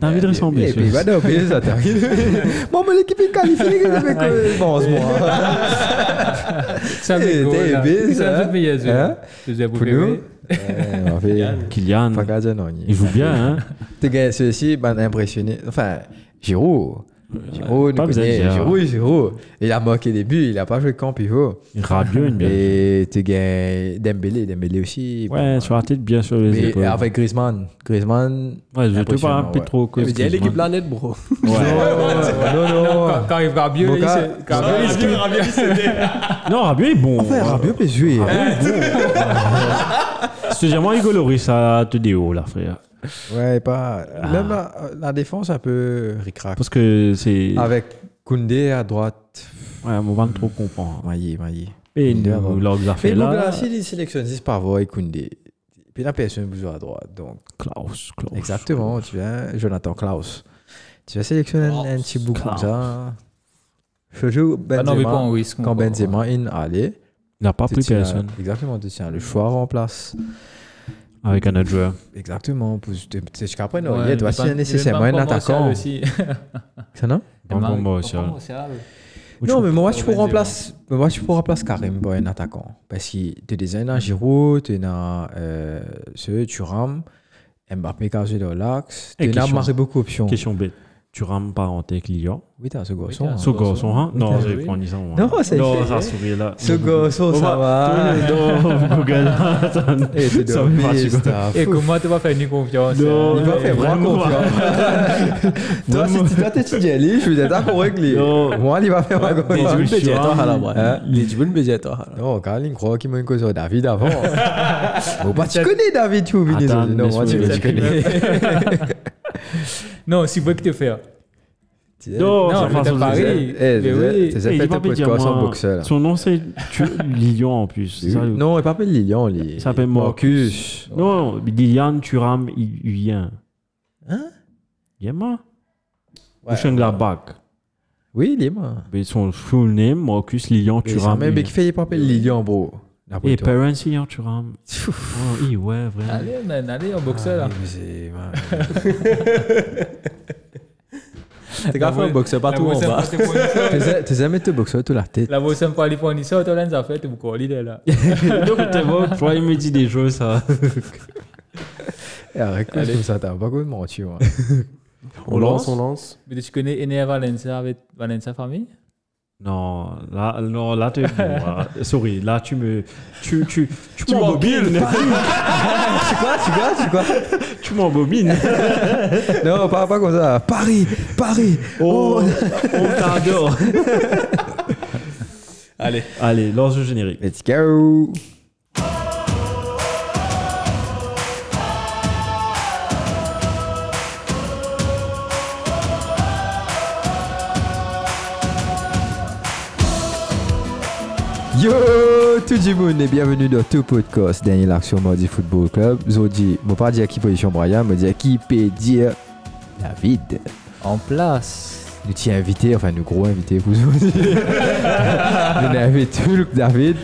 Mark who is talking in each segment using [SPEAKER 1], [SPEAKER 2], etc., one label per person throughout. [SPEAKER 1] T'as envie de ressembler.
[SPEAKER 2] Et puis
[SPEAKER 1] ça.
[SPEAKER 2] bah non, mais ça t'arrive. bon, mais l'équipe est qualifiée, les mecs. euh, Bon, en ce moment.
[SPEAKER 3] Ça
[SPEAKER 2] Eh, t'es bise, hein. Hein
[SPEAKER 3] Hein
[SPEAKER 2] Eh, on fait-
[SPEAKER 1] Kylian,
[SPEAKER 2] Pagaza, non,
[SPEAKER 1] il
[SPEAKER 2] il-
[SPEAKER 1] joue bien. Hein.
[SPEAKER 2] Les gars, ceux-ci m'ont impressionné. Enfin, Giroud. Giroud,
[SPEAKER 1] pas
[SPEAKER 2] nous
[SPEAKER 1] besoin de
[SPEAKER 2] connaît.
[SPEAKER 1] dire.
[SPEAKER 2] Giroud, Giroud. Il a marqué des buts, il a pas joué qu'en pivot.
[SPEAKER 1] Rabiot, une bien.
[SPEAKER 2] Et t'es gars, Dembélé, Dembélé aussi.
[SPEAKER 1] Ouais, sur la tête, bien sur les
[SPEAKER 2] Mais
[SPEAKER 1] épaules.
[SPEAKER 2] avec Griezmann. Griezmann.
[SPEAKER 1] Ouais, je te
[SPEAKER 2] impressionnant,
[SPEAKER 1] parle un peu
[SPEAKER 2] ouais.
[SPEAKER 1] trop. hein.
[SPEAKER 4] Mais dis, elle est qui
[SPEAKER 1] Griezmann.
[SPEAKER 4] planète, bro.
[SPEAKER 2] non, non.
[SPEAKER 3] Quand quand arrive Barbieux,
[SPEAKER 2] Boca-
[SPEAKER 3] il s'est- quand Barbieux, il s'est-
[SPEAKER 1] Non, Rabiot est bon. hein.
[SPEAKER 2] Enfin, Rabiot peut jouer.
[SPEAKER 1] C'est vraiment rigolo, ça te dit haut, là, frère.
[SPEAKER 2] Ouais, pas.
[SPEAKER 3] Ah.
[SPEAKER 2] Même la, la défense un peu ric-rac.
[SPEAKER 1] Parce que c'est. Ouais,
[SPEAKER 2] Avec Koundé à droite.
[SPEAKER 1] on va trop hein. comprendre.
[SPEAKER 2] Maillé, maillé.
[SPEAKER 1] Et
[SPEAKER 2] Il est avant.
[SPEAKER 1] nous, leurs
[SPEAKER 2] Mais
[SPEAKER 1] affaires
[SPEAKER 2] là,
[SPEAKER 1] là.
[SPEAKER 2] si il sélectionne 10 par voie et Koundé, puis la personne bouge à droite. Donc,
[SPEAKER 1] Klaus,
[SPEAKER 3] Oh,
[SPEAKER 1] Klaus.
[SPEAKER 2] exactement, tu viens, Jonathan Klaus. Tu vas sélectionner un- un petit bout comme
[SPEAKER 1] Klaus.
[SPEAKER 2] ça. Je joue
[SPEAKER 3] Oh, Ah non, mais pas
[SPEAKER 2] Benzema.
[SPEAKER 3] en risque.
[SPEAKER 2] Quand Benzema in, allez.
[SPEAKER 1] Il n'a pas
[SPEAKER 2] tu
[SPEAKER 1] pris
[SPEAKER 2] tiens-
[SPEAKER 1] personne
[SPEAKER 2] Exactement, tu tiens le choix en place.
[SPEAKER 1] avec un autre joueur.
[SPEAKER 2] Eh Exactement. pour- C'est jusqu'à après,
[SPEAKER 3] Ouais,
[SPEAKER 2] non, il doit
[SPEAKER 3] il est
[SPEAKER 2] signer
[SPEAKER 3] pas-
[SPEAKER 2] nécessairement
[SPEAKER 3] il est
[SPEAKER 2] un
[SPEAKER 3] même pas
[SPEAKER 2] attaquant.
[SPEAKER 3] promotionnel aussi.
[SPEAKER 2] Ça, non
[SPEAKER 3] ben,
[SPEAKER 1] Bon, bon, bon,
[SPEAKER 3] Il est pas
[SPEAKER 1] ça.
[SPEAKER 3] promotionnel.
[SPEAKER 2] Non, mais moi, je
[SPEAKER 3] Benzema.
[SPEAKER 2] pourrais remplacer, moi, je pourrais remplacer Karim pour un attaquant. Parce que tu déjà un Giroud, tu as euh, ce Thuram, Mbappé qui a joué dans l'axe.
[SPEAKER 1] Et
[SPEAKER 2] Tu as
[SPEAKER 1] question-
[SPEAKER 2] marqué beaucoup d'options.
[SPEAKER 1] Question bête. Tu rames pas en tête, Lyon.
[SPEAKER 2] Oui, t'as ce
[SPEAKER 3] Oui,
[SPEAKER 2] garçon.
[SPEAKER 3] t'as-
[SPEAKER 2] hein.
[SPEAKER 1] Ce garçon, hein Non,
[SPEAKER 2] Oui,
[SPEAKER 1] j'ai
[SPEAKER 3] oui.
[SPEAKER 1] pris ça. moi.
[SPEAKER 2] Non, c'est
[SPEAKER 1] Non,
[SPEAKER 2] fait.
[SPEAKER 1] ça sourit là.
[SPEAKER 2] Ce garçon,
[SPEAKER 1] On
[SPEAKER 2] ça va.
[SPEAKER 1] Non, Google. Attends.
[SPEAKER 2] Et t'es
[SPEAKER 1] Ça va pas,
[SPEAKER 2] dormi,
[SPEAKER 1] tu vois.
[SPEAKER 2] staff.
[SPEAKER 3] Et comment tu vas faire une confiance
[SPEAKER 1] Non,
[SPEAKER 2] Il
[SPEAKER 3] hein
[SPEAKER 2] va
[SPEAKER 1] Ouais,
[SPEAKER 2] faire vraiment
[SPEAKER 1] vraiment.
[SPEAKER 2] confiance. Toi,
[SPEAKER 1] Vraiment.
[SPEAKER 2] si tu dois t'étudier, allez, je suis d'accord avec lui.
[SPEAKER 1] Non.
[SPEAKER 2] Moi, il va faire ma
[SPEAKER 4] Les
[SPEAKER 2] confiance.
[SPEAKER 4] jibounes
[SPEAKER 1] je suis
[SPEAKER 4] baiser à toi,
[SPEAKER 1] un-
[SPEAKER 4] alors, ouais.
[SPEAKER 2] Hein
[SPEAKER 4] Les jibounes baiser à toi, alors.
[SPEAKER 2] Non, Caroline croit qu'il m'a une cause au David avant. Bon, bah, tu connais David, tu oublies
[SPEAKER 1] Attends,
[SPEAKER 2] Non, moi, tu
[SPEAKER 1] laisse-moi
[SPEAKER 2] tu connais.
[SPEAKER 3] Non, c'est vrai que tu fais.
[SPEAKER 1] Non,
[SPEAKER 3] Non,
[SPEAKER 1] ça
[SPEAKER 3] mais
[SPEAKER 1] passe
[SPEAKER 3] t'as
[SPEAKER 1] aux
[SPEAKER 3] Paris.
[SPEAKER 1] États-Unis.
[SPEAKER 2] Eh,
[SPEAKER 3] Mais
[SPEAKER 2] t'es-
[SPEAKER 3] oui.
[SPEAKER 2] t'es
[SPEAKER 1] Eh,
[SPEAKER 2] fait
[SPEAKER 1] il va
[SPEAKER 2] tes
[SPEAKER 1] pas dire,
[SPEAKER 2] podcasts en
[SPEAKER 1] moi,
[SPEAKER 2] boxeur. là.
[SPEAKER 1] Son nom, c'est tu- Lyon en plus. c'est ça, le-
[SPEAKER 2] Non, il s'appelle Lilian. Il
[SPEAKER 1] Il s'appelle
[SPEAKER 2] Marcus.
[SPEAKER 1] Non, Lilian Thuram, il il y a un.
[SPEAKER 2] Hein
[SPEAKER 1] Il y a moi.
[SPEAKER 2] Ouais.
[SPEAKER 1] Mönchengladbach.
[SPEAKER 2] Oui, il est mort.
[SPEAKER 1] Mais son full name, Marcus Lilian
[SPEAKER 2] Tu ramènes.
[SPEAKER 1] Thuram.
[SPEAKER 2] Mais
[SPEAKER 1] il-
[SPEAKER 2] qui fait, il s'appelle Lilian, bro. D'après
[SPEAKER 1] Et
[SPEAKER 2] toi.
[SPEAKER 1] Parents Lilian Thuram. Oh, oui, ouais, vraiment.
[SPEAKER 3] Allez, man, allez, en boxeur.
[SPEAKER 2] Ah,
[SPEAKER 3] là.
[SPEAKER 2] mais c'est- ouais.
[SPEAKER 4] T'es grave
[SPEAKER 3] La
[SPEAKER 4] un
[SPEAKER 3] vo-
[SPEAKER 4] boxeur
[SPEAKER 3] la
[SPEAKER 4] partout en
[SPEAKER 3] voisin
[SPEAKER 4] bas.
[SPEAKER 3] pour tes fournisseurs.
[SPEAKER 2] T'es jamais- T'es jamais te boxeur tout la tête.
[SPEAKER 3] La voisin pour les fournisseurs, toi, là, ça fait, t'es beaucoup en leader, là.
[SPEAKER 1] Donc, t'es bon, tu vois, il me dit des choses, ça.
[SPEAKER 2] Eh, Arrête comme ça, t'as pas goût de mentir. moi.
[SPEAKER 4] On lance, on lance.
[SPEAKER 3] Mais tu connais Enea Valencia avec Valencia Famille
[SPEAKER 1] Non, là, non, là, t'es bon. là. Sorry, là, tu me. Tu, tu, tu, m'embobines.
[SPEAKER 2] C'est quoi, c'est quoi, c'est quoi
[SPEAKER 1] tu m'embobines.
[SPEAKER 2] Non, pas, pas comme ça. Paris, Paris.
[SPEAKER 1] Oh, on t'adore.
[SPEAKER 4] Allez.
[SPEAKER 1] Allez, lance le générique.
[SPEAKER 2] Let's go. Yo tout le monde et bienvenue dans tout podcast dernier lac sur Mardi Football Club. Zodi, je ne pas dire qui position Brian, je dire qui peut dire David.
[SPEAKER 3] En place.
[SPEAKER 2] Nous t'y invité, enfin nous gros invité vous aussi. nous avons tout le David.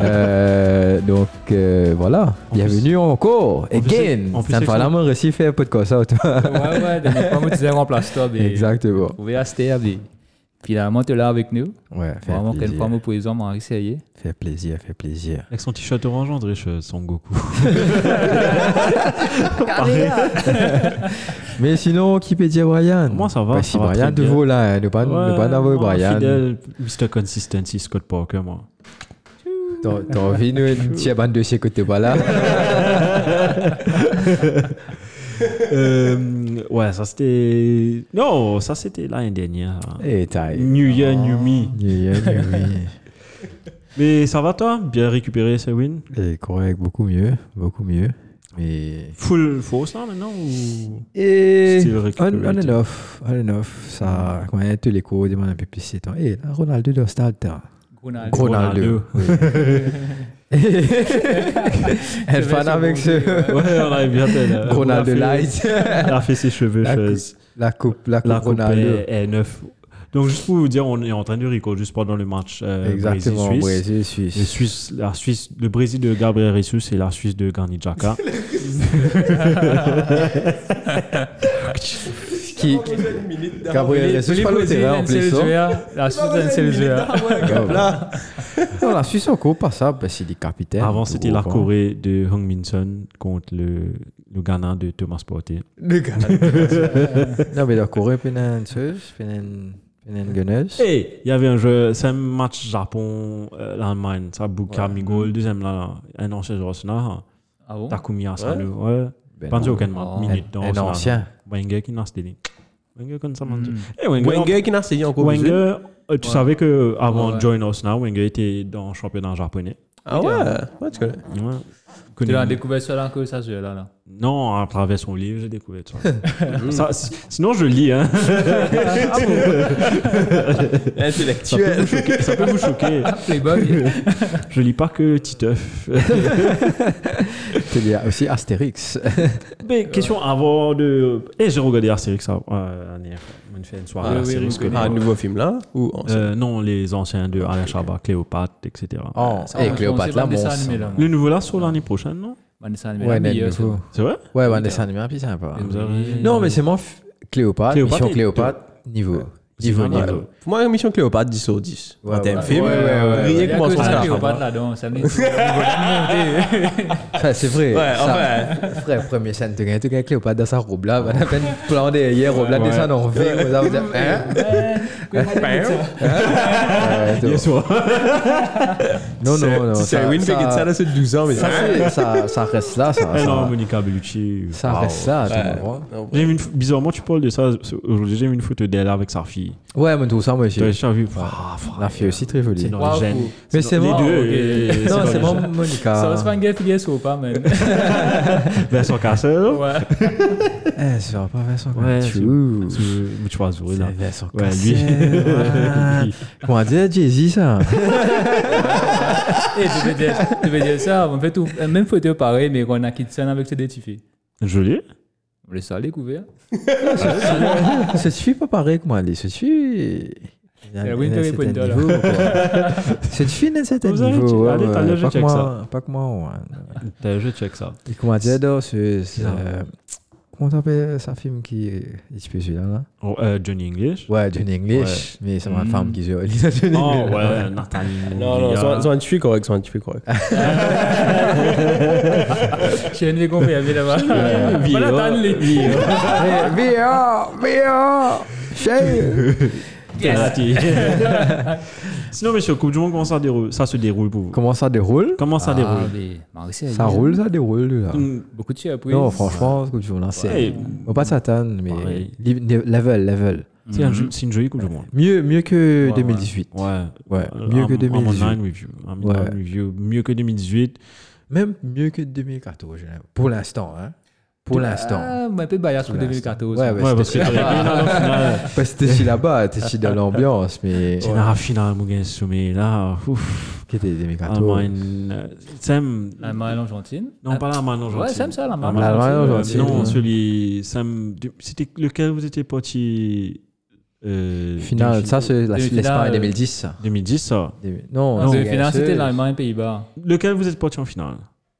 [SPEAKER 2] Euh, donc euh, voilà,
[SPEAKER 1] En
[SPEAKER 2] bienvenue encore.
[SPEAKER 1] en plus,
[SPEAKER 2] Again.
[SPEAKER 1] en plus,
[SPEAKER 2] Ça ne
[SPEAKER 1] c'est
[SPEAKER 2] fait
[SPEAKER 1] que-
[SPEAKER 2] la mort aussi faire pas de quoi ça. toi.
[SPEAKER 3] Ouais, ouais, t'es pas moi, tu sais, en place, toi, mais.
[SPEAKER 2] Exactement.
[SPEAKER 3] Vous pouvez rester, mais. Finalement, t'es là avec nous.
[SPEAKER 2] Ouais, fait
[SPEAKER 3] Vraiment, quelle
[SPEAKER 2] plaisir.
[SPEAKER 3] femme au présent, Marie Serrier.
[SPEAKER 2] Fait plaisir, fait plaisir.
[SPEAKER 1] Avec son t-shirt orange, André, je- son Goku.
[SPEAKER 2] Mais sinon, qui peut dire Brian
[SPEAKER 1] Moi, ça va,
[SPEAKER 2] Bah,
[SPEAKER 1] ça
[SPEAKER 2] si
[SPEAKER 1] va
[SPEAKER 2] Brian
[SPEAKER 1] très
[SPEAKER 2] de
[SPEAKER 1] bien.
[SPEAKER 2] vous là, hein, ne pas, ne pas n'avoir
[SPEAKER 1] moi,
[SPEAKER 2] Brian.
[SPEAKER 1] Fidèle, Mr. Consistency, Scott Parker, moi.
[SPEAKER 2] T'as t'as envie nous, une petite bande de chez que t'es pas là.
[SPEAKER 1] Euh, ouais, ça c'était. Non, ça c'était l'année dernière.
[SPEAKER 2] Et t'as.
[SPEAKER 1] New Year, New Me.
[SPEAKER 2] New Year, New Me.
[SPEAKER 1] Mais ça va toi Bien récupéré, ces wins
[SPEAKER 2] Et correct, beaucoup mieux, beaucoup mieux. Mais
[SPEAKER 1] Full force là maintenant ou...
[SPEAKER 2] Et
[SPEAKER 1] Style
[SPEAKER 2] on,
[SPEAKER 1] récupéré,
[SPEAKER 2] on
[SPEAKER 1] tu-
[SPEAKER 2] and off, on and off, ça, quand il y a tous les cours, demande un peu plus de temps. Et là, Ronaldo doit se le temps.
[SPEAKER 3] Ronaldo.
[SPEAKER 2] Gros Ronaldo. Elle fan avec ce
[SPEAKER 1] Ouais, on arrive bien. t'es là.
[SPEAKER 2] Ronaldo
[SPEAKER 1] On a fait-
[SPEAKER 2] Light.
[SPEAKER 1] Elle a fait ses cheveux,
[SPEAKER 2] La
[SPEAKER 1] chose.
[SPEAKER 2] La coupe, la coupe
[SPEAKER 1] La coupe
[SPEAKER 2] Ronaldo.
[SPEAKER 1] est, est neuf. Donc, juste pour vous dire, on est en train de record juste pendant le match euh,
[SPEAKER 2] Exactement,
[SPEAKER 1] Brésil-Suisse.
[SPEAKER 2] Brésil,
[SPEAKER 1] Le,
[SPEAKER 2] Suisse.
[SPEAKER 1] Suisse, la Suisse, le Brésil de Gabriel Jesus et la Suisse de Garni Xhaka.
[SPEAKER 2] Qui, Gabriel Jesus,
[SPEAKER 3] Les
[SPEAKER 2] pas le terrain
[SPEAKER 3] Brésiliens,
[SPEAKER 2] en
[SPEAKER 3] c'est le
[SPEAKER 2] plus. hein.
[SPEAKER 3] joueur. La Suisse, c'est le joueur.
[SPEAKER 2] Là. Non, la Suisse encore pas ça, Ben, parce qu'il est capitaine.
[SPEAKER 1] Avant, c'était la
[SPEAKER 2] Corée.
[SPEAKER 1] Corée de Hong Min Son contre le, le Ghana de Thomas Porter.
[SPEAKER 4] Le gars.
[SPEAKER 2] Non, mais la Corée, puis une Suisse, puis une puis une gueuleuse.
[SPEAKER 1] Et il y avait un jeu, c'est un match Japon-Allemagne. ça, Buka
[SPEAKER 2] Ouais.
[SPEAKER 1] Migol, deuxième là, un ancien joueur Arsenal. hein.
[SPEAKER 3] Ah bon
[SPEAKER 1] Takumi Asano. Ouais.
[SPEAKER 2] Ben
[SPEAKER 1] Pas de
[SPEAKER 2] non.
[SPEAKER 1] aucun
[SPEAKER 3] Oh.
[SPEAKER 1] minute dans
[SPEAKER 2] Un
[SPEAKER 1] Arsenal.
[SPEAKER 2] ancien. Hmm.
[SPEAKER 1] Wenger qui n'a stédé. Wenger comme ça, man.
[SPEAKER 3] Mm.
[SPEAKER 1] Eh, Wenger, en-
[SPEAKER 4] Wenger qui n'a essayé encore.
[SPEAKER 1] Wenger,
[SPEAKER 4] Brésil.
[SPEAKER 1] euh, tu
[SPEAKER 3] Ouais.
[SPEAKER 1] savais que euh, avant
[SPEAKER 3] Ouais,
[SPEAKER 1] de
[SPEAKER 3] ouais.
[SPEAKER 1] join Arsenal, Wenger était dans le championnat japonais.
[SPEAKER 4] Ah ouais, ouais, tu connais.
[SPEAKER 1] Ouais.
[SPEAKER 3] Tu
[SPEAKER 1] Connu-
[SPEAKER 3] l'as découvert sur la que ça se joue là. là.
[SPEAKER 1] Non, à travers son livre, j'ai découvert ça. Ça, si- sinon, je lis. Hein. Ça peut vous choquer. ça peut vous choquer.
[SPEAKER 2] Eh,
[SPEAKER 3] Playboy.
[SPEAKER 1] Je lis pas que Titeuf.
[SPEAKER 2] Il y a aussi Astérix.
[SPEAKER 1] Mais question avant de. Et j'ai regardé Astérix avant- euh, l'année dernière. On a fait une soirée
[SPEAKER 4] Ah,
[SPEAKER 3] oui,
[SPEAKER 1] Astérix.
[SPEAKER 3] oui,
[SPEAKER 1] que
[SPEAKER 3] oui.
[SPEAKER 1] des-
[SPEAKER 4] Ah, un nouveau film là Ou ancien
[SPEAKER 1] Euh, non, les anciens de Alain Chabat, Cléopâtre, etc.
[SPEAKER 2] Oh, et Cléopâtre, là,
[SPEAKER 3] mon.
[SPEAKER 2] mon
[SPEAKER 1] Le nouveau là, sur l'année prochaine, non
[SPEAKER 3] dessin animé.
[SPEAKER 2] Ouais,
[SPEAKER 3] la euh,
[SPEAKER 2] mais
[SPEAKER 3] meilleure,
[SPEAKER 2] du
[SPEAKER 3] c'est
[SPEAKER 2] coup.
[SPEAKER 3] bon.
[SPEAKER 1] C'est vrai
[SPEAKER 2] Ouais, ouais, un dessin animé, puis sympa.
[SPEAKER 1] Vous avez-
[SPEAKER 2] Non, mais c'est mon f- Cléopâtre,
[SPEAKER 1] Cléopâtre
[SPEAKER 2] mission
[SPEAKER 1] est-
[SPEAKER 2] Cléopâtre, niveau. Niveau,
[SPEAKER 1] vraiment-
[SPEAKER 2] niveau.
[SPEAKER 4] Pour moi, Mission Cléopâtre 10 sur 10.
[SPEAKER 2] Ouais,
[SPEAKER 4] en termes
[SPEAKER 2] ouais.
[SPEAKER 4] film,
[SPEAKER 2] Ouais, ouais, ouais,
[SPEAKER 4] rien
[SPEAKER 2] ouais.
[SPEAKER 3] Il y
[SPEAKER 4] que
[SPEAKER 3] a
[SPEAKER 4] moi,
[SPEAKER 3] que
[SPEAKER 4] ça
[SPEAKER 3] ça,
[SPEAKER 4] sera
[SPEAKER 3] Cléopâtre là-dedans. Ça n'est pas
[SPEAKER 2] Ça, c'est vrai.
[SPEAKER 4] Ouais,
[SPEAKER 2] ça, Frère, première scène, tu gagnes, tu gagnes Cléopâtre dans sa robe là. On a peine plandé hier, robe là,
[SPEAKER 1] Ouais.
[SPEAKER 2] descend en V, comme ça, vous dites, hein
[SPEAKER 4] hein.
[SPEAKER 2] Ouais, tout.
[SPEAKER 1] Bien sûr.
[SPEAKER 2] Non,
[SPEAKER 4] C'est-
[SPEAKER 2] non, non.
[SPEAKER 4] Si c'est
[SPEAKER 2] ça-
[SPEAKER 4] Winbeck et ça, là, c'est 12 ans, mais
[SPEAKER 2] Ça, c'est- ça, ça reste là, ça.
[SPEAKER 1] Ah non,
[SPEAKER 2] Ça,
[SPEAKER 1] Monica Bellucci.
[SPEAKER 2] ça
[SPEAKER 1] wow.
[SPEAKER 2] reste là, tu
[SPEAKER 4] Ouais.
[SPEAKER 2] comprends?
[SPEAKER 4] Non,
[SPEAKER 1] J'ai vu une... Bizarrement, tu parles de ça aujourd'hui. J'ai vu une photo d'elle avec sa fille.
[SPEAKER 2] hein. Ouais, mais tout ça, moi,
[SPEAKER 1] Tu as
[SPEAKER 2] j'ai.
[SPEAKER 1] déjà vu Ah, frère.
[SPEAKER 2] La fille aussi très
[SPEAKER 1] C'est
[SPEAKER 2] jolie.
[SPEAKER 1] dans les gènes.
[SPEAKER 2] Mais
[SPEAKER 1] dans-
[SPEAKER 2] c'est
[SPEAKER 1] les
[SPEAKER 2] moi,
[SPEAKER 1] deux,
[SPEAKER 3] ok.
[SPEAKER 1] et- et
[SPEAKER 2] Non,
[SPEAKER 1] dans
[SPEAKER 2] c'est
[SPEAKER 1] les
[SPEAKER 2] moi,
[SPEAKER 1] gènes.
[SPEAKER 3] Ça
[SPEAKER 2] Monica.
[SPEAKER 3] va se faire un gaffe, yes ou pas, man.
[SPEAKER 1] Vincent Cassel.
[SPEAKER 3] Ouais.
[SPEAKER 2] Eh, c'est pas Vincent
[SPEAKER 1] Ouais,
[SPEAKER 2] Tchou.
[SPEAKER 1] Tu veux- tu vas jouer là.
[SPEAKER 2] C'est Vincent
[SPEAKER 1] Ouais, lui.
[SPEAKER 2] Cassel, ouais. Comment dire Jay-Z, ça
[SPEAKER 3] Et tu peux Eh, dire, tu peux dire ça, on fait tout, même photo pareil, mais qu'on a quitté ça avec ses détifés.
[SPEAKER 1] Joli.
[SPEAKER 3] On laisse ça découvert.
[SPEAKER 2] Ça suffit pas pareil, comment dire Ça suffit.
[SPEAKER 3] la Winter
[SPEAKER 2] Un
[SPEAKER 3] et
[SPEAKER 2] certain
[SPEAKER 3] Pointer, là.
[SPEAKER 2] niveau, quoi. Ça suffit d'un certain
[SPEAKER 1] Vous allez-
[SPEAKER 2] niveau. ouais,
[SPEAKER 1] allez,
[SPEAKER 2] ouais,
[SPEAKER 1] allez, je
[SPEAKER 2] pas que
[SPEAKER 1] check
[SPEAKER 2] moi- Pas que moi, ouais.
[SPEAKER 1] T'as- Je check ça.
[SPEAKER 2] Et comment dire, donc, c'est. c'est,
[SPEAKER 1] Non.
[SPEAKER 2] euh, Comment t'appelles ça film qui est peux celui-là là
[SPEAKER 1] Oh, euh, Johnny English.
[SPEAKER 2] Ouais, Johnny English, mais c'est ma
[SPEAKER 3] Mm.
[SPEAKER 2] femme qui joue Lisa Johnny
[SPEAKER 1] Oh,
[SPEAKER 2] English.
[SPEAKER 1] ouais, Nathalie.
[SPEAKER 4] non,
[SPEAKER 1] Molia.
[SPEAKER 4] ils ont tué correct, ils ont tué correct.
[SPEAKER 3] J'ai une vie qu'on peut y aller là-bas.
[SPEAKER 1] Vio.
[SPEAKER 3] Voilà, t'as une ligne.
[SPEAKER 1] Vio.
[SPEAKER 2] Mia, Mia, chérie.
[SPEAKER 3] Yes.
[SPEAKER 1] Sinon, monsieur, Coupe du Monde, comment ça, déroule, ça se déroule pour vous
[SPEAKER 2] Comment ça déroule
[SPEAKER 1] Comment ça déroule
[SPEAKER 3] Ah, mais Marseille,
[SPEAKER 2] Ça
[SPEAKER 3] il y a
[SPEAKER 2] roule, ça déroule. Là.
[SPEAKER 1] Mm,
[SPEAKER 3] Beaucoup de surprises.
[SPEAKER 2] Non, franchement, Coupe du Monde, là,
[SPEAKER 1] Ouais.
[SPEAKER 2] c'est. On pas s'attendre, mais.
[SPEAKER 1] Pareil.
[SPEAKER 2] li- ni- Level, level.
[SPEAKER 1] C'est un jeu- c'est une jolie Coupe du Monde.
[SPEAKER 2] Mieux, mieux que
[SPEAKER 4] Ouais,
[SPEAKER 2] 2018.
[SPEAKER 1] Ouais.
[SPEAKER 2] Ouais,
[SPEAKER 1] Euh,
[SPEAKER 2] mieux que
[SPEAKER 1] I'm- I'm on
[SPEAKER 2] 2018.
[SPEAKER 1] line with you. I'm in
[SPEAKER 2] Ouais.
[SPEAKER 1] line with you. Mieux que 2018.
[SPEAKER 2] Même mieux que 2014, j'ai l'impression. pour l'instant. Hein. Pour l'instant.
[SPEAKER 3] Ah, mais un peu bias pour
[SPEAKER 2] Pour l'instant. Ah.
[SPEAKER 3] 2014.
[SPEAKER 2] Ouais,
[SPEAKER 1] Ouais, parce que t'as gagné dans la finale.
[SPEAKER 2] Parce que t'es si là-bas, t'es si dans l'ambiance, mais.
[SPEAKER 1] C'est la finale, mon gars, sommet. Là, ouf.
[SPEAKER 2] Qui était 2014
[SPEAKER 1] Allemagne. euh, Sam.
[SPEAKER 3] L'Allemagne, l'Argentine.
[SPEAKER 1] Non, pas l'Allemagne,
[SPEAKER 3] Ah. Ouais,
[SPEAKER 1] Argentine.
[SPEAKER 3] c'est ça, l'Allemagne.
[SPEAKER 1] L'Allemagne,
[SPEAKER 2] l'Argentine.
[SPEAKER 1] Non,
[SPEAKER 2] Ouais.
[SPEAKER 1] celui. Sam. du- C'était lequel vous étiez parti euh,
[SPEAKER 2] Finale,
[SPEAKER 1] demi-
[SPEAKER 2] ça c'est la-
[SPEAKER 3] demi-finale,
[SPEAKER 2] l'Espagne
[SPEAKER 3] euh,
[SPEAKER 2] 2010. ça.
[SPEAKER 1] 2010, ça.
[SPEAKER 2] Demi-
[SPEAKER 3] Non,
[SPEAKER 2] Non,
[SPEAKER 3] le
[SPEAKER 2] c'est-
[SPEAKER 3] final,
[SPEAKER 2] c'est-
[SPEAKER 3] c'était l'Allemagne, Pays-Bas.
[SPEAKER 1] Lequel vous êtes parti en finale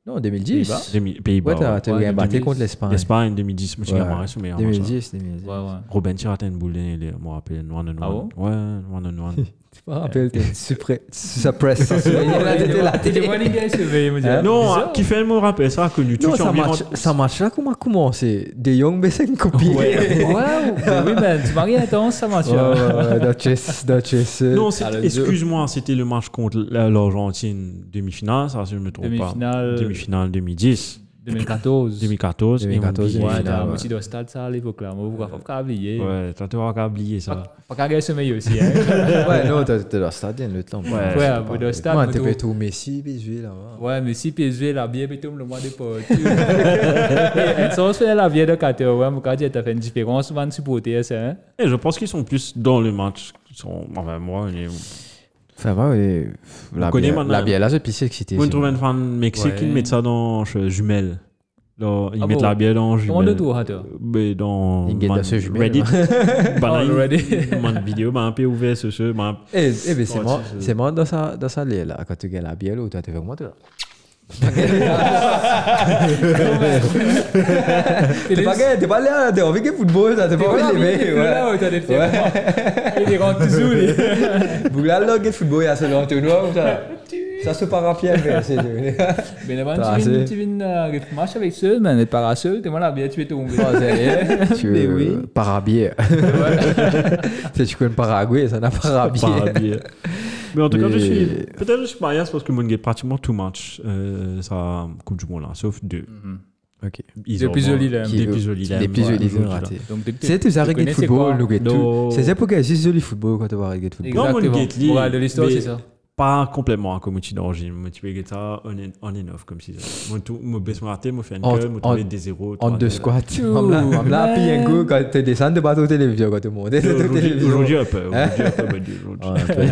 [SPEAKER 2] Non, 2010.
[SPEAKER 1] Demi- Pays-Bas.
[SPEAKER 2] Ouais, t'as
[SPEAKER 1] ouais.
[SPEAKER 2] t'as
[SPEAKER 3] Ouais,
[SPEAKER 2] bien battu
[SPEAKER 3] 2010.
[SPEAKER 2] contre l'Espagne.
[SPEAKER 1] L'Espagne, 2010. Monsieur
[SPEAKER 2] Ouais.
[SPEAKER 1] Gamarra, sommet. avant ça.
[SPEAKER 2] 2010, 2010.
[SPEAKER 3] Ouais, ouais.
[SPEAKER 1] hein. Robin Tiratin Boulin, il est, je me rappelle, one on
[SPEAKER 3] Ah
[SPEAKER 1] one. ouais, one on one.
[SPEAKER 2] Tu me rappelles, t'es suppré- suppress. ça, c'est- Là, t'étais là,
[SPEAKER 3] J'ai
[SPEAKER 2] t'étais-
[SPEAKER 3] pas les gars surveillés, me
[SPEAKER 2] Euh,
[SPEAKER 3] dire.
[SPEAKER 1] non,
[SPEAKER 3] Bizarre.
[SPEAKER 1] ah, qui fait le mot rappel, ça, connu.
[SPEAKER 2] Non, ça match, ça match là, comment commencer De Jong, mais c'est une copie. Ouais,
[SPEAKER 3] Wow, mais oui, ben, tu m'as rien attendu, ça,
[SPEAKER 2] ouais,
[SPEAKER 3] Mathieu.
[SPEAKER 2] ouais, Oh, Duchess, Duchess. euh,
[SPEAKER 1] Non, c'est-
[SPEAKER 3] Ah, le
[SPEAKER 1] excuse-moi, c'était le match contre la- l'Argentine, demi-finale, ça, si je ne me trompe pas.
[SPEAKER 3] Demi-finale. euh,
[SPEAKER 1] Demi-finale 2010,
[SPEAKER 3] 2014.
[SPEAKER 1] 2014. et on
[SPEAKER 2] 2014,
[SPEAKER 1] oublie-
[SPEAKER 3] Ouais, t'as
[SPEAKER 2] Demi-finale,
[SPEAKER 3] un
[SPEAKER 2] ouais.
[SPEAKER 3] petit de stade, ça, à l'époque, là. Mais vous, faut pas oublier.
[SPEAKER 1] Ouais, t'as toujours qu'à oublier ça.
[SPEAKER 3] Pas pas qu'à gagner sommeil aussi, hein.
[SPEAKER 2] Ouais, non, t'as t'as le stade, le temps.
[SPEAKER 1] Ouais,
[SPEAKER 3] Ouais, bon, le stade,
[SPEAKER 2] Ouais,
[SPEAKER 3] mais
[SPEAKER 2] t'es
[SPEAKER 3] tout.
[SPEAKER 2] pas tout Messi, Bézué, là. hein. ouais.
[SPEAKER 3] Ouais, mais si PSG, la bière, puis tout le mois des potes. Ils sont fait la bière de 4 heures, ouais, mais quand tu as fait une différence, souvent, tu supporter ça, hein.
[SPEAKER 1] Et je pense qu'ils sont plus dans le match. Ils sont, enfin, moi, on est-
[SPEAKER 2] Enfin, moi, ouais, la
[SPEAKER 1] connaît
[SPEAKER 2] bière,
[SPEAKER 1] maintenant.
[SPEAKER 2] la bière, là, je suis excité.
[SPEAKER 1] Moi, je
[SPEAKER 2] c'est
[SPEAKER 1] trouve
[SPEAKER 2] bon.
[SPEAKER 1] un fan mexicain
[SPEAKER 3] Ouais.
[SPEAKER 1] qui met ça dans euh, jumelles. là, ils
[SPEAKER 3] Ah
[SPEAKER 1] mettent
[SPEAKER 3] bon.
[SPEAKER 1] la bière dans
[SPEAKER 3] Comment
[SPEAKER 1] jumelle.
[SPEAKER 3] de tout, Hatter
[SPEAKER 1] Ben, dans
[SPEAKER 2] Ils guettent
[SPEAKER 1] man-
[SPEAKER 2] dans ce jumelle,
[SPEAKER 1] Reddit. Bah,
[SPEAKER 3] Oh,
[SPEAKER 1] là,
[SPEAKER 3] le
[SPEAKER 1] il-
[SPEAKER 3] Reddit.
[SPEAKER 1] man vidéo, m'a un peu ouvert ce ce, m'a-
[SPEAKER 2] Eh, eh ben, c'est
[SPEAKER 1] Ouais,
[SPEAKER 2] moi,
[SPEAKER 1] c'est-
[SPEAKER 2] c'est moi dans sa, dans sa lait, là. Quand tu gagnes la bière, là, toi, tu fais comment, toi? T'es pas gagné, t'es pas là, t'es envie de football, ça, t'es pas envie de lever, ouais.
[SPEAKER 3] là, t'as des petits. Il est grand toujours. lui.
[SPEAKER 2] Vous la langue de football, là, c'est dans le tournoi, ou ça. Ça se parapluie, mais c'est. Ouais,
[SPEAKER 3] Mais
[SPEAKER 2] T'as
[SPEAKER 3] là-bas, tu viens-
[SPEAKER 2] assez.
[SPEAKER 3] tu viens euh, marcher avec ceux, mais les parasols, t'es moi là, bien tu es tombé.
[SPEAKER 2] c'est- Tu
[SPEAKER 4] Mais
[SPEAKER 2] veux-
[SPEAKER 4] oui.
[SPEAKER 2] Parabier. Tu sais, tu connais Paraguay, ça n'a Parabier.
[SPEAKER 1] Parabier. Mais en tout cas, je
[SPEAKER 2] Mais-
[SPEAKER 1] suis. Peut-être que je suis bias parce que mon gars, pratiquement tout match, euh, ça Coupe du Monde, là, sauf deux.
[SPEAKER 2] Ok.
[SPEAKER 1] Ils
[SPEAKER 3] Deux
[SPEAKER 1] ont-
[SPEAKER 3] plus jolis, là.
[SPEAKER 1] Des
[SPEAKER 2] Qui-
[SPEAKER 1] plus jolis, là.
[SPEAKER 2] Des plus
[SPEAKER 1] Ouais,
[SPEAKER 2] jolis,
[SPEAKER 1] toujours,
[SPEAKER 2] raté.
[SPEAKER 3] Donc, dès que
[SPEAKER 2] C'est tu as
[SPEAKER 3] tu
[SPEAKER 2] reggae de
[SPEAKER 3] connaissais
[SPEAKER 2] football,
[SPEAKER 3] quoi
[SPEAKER 2] nous guette
[SPEAKER 1] Non.
[SPEAKER 2] tout. C'est ça pour que c'est joli football quand tu vas reggae de football.
[SPEAKER 1] Non, mon
[SPEAKER 3] Exactement.
[SPEAKER 1] Gately,
[SPEAKER 3] Pour de l'histoire,
[SPEAKER 1] mais-
[SPEAKER 3] c'est ça.
[SPEAKER 1] Pas complètement hein, comme tu dans le gym. Moi, tu peux guetter ça on and, on and off, comme si. Moi, tout, moi, baisse mon raté, moi, fais un
[SPEAKER 2] En-
[SPEAKER 1] club, moi,
[SPEAKER 2] en-
[SPEAKER 1] trouver des zéros.
[SPEAKER 2] En
[SPEAKER 1] trois
[SPEAKER 2] deux
[SPEAKER 1] deux.
[SPEAKER 2] squats.
[SPEAKER 3] Tchou,
[SPEAKER 2] On me l'a
[SPEAKER 3] man.
[SPEAKER 2] pris un coup quand tu descends de bateau télévision quand tu montes.
[SPEAKER 1] Aujourd'hui,
[SPEAKER 2] télévision.
[SPEAKER 1] aujourd'hui, un peu. Aujourd'hui, un peu, ben, Dieu, aujourd'hui.
[SPEAKER 2] Ouais, un peu.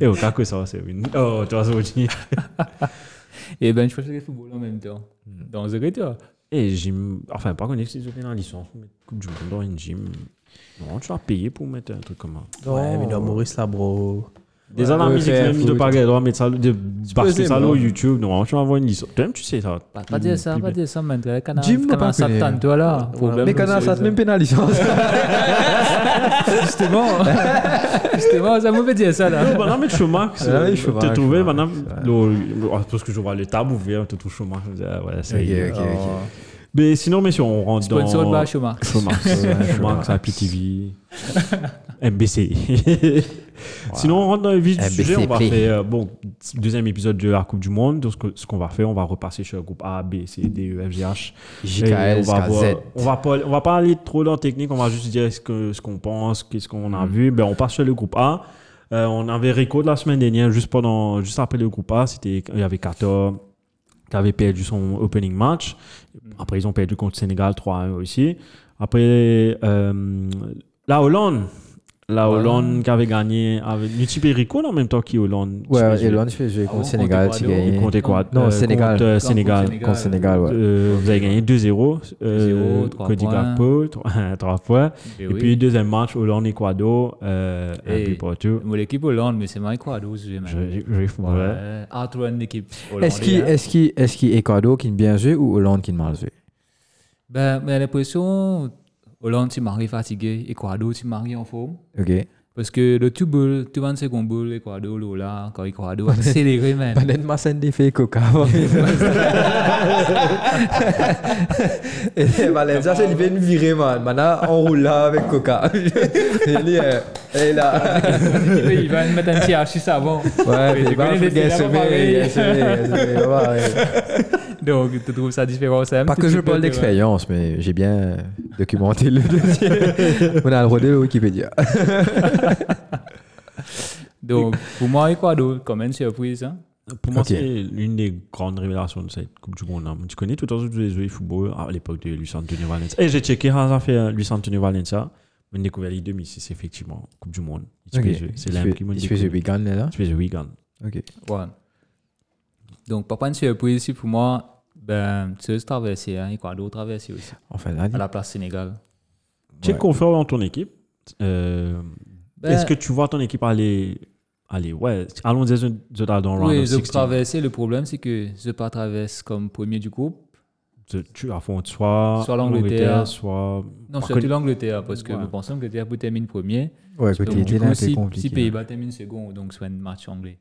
[SPEAKER 1] Et au cas que ça, c'est une. Oh, toi, ça, aujourd'hui.
[SPEAKER 3] Et ben, je faisais le football en même temps. Hmm. Dans The Great, toi.
[SPEAKER 1] Et gym. Enfin, par contre, si je fais la licence, mais Coupe du Monde dans une gym. Non, tu vas payer pour mettre un truc comme ça.
[SPEAKER 4] Ouais, mais non, Maurice là, bro.
[SPEAKER 1] Des alarmes
[SPEAKER 2] ouais,
[SPEAKER 1] musique
[SPEAKER 2] faire
[SPEAKER 1] même de
[SPEAKER 2] foot.
[SPEAKER 1] parler droit mais ça de parce que
[SPEAKER 4] possible,
[SPEAKER 1] ça là, au
[SPEAKER 4] hein.
[SPEAKER 1] YouTube normalement tu m'envoies une licence toi-même tu sais ça
[SPEAKER 3] Pas, pas dire ça, pas dire ça, mais le canal,
[SPEAKER 2] Jim n'a pas
[SPEAKER 3] canal
[SPEAKER 2] connu.
[SPEAKER 3] Satan, toi là. Problème,
[SPEAKER 2] Mais quand on a ça,
[SPEAKER 3] c'est-
[SPEAKER 2] c'est même pénalisé.
[SPEAKER 3] Justement, justement, ça me fait dire ça là.
[SPEAKER 1] maintenant mais Schumacher
[SPEAKER 2] Ah oui,
[SPEAKER 1] c'est-
[SPEAKER 2] Schumacher,
[SPEAKER 1] t'as trouvé
[SPEAKER 2] Schumacher,
[SPEAKER 1] maintenant
[SPEAKER 2] c'est
[SPEAKER 1] le- le- ah, parce que je vois le tab ouvert t'as tout Schumacher je me dis, ah ouais ça y est
[SPEAKER 2] Ok, ok,
[SPEAKER 1] mais sinon mais si on rentre dans
[SPEAKER 3] Sponsor de Bacho Marx.
[SPEAKER 1] Schumacher Schumacher PTV MBC sinon on rentre dans le vif du
[SPEAKER 2] MBC,
[SPEAKER 1] sujet on va
[SPEAKER 2] play.
[SPEAKER 1] faire euh, bon deuxième épisode de la Coupe du Monde donc ce que- ce qu'on va faire on va repasser sur le groupe A B C D E F G H Et
[SPEAKER 2] JKL,
[SPEAKER 1] on va voir-
[SPEAKER 2] SKZ.
[SPEAKER 1] on va pas, on va pas aller trop dans la technique, on va juste dire ce que ce qu'on pense, qu'est-ce qu'on
[SPEAKER 2] Mm.
[SPEAKER 1] a vu. Ben on passe sur le groupe A. Euh, on avait record la semaine dernière juste pendant juste après le groupe A, c'était il y avait 14 qui avait perdu son opening match. Après ils ont perdu contre Sénégal 3-1 aussi. Après euh, la Hollande la Hollande qui avait gagné avec Nutipe Rico en même temps qui Hollande.
[SPEAKER 2] Ouais, et l'on fait jouer
[SPEAKER 3] Ah bon,
[SPEAKER 2] contre Sénégal,
[SPEAKER 3] on
[SPEAKER 2] tu
[SPEAKER 3] était pas allé,
[SPEAKER 2] gagnes.
[SPEAKER 1] Contre quoi
[SPEAKER 2] Non,
[SPEAKER 1] Euh,
[SPEAKER 2] Sénégal.
[SPEAKER 1] Contre, euh, Sénégal.
[SPEAKER 2] Contre Sénégal, ouais.
[SPEAKER 1] Euh, vous avez gagné 2-0. Euh,
[SPEAKER 3] 2-0, trois
[SPEAKER 1] Cody
[SPEAKER 3] points.
[SPEAKER 1] Gakpo, 3 points.
[SPEAKER 3] Et,
[SPEAKER 1] Et
[SPEAKER 3] oui.
[SPEAKER 1] puis, deuxième match, Hollande-Équador, euh, un
[SPEAKER 3] Et-
[SPEAKER 1] but partout.
[SPEAKER 3] Mon équipe Hollande, mais c'est Mike Ward, je vais même.
[SPEAKER 1] Je- je- je- ouais.
[SPEAKER 3] Ouais. Ah, toi, une équipe.
[SPEAKER 2] Est-ce qu'il
[SPEAKER 3] hollandaise.
[SPEAKER 2] est qui est qui Ecuador qui est bien joué ou Hollande qui est mal joué
[SPEAKER 3] Ben, mais l'impression, Hollande, tu maries fatigué, Ecuador, tu maries en forme.
[SPEAKER 2] Ok.
[SPEAKER 3] Parce que le tout ball, tout 20 secondes ball, Ecuador, Lola, quand Ecuador, accéléré, man.
[SPEAKER 2] Pendant ma scène des faits coca. Et Valenza, c'est une virée, man. Maintenant, on roule là avec coca. Il est et là.
[SPEAKER 3] Bah, Il va mettre un petit archi savon.
[SPEAKER 2] Ouais,
[SPEAKER 3] Mais bah,
[SPEAKER 2] c'est
[SPEAKER 3] tu
[SPEAKER 2] pas
[SPEAKER 3] connais
[SPEAKER 2] un
[SPEAKER 3] les
[SPEAKER 2] truc à
[SPEAKER 3] syllabes
[SPEAKER 2] semer,
[SPEAKER 3] pareilles.
[SPEAKER 2] à semer, à semer, pas pareil.
[SPEAKER 3] Donc, tu trouves ça différent, Sam
[SPEAKER 2] Pas
[SPEAKER 3] tout
[SPEAKER 2] que
[SPEAKER 3] de
[SPEAKER 2] je
[SPEAKER 3] suite,
[SPEAKER 2] parle
[SPEAKER 3] tu vois.
[SPEAKER 2] d'expérience, mais j'ai bien documenté le dossier. On a le droit de le Wikipédia.
[SPEAKER 3] Donc, pour moi, Ecuador, quand même, surprise. Hein.
[SPEAKER 1] Pour moi,
[SPEAKER 2] Ok.
[SPEAKER 1] c'est l'une des grandes révélations de cette Coupe du Monde. hein. Tu connais tout le temps tous les joueurs de football ah, à l'époque de Luis Antonio Valencia. Et j'ai checké, hein, ça fait euh, Luis Antonio Valencia. Mais découvert les 2006, effectivement, Coupe du Monde. Il se fait jouer. C'est l'un qui m'a
[SPEAKER 2] Il
[SPEAKER 1] dit.
[SPEAKER 2] se fait
[SPEAKER 1] Il
[SPEAKER 2] jouer vegan, là.
[SPEAKER 1] se fait jouer vegan.
[SPEAKER 2] Ok.
[SPEAKER 3] Ouais. Donc, pas une surprise ici pour moi. Ben, c'est eux traversé, hein, Ecuador traversé aussi,
[SPEAKER 2] Enfin, là,
[SPEAKER 3] à la place Sénégal.
[SPEAKER 1] Tu es
[SPEAKER 2] Ouais.
[SPEAKER 1] confiant dans ton équipe. Euh,
[SPEAKER 3] Ben,
[SPEAKER 1] Est-ce que tu vois ton équipe aller. Aller, ouais, allons dire The Dad dans le round
[SPEAKER 3] Oui,
[SPEAKER 1] of
[SPEAKER 3] je
[SPEAKER 1] 16.
[SPEAKER 3] traversé, le problème, c'est que je pas traverse comme premier du groupe.
[SPEAKER 1] Tu- Tu affrontes soit,
[SPEAKER 3] Soit l'Angleterre.
[SPEAKER 1] soit.
[SPEAKER 3] Non,
[SPEAKER 1] Par
[SPEAKER 3] surtout
[SPEAKER 1] contre-
[SPEAKER 3] l'Angleterre, parce que
[SPEAKER 1] Ouais.
[SPEAKER 3] je pense que l'Angleterre peut terminer premier.
[SPEAKER 2] Ouais, côté
[SPEAKER 3] Donc, du
[SPEAKER 2] été, là,
[SPEAKER 3] coup,
[SPEAKER 2] un peu
[SPEAKER 3] si, si
[SPEAKER 2] compliqué.
[SPEAKER 3] Pays-Bas termine second, donc soit un match anglais.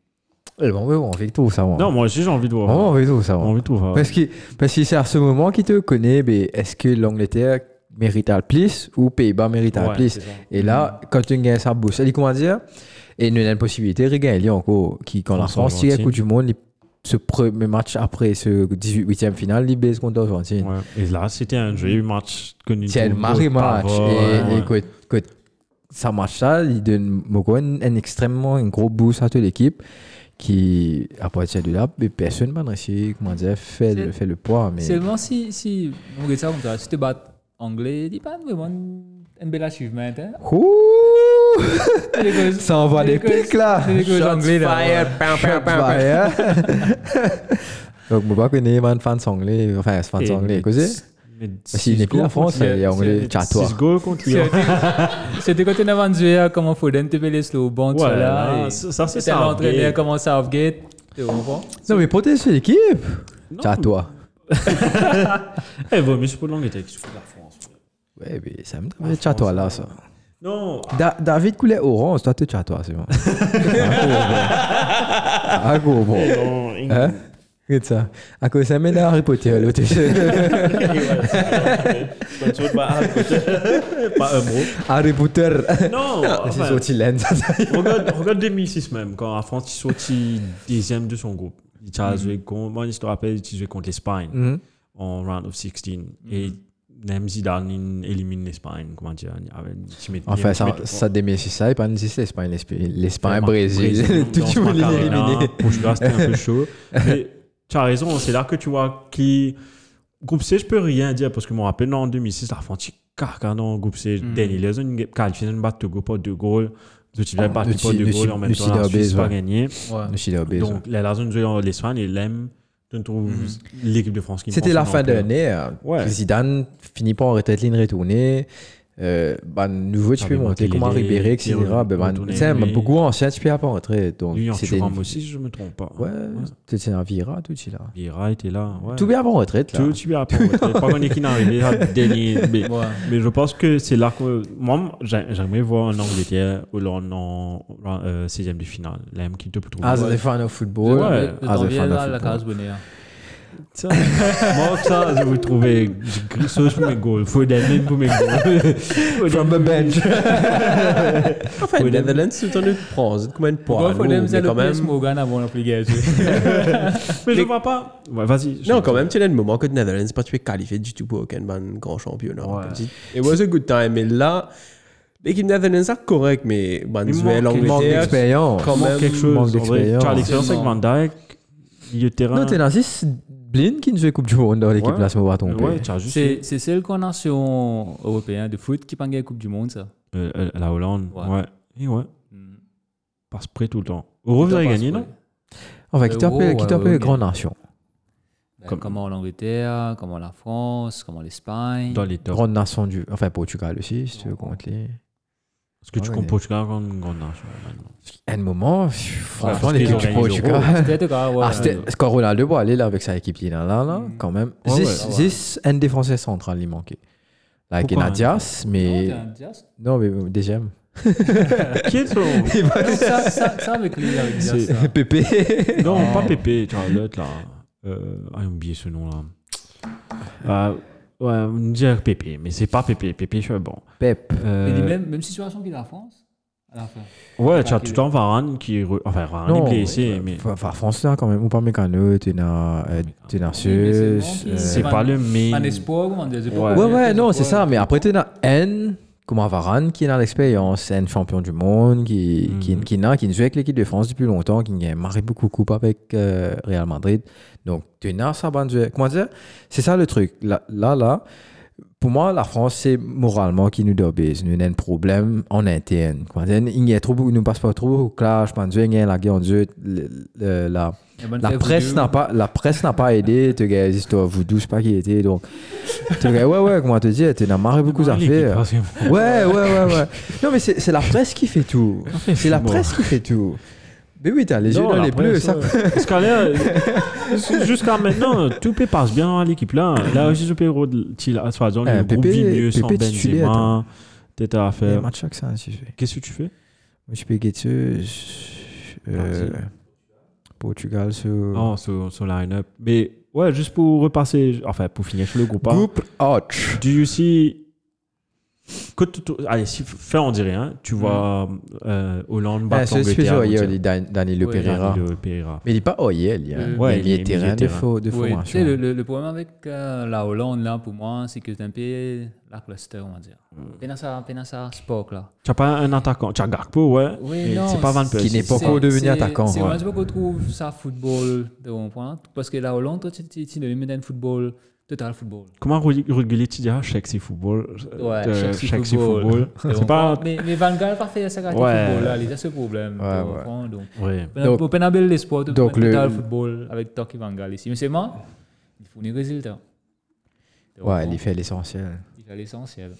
[SPEAKER 2] Eh ben, ouais, on fait tout ça, moi.
[SPEAKER 1] Non, moi aussi j'ai envie de voir.
[SPEAKER 2] Vraiment, on fait tout ça,
[SPEAKER 1] J'ai
[SPEAKER 2] moi.
[SPEAKER 1] envie de voir.
[SPEAKER 2] Parce que, parce que c'est à ce moment qu'il te connaît, mais est-ce que l'Angleterre mérite le plus ou Pays-Bas mérite le
[SPEAKER 1] Ouais,
[SPEAKER 2] plus
[SPEAKER 1] c'est ça.
[SPEAKER 2] Et là, quand tu gagnes sa bourse, elle comment dire Et nous avons une possibilité de regagner encore, qui, quand la
[SPEAKER 1] France,
[SPEAKER 2] France tire la
[SPEAKER 1] Argentine.
[SPEAKER 2] Coupe du Monde, il- ce premier match après ce 18e finale, il baisse contre l'Argentine.
[SPEAKER 1] Ouais. Et là, c'était un joli match connu.
[SPEAKER 2] C'est un marré match. Et, et que- que ça marche ça, il donne beaucoup un, un extrêmement un gros boost à toute l'équipe qui, à partir de là, mais personne n'a réussi, comment dire, fait le,
[SPEAKER 3] C'est-
[SPEAKER 2] fait le poids. Mais...
[SPEAKER 3] Seulement si, si, on regarde ça comme ça, si tu bats anglais, dis pas vraiment un bel achievement. Hein.
[SPEAKER 2] Ouh
[SPEAKER 3] C'est des causes-
[SPEAKER 2] Ça envoie
[SPEAKER 3] c'est
[SPEAKER 2] des
[SPEAKER 3] des causes-
[SPEAKER 2] pics là
[SPEAKER 3] C'est des causes anglais là. ouais.
[SPEAKER 2] Shots fired. Donc, je ne connais pas les fans anglais, enfin, fans anglais, causé. S'il n'est plus en France, il est anglais, tchatois.
[SPEAKER 1] Six goals contre lui.
[SPEAKER 3] C'était quand on a vendu à hein, comment Foden te fait les slow bon
[SPEAKER 1] Ouais,
[SPEAKER 3] tu vois,
[SPEAKER 1] là,
[SPEAKER 3] là. et
[SPEAKER 1] ça, ça, c'est
[SPEAKER 3] C'était
[SPEAKER 1] Southgate.
[SPEAKER 3] l'entraîneur comme Southgate. Tu comprends?
[SPEAKER 2] Non, mais pour sur l'équipe. Tchatois.
[SPEAKER 1] Eh, vaut mieux c'est pour l'Angleterre qui se fout de la France.
[SPEAKER 2] Ouais, mais ça me trouve tchatois là, ça.
[SPEAKER 1] Non, ah,
[SPEAKER 2] Da- David coulait orange, toi, t'es tchatois, c'est bon. Ah, gros, bon.
[SPEAKER 1] non, England.
[SPEAKER 2] Hein? Regarde ça. À cause de ça, mais là, Harry Potter, l'autre.
[SPEAKER 1] Sponsored by Harry Potter. Pas un mot.
[SPEAKER 2] Harry Potter.
[SPEAKER 1] Non,
[SPEAKER 2] Ah, C'est
[SPEAKER 1] enfin,
[SPEAKER 2] sorti laine, ça. ça.
[SPEAKER 1] regarde, regarde 2006 même, quand la France est sortie deuxième de son groupe. Il
[SPEAKER 2] Mm-hmm.
[SPEAKER 1] a joué contre, moi, je te rappelle, il a joué contre l'Espagne
[SPEAKER 2] Mhm.
[SPEAKER 1] en round of 16.
[SPEAKER 2] Mm-hmm.
[SPEAKER 1] Et même Zidane il élimine l'Espagne, comment dire, avec une teammate-
[SPEAKER 2] En fait,
[SPEAKER 1] une
[SPEAKER 2] ça,
[SPEAKER 1] teammate-
[SPEAKER 2] ça démessi ça, et pas si c'est l'Espagne, l'Espagne, l'Espagne,
[SPEAKER 1] Danemark,
[SPEAKER 2] Brésil, tout
[SPEAKER 1] Danse
[SPEAKER 2] le monde est
[SPEAKER 1] Macarena,
[SPEAKER 2] éliminé.
[SPEAKER 1] Portugal, c'était un peu chaud. Mais tu as raison, c'est là que tu vois qui. Groupe C, je peux rien dire parce que je me rappelle, en 2006, la France, carcan dans le groupe C,
[SPEAKER 2] Mm-hmm.
[SPEAKER 3] Mm.
[SPEAKER 1] Danny Lezon, qualifié une batte Togo pour deux goals. Le Chili a
[SPEAKER 2] Ah,
[SPEAKER 1] battu
[SPEAKER 2] le
[SPEAKER 1] pour
[SPEAKER 2] Chi-
[SPEAKER 1] deux
[SPEAKER 2] le
[SPEAKER 1] goals
[SPEAKER 2] Chi-
[SPEAKER 1] en
[SPEAKER 2] le
[SPEAKER 1] même temps, la
[SPEAKER 2] Chili a
[SPEAKER 1] Suisse
[SPEAKER 2] baissé,
[SPEAKER 1] pas
[SPEAKER 2] ouais.
[SPEAKER 1] gagné.
[SPEAKER 3] Ouais.
[SPEAKER 2] Le Chili a oublié ça.
[SPEAKER 1] Donc, la Lazone jouait en Espagne et l'aime. Je trouve l'équipe de France qui
[SPEAKER 2] Mm. C'était
[SPEAKER 1] pense
[SPEAKER 2] la
[SPEAKER 1] qu'on
[SPEAKER 2] fin
[SPEAKER 1] en
[SPEAKER 2] de
[SPEAKER 1] peut.
[SPEAKER 2] l'année. hein.
[SPEAKER 1] Ouais.
[SPEAKER 2] Zidane finit par en retraite ligne retournée. Euh, ben, nouveau, tu
[SPEAKER 1] Ça
[SPEAKER 2] peux
[SPEAKER 1] avait
[SPEAKER 2] monter
[SPEAKER 1] manqué
[SPEAKER 2] comment
[SPEAKER 1] les-
[SPEAKER 2] Ribéry,
[SPEAKER 1] les
[SPEAKER 2] etc.
[SPEAKER 1] retournées,
[SPEAKER 2] Ben, ben,
[SPEAKER 1] retournées,
[SPEAKER 2] tu sais,
[SPEAKER 1] lui-
[SPEAKER 2] beaucoup anciens, tu peux pas rentrer. Donc,
[SPEAKER 1] Lui, en
[SPEAKER 2] c'était
[SPEAKER 1] Thuram
[SPEAKER 2] une-
[SPEAKER 1] aussi, si je ne me trompe pas.
[SPEAKER 2] Ouais, c'était un vira, tout ça.
[SPEAKER 1] Vira était là. ouais.
[SPEAKER 2] Tout bien avant retraite, là.
[SPEAKER 1] Tout, tu viens après. Pas qu'on est qui n'arrivait à Danny. mais-
[SPEAKER 3] Ouais.
[SPEAKER 1] Mais je pense que c'est là que. Moi, j'a- j'aimerais voir en Angleterre, Hollande en euh, 16e de finale. Là, même qui te peut trouver.
[SPEAKER 2] As a fan of
[SPEAKER 3] Ouais,
[SPEAKER 2] Ah, football.
[SPEAKER 1] Ouais.
[SPEAKER 3] Le
[SPEAKER 2] as
[SPEAKER 3] temps
[SPEAKER 2] a
[SPEAKER 3] vient
[SPEAKER 2] fan
[SPEAKER 3] là,
[SPEAKER 2] of
[SPEAKER 3] la
[SPEAKER 2] football.
[SPEAKER 3] case bonheur.
[SPEAKER 1] Ça, Moi, ça, je vais vous trouver. Je grissose pour mes goals. Faut d'être pour mes goals.
[SPEAKER 2] From the bench.
[SPEAKER 4] Enfin, les Netherlands, c'est une prose. Combien de points
[SPEAKER 3] Pourquoi
[SPEAKER 4] nous,
[SPEAKER 3] faut même
[SPEAKER 4] mais
[SPEAKER 3] le
[SPEAKER 4] quand même.
[SPEAKER 3] PS Morgan avant la plus gaze?
[SPEAKER 1] Mais je vois pas. Ouais, vas-y. je-
[SPEAKER 4] Non, quand même, tu as le moment que les Netherlands, c'est pas tu es qualifié du tout pour aucun ban grand championnat.
[SPEAKER 1] Ouais.
[SPEAKER 4] Comme dit, It was a good time. Mais là, l'équipe Netherlands, c'est correct, mais
[SPEAKER 1] Il
[SPEAKER 4] Banzuel,
[SPEAKER 1] manque- il
[SPEAKER 2] Manque
[SPEAKER 4] l'Angleterre.
[SPEAKER 2] d'expérience.
[SPEAKER 4] quand
[SPEAKER 1] Il manque
[SPEAKER 4] même,
[SPEAKER 1] quelque
[SPEAKER 2] manque
[SPEAKER 1] chose.
[SPEAKER 2] d'expérience.
[SPEAKER 1] Charles Expérience avec Van Dyke, milieu de terrain.
[SPEAKER 2] Non, t'es dans 6 blind qui ne joue Coupe du Monde dans l'équipe,
[SPEAKER 1] Ouais.
[SPEAKER 2] là, ça me va tomber.
[SPEAKER 1] Ouais, tu as juste
[SPEAKER 3] C'est c'est celle qu'on a sur européen de foot qui gagne la Coupe du Monde, ça.
[SPEAKER 1] Euh, euh, la Hollande.
[SPEAKER 3] Ouais.
[SPEAKER 1] Ouais. Et ouais,
[SPEAKER 3] Mm.
[SPEAKER 1] passe près tout le temps. Euro, vous
[SPEAKER 3] Putain,
[SPEAKER 1] avez
[SPEAKER 3] parce
[SPEAKER 1] gagné,
[SPEAKER 3] que-
[SPEAKER 1] non
[SPEAKER 2] Enfin, qui
[SPEAKER 3] Euh, ouais,
[SPEAKER 2] t'appelle qui
[SPEAKER 3] ouais,
[SPEAKER 2] t'appelle
[SPEAKER 3] ouais,
[SPEAKER 2] les grandes nations
[SPEAKER 1] Comme-
[SPEAKER 3] Comment l'Angleterre, comment la France, comment l'Espagne.
[SPEAKER 1] Dans les tops.
[SPEAKER 2] Grandes nations du. Enfin, Portugal aussi, si tu veux compter les.
[SPEAKER 1] Est-ce que tu
[SPEAKER 2] Ouais,
[SPEAKER 1] comptes
[SPEAKER 2] mais-
[SPEAKER 1] Portugal comme une grande nation maintenant
[SPEAKER 2] À un moment, pff, franchement,
[SPEAKER 1] parce qu'ils
[SPEAKER 2] l'équipe
[SPEAKER 1] ont
[SPEAKER 2] du
[SPEAKER 1] gagné
[SPEAKER 2] Portugal.
[SPEAKER 3] Peut-être que, ouais.
[SPEAKER 2] Ah, c'était- quand Ronaldo va aller là avec sa équipe, il est là, là, là, quand même.
[SPEAKER 1] Ouais, ouais.
[SPEAKER 2] Zis- Zis, un des Français central, il manquait. Là, avec
[SPEAKER 1] Pourquoi
[SPEAKER 2] Nadias, mais. Non, mais euh, deuxième.
[SPEAKER 1] Qui est son
[SPEAKER 3] ça, ça, ça avec lui, avec Diaz,
[SPEAKER 1] C'est-
[SPEAKER 3] ça.
[SPEAKER 1] Non,
[SPEAKER 2] Pépé.
[SPEAKER 3] Ah.
[SPEAKER 1] pas Pépé, tu vois, l'autre là. Euh, ah, j'ai oublié ce nom là. Euh, ouais, on dirait Pépé, mais c'est pas Pépé. Pépé, je suis bon.
[SPEAKER 2] Pep.
[SPEAKER 1] Euh,
[SPEAKER 3] Il est même, même situation qu'il a en France, à la fin.
[SPEAKER 1] Ouais, tu as
[SPEAKER 3] Pas
[SPEAKER 1] tout le
[SPEAKER 3] qu'il-
[SPEAKER 1] temps Varane qui. re- Enfin, Varane est blessé, mais.
[SPEAKER 2] Enfin, France là, quand même. Ou pas Mécano, Tena. euh, Tena
[SPEAKER 3] c'est
[SPEAKER 2] Zeus,
[SPEAKER 3] bon,
[SPEAKER 2] euh,
[SPEAKER 1] C'est
[SPEAKER 3] Varane-
[SPEAKER 1] pas le
[SPEAKER 3] En
[SPEAKER 1] même.
[SPEAKER 3] espoir ou en
[SPEAKER 1] Ouais.
[SPEAKER 3] désespoir
[SPEAKER 2] Ouais, ouais, non, c'est ça. Mais après, tu as N, comme Varane, qui a l'expérience, c'est un champion du monde, qui, qui,
[SPEAKER 1] Mhm.
[SPEAKER 2] qui, n'a- qui joue avec l'équipe de France depuis longtemps, qui a marqué beaucoup de coupes avec euh, Real Madrid. Donc, tu as ça, bonne joueur. Comment dire C'est ça le truc. Là, là, là, pour moi, la France, c'est moralement qui nous dobise. Nous avons un problème en interne. Comment dire Il y a trop, beaucoup- nous passe pas trop au clash, bonne joueur, il y a la guerre en Dieu, le- le- la la presse n'a pas, la presse n'a pas aidé. Tu gars, les histoires vous douce pas qui était donc. Tu gars, ouais ouais, comment te dire, tu as marre beaucoup
[SPEAKER 1] hein,
[SPEAKER 2] d'affaires. Ouais ouais ouais ouais. Non mais c'est c'est la presse qui fait tout.
[SPEAKER 1] Ah,
[SPEAKER 2] C'est la presse qui fait tout. Mais oui, t'as les yeux dans les bleus, ça.
[SPEAKER 1] Parce qu'à l'heure, jus- euh, jusqu'à maintenant, euh, tout peut passe bien à l'équipe là. Là aussi, je peux rôder. Soi-disant,
[SPEAKER 2] Eh,
[SPEAKER 1] le groupe
[SPEAKER 2] Pépé-
[SPEAKER 1] vit mieux sans
[SPEAKER 2] Pépé titulaire,
[SPEAKER 1] Benzema. T'es à
[SPEAKER 2] Les
[SPEAKER 1] faire.
[SPEAKER 2] matchs comme ça, si je fais.
[SPEAKER 1] Qu'est-ce que tu fais
[SPEAKER 2] Moi, je peux guetter euh, Portugal sur
[SPEAKER 1] Non, Oh, sur, sur la line-up. Mais ouais, juste pour repasser, enfin pour finir sur le groupe A.
[SPEAKER 2] Groupe H.
[SPEAKER 1] Do you see. que tu- tu- allez, si, fais on dirait, hein. Tu vois euh, Hollande
[SPEAKER 2] Ah,
[SPEAKER 1] battre
[SPEAKER 2] c'est
[SPEAKER 1] l'Angleterre.
[SPEAKER 2] spécial hier,
[SPEAKER 1] on dirait.
[SPEAKER 2] Dani Le
[SPEAKER 3] Ouais,
[SPEAKER 2] Pereira.
[SPEAKER 1] Danilo Pereira.
[SPEAKER 2] Mais il est pas oh, hier, il y a
[SPEAKER 3] Euh,
[SPEAKER 1] ouais,
[SPEAKER 2] il y a
[SPEAKER 1] il est
[SPEAKER 2] terrain
[SPEAKER 1] milieu
[SPEAKER 2] de
[SPEAKER 1] terrain.
[SPEAKER 2] fo- de hein,
[SPEAKER 3] Oui, tu sais,
[SPEAKER 2] formation.
[SPEAKER 3] le, le, le problème avec euh, la Hollande, là, pour moi, c'est que c'est un peu la cluster, on va dire. Penasa, Penasa, Spock, là.
[SPEAKER 1] Tu n'as pas un attaquant. Tu as Gakpo, ouais.
[SPEAKER 3] Oui,
[SPEAKER 1] mais
[SPEAKER 3] non,
[SPEAKER 1] c'est pas Van Persie.
[SPEAKER 2] Qui n'est pas
[SPEAKER 3] C'est-
[SPEAKER 2] encore devenu
[SPEAKER 3] c'est-
[SPEAKER 2] attaquant,
[SPEAKER 3] C'est
[SPEAKER 2] ouais.
[SPEAKER 3] vraiment ce qu'on trouve ça football de mon point. Parce que la Hollande, toi, tu tu- tu devais mettre un football Total football.
[SPEAKER 1] Comment ré- réguler, tu dis, ah, sexy football.
[SPEAKER 3] Ouais,
[SPEAKER 1] euh,
[SPEAKER 3] sexy
[SPEAKER 1] sexy
[SPEAKER 3] football.
[SPEAKER 1] football.
[SPEAKER 3] Donc,
[SPEAKER 1] C'est pas.
[SPEAKER 3] Mais, mais Van Gaal pas fait ça quand il
[SPEAKER 1] Ouais.
[SPEAKER 3] football là, il a ce problème.
[SPEAKER 2] Ouais,
[SPEAKER 3] tu
[SPEAKER 2] ouais.
[SPEAKER 3] comprends, donc.
[SPEAKER 1] Ouais.
[SPEAKER 2] Donc-
[SPEAKER 3] Donc, pour Penabel les sports, tu
[SPEAKER 2] donc
[SPEAKER 3] peux
[SPEAKER 2] le-
[SPEAKER 3] le football avec Toki Van Gaal ici. Mais c'est moi, il fournit des résultats. Donc,
[SPEAKER 2] Ouais,
[SPEAKER 3] bon,
[SPEAKER 2] il fait l'essentiel.
[SPEAKER 3] il a l'essentiel.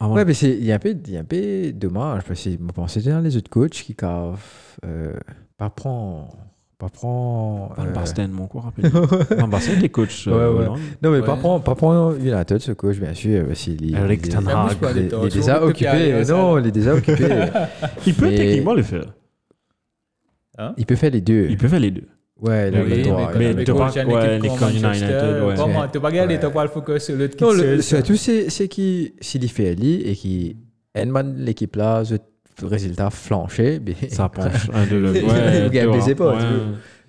[SPEAKER 1] Avant-
[SPEAKER 2] Ouais, mais c'est- il y a un peu, il y a un peu dommage parce que je pensais déjà les autres coachs qui cavent, euh, pas prendre, pas prendre.
[SPEAKER 1] Van
[SPEAKER 2] euh,
[SPEAKER 1] Basten, mon quoi, rappelle Van Basten était coach euh,
[SPEAKER 2] Ouais, ouais.
[SPEAKER 1] Hollande.
[SPEAKER 2] non, mais pas
[SPEAKER 3] Ouais.
[SPEAKER 2] prendre, pas prendre United ce coach bien sûr. parce qu'il- il-
[SPEAKER 1] Eric
[SPEAKER 2] il-
[SPEAKER 1] Ten
[SPEAKER 2] il-
[SPEAKER 1] Hag.
[SPEAKER 3] Ça bouge pas,
[SPEAKER 2] Il
[SPEAKER 3] les
[SPEAKER 2] il
[SPEAKER 3] torts.
[SPEAKER 2] les
[SPEAKER 3] Sur
[SPEAKER 2] a
[SPEAKER 3] le côté arrière,
[SPEAKER 2] occupés.
[SPEAKER 3] ça.
[SPEAKER 2] Non, il les a occupés.
[SPEAKER 1] Il peut
[SPEAKER 2] Mais-
[SPEAKER 1] techniquement le faire.
[SPEAKER 2] Il peut faire les deux.
[SPEAKER 1] Il peut faire les deux.
[SPEAKER 2] Ouais, il a
[SPEAKER 1] Oui,
[SPEAKER 2] le droit.
[SPEAKER 1] mais
[SPEAKER 2] il a le
[SPEAKER 1] t'as
[SPEAKER 2] droit.
[SPEAKER 1] pas- ouais, les Cornes United, ouais.
[SPEAKER 3] Tu pas garder,
[SPEAKER 2] Ouais.
[SPEAKER 3] t'as pas le focus sur l'autre qui
[SPEAKER 2] Non,
[SPEAKER 3] te
[SPEAKER 2] le,
[SPEAKER 3] sert, ça.
[SPEAKER 2] surtout, c'est, c'est qui, s'il y fait Ali et qui Edman, l'équipe là, ce résultat flanché. mais-
[SPEAKER 1] Ça penche un de l'autre.
[SPEAKER 2] Il
[SPEAKER 1] Ouais, tu
[SPEAKER 2] gagne des
[SPEAKER 1] vois.
[SPEAKER 2] épaules,
[SPEAKER 1] Ouais.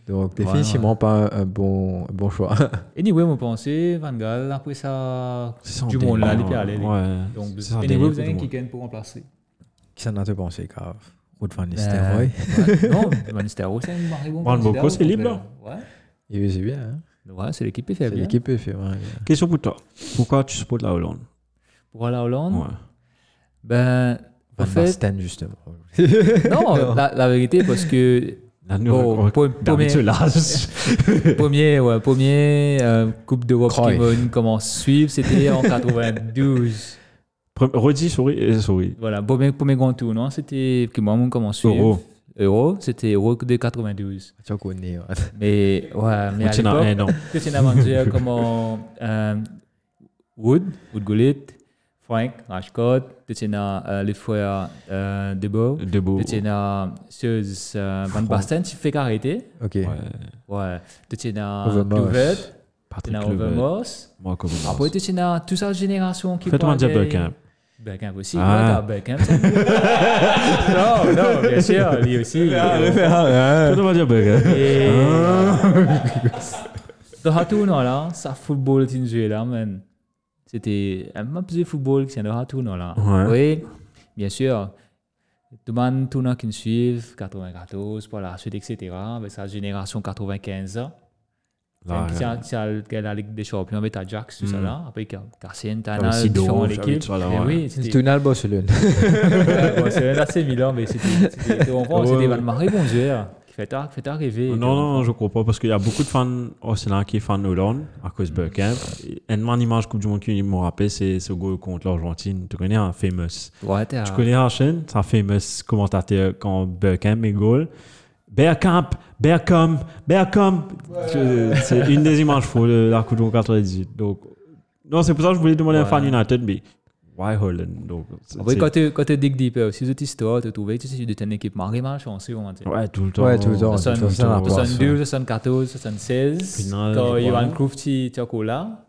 [SPEAKER 2] tu Donc, définitivement pas un, un bon, un bon choix.
[SPEAKER 3] Anyway, mon pensée, Van Gaal, après ça.
[SPEAKER 1] C'est ça,
[SPEAKER 3] Du
[SPEAKER 1] on
[SPEAKER 3] monde, là,
[SPEAKER 1] délire.
[SPEAKER 3] les Pierre, les-
[SPEAKER 1] Ouais.
[SPEAKER 3] Donc,
[SPEAKER 1] C'est ça, on
[SPEAKER 3] anyway,
[SPEAKER 1] délire,
[SPEAKER 3] vous
[SPEAKER 1] tout
[SPEAKER 3] avez un
[SPEAKER 1] le monde.
[SPEAKER 3] qui gagne pour remplacer.
[SPEAKER 2] Qui s'en a te pensé, grave Ruud van Nistelrooy.
[SPEAKER 3] Ben, ouais. Non, Manistero, c'est un mari bon.
[SPEAKER 1] Van
[SPEAKER 3] candidat
[SPEAKER 1] Bocco,
[SPEAKER 3] au
[SPEAKER 1] c'est libre,
[SPEAKER 3] complet.
[SPEAKER 2] Il faisait bien. Hein.
[SPEAKER 3] Ouais, ouais c'est l'équipe qui fait
[SPEAKER 2] C'est
[SPEAKER 3] bien.
[SPEAKER 2] l'équipe qui fait bien.
[SPEAKER 1] Question pour toi. Pourquoi tu supportes la Hollande
[SPEAKER 3] Pour la Hollande,
[SPEAKER 1] Ouais.
[SPEAKER 3] ben, en
[SPEAKER 2] Van
[SPEAKER 3] fait,
[SPEAKER 2] Basten, justement.
[SPEAKER 3] non, la, la vérité, parce que
[SPEAKER 1] Là, nous,
[SPEAKER 3] Bon,
[SPEAKER 1] on- on-
[SPEAKER 3] pour-
[SPEAKER 1] d'habitude,
[SPEAKER 3] premier-
[SPEAKER 1] là,
[SPEAKER 3] premier, ouais, premier euh, Coupe d'Europe qui
[SPEAKER 2] Cruyff.
[SPEAKER 3] me commence à suivre, c'était en 92.
[SPEAKER 1] Pre- Redis, souris, et souris.
[SPEAKER 3] Voilà, premier, premier grand tour, non C'était que moi, on commence à suivre.
[SPEAKER 1] Euro.
[SPEAKER 3] Euro, c'était Euro de 92.
[SPEAKER 2] Tu en connais. ouais.
[SPEAKER 3] Mais, ouais, mais à
[SPEAKER 1] Tu n'as
[SPEAKER 3] l'époque,
[SPEAKER 1] un an.
[SPEAKER 3] que c'est un manager comme euh, Wood, Wood Gullit, Frank, Rashcott, que c'est un, euh, les frères euh, Debo,
[SPEAKER 1] De beau.
[SPEAKER 3] que c'est un Seuse euh, Van Basten, tu fais qu'arrêter.
[SPEAKER 2] Ok.
[SPEAKER 1] Ouais.
[SPEAKER 3] Ouais, que c'est un
[SPEAKER 2] Overmars.
[SPEAKER 3] Kluivert, que c'est
[SPEAKER 1] Patrick
[SPEAKER 3] un
[SPEAKER 1] Kluivert.
[SPEAKER 3] Overmars.
[SPEAKER 1] Marco
[SPEAKER 3] Après,
[SPEAKER 1] Overmars.
[SPEAKER 3] tu sais, dans toute cette génération qui
[SPEAKER 1] Faites-moi dire
[SPEAKER 3] parlait-
[SPEAKER 1] Beckham.
[SPEAKER 3] Beckham aussi.
[SPEAKER 1] Ah.
[SPEAKER 3] ouais, t'as Beckham. non, non, bien sûr, lui aussi.
[SPEAKER 1] Ah,
[SPEAKER 3] euh,
[SPEAKER 1] Faites-moi dire Ah. Beckham.
[SPEAKER 3] Et- Dans Hatouna, là, ça football est une jouée, là, man. C'était un map de football qui est dans Hatouna, là.
[SPEAKER 1] Ouais.
[SPEAKER 3] Oui, bien sûr. Tout le monde, tout le monde qui nous suit, 94, pour la suite, etc. Avec sa génération 95 ans.
[SPEAKER 1] Là,
[SPEAKER 3] Même si
[SPEAKER 2] hein.
[SPEAKER 1] ouais.
[SPEAKER 3] elle- si elle- qu'elle a la Ligue des Champions avec Ajax, tout ça là. Après, Car- Carcien,
[SPEAKER 1] Ah,
[SPEAKER 3] Tana,
[SPEAKER 1] aussi
[SPEAKER 3] différentes
[SPEAKER 1] Dorange, avec
[SPEAKER 3] équipes.
[SPEAKER 1] ça, là,
[SPEAKER 3] Mais
[SPEAKER 1] ouais.
[SPEAKER 3] oui,
[SPEAKER 2] C'est
[SPEAKER 3] c'était
[SPEAKER 2] une albo, celui-là.
[SPEAKER 3] Ouais, bon, c'est assez Milan, mais c'était c'était- c'était en France,
[SPEAKER 1] Ah Ouais,
[SPEAKER 3] c'était
[SPEAKER 1] ouais.
[SPEAKER 3] Valmarie, bon Dieu, qui fait tard, qui fait tard rêver.
[SPEAKER 1] euh, Non, non, je comprends parce qu'il y a beaucoup de fans Arsenal qui est fan de Hollande à cause de Beckham. Et une image Coupe du Monde qui me rappelle, c'est ce goal contre l'Argentine. Tu connais un famous.
[SPEAKER 3] Ouais, t'es
[SPEAKER 2] Ah.
[SPEAKER 1] Je connais Hachin, c'est un fameux commentateur quand Beckham et goal. Beckham, Beckham, Beckham. Je- C'est une des images faux de la Coupe du Monde 98. Donc, non, c'est pour ça que je voulais demander à un fan United, mais why Holland Donc, c'est-
[SPEAKER 3] Après,
[SPEAKER 1] c'est-
[SPEAKER 3] quand tu quand tu dig euh, deeper, si cette histoire, tu trouves que tu es une équipe marée malchancée, on va dire.
[SPEAKER 1] Ouais, tout le temps.
[SPEAKER 2] Ouais, tout le temps.
[SPEAKER 3] Ça
[SPEAKER 2] de toute
[SPEAKER 3] sonne-
[SPEAKER 2] façon, on va voir ça.
[SPEAKER 3] 72, 74, 76.
[SPEAKER 1] Finale,
[SPEAKER 3] Quand
[SPEAKER 1] ouais.
[SPEAKER 3] Johan Cruyff t'y encore là,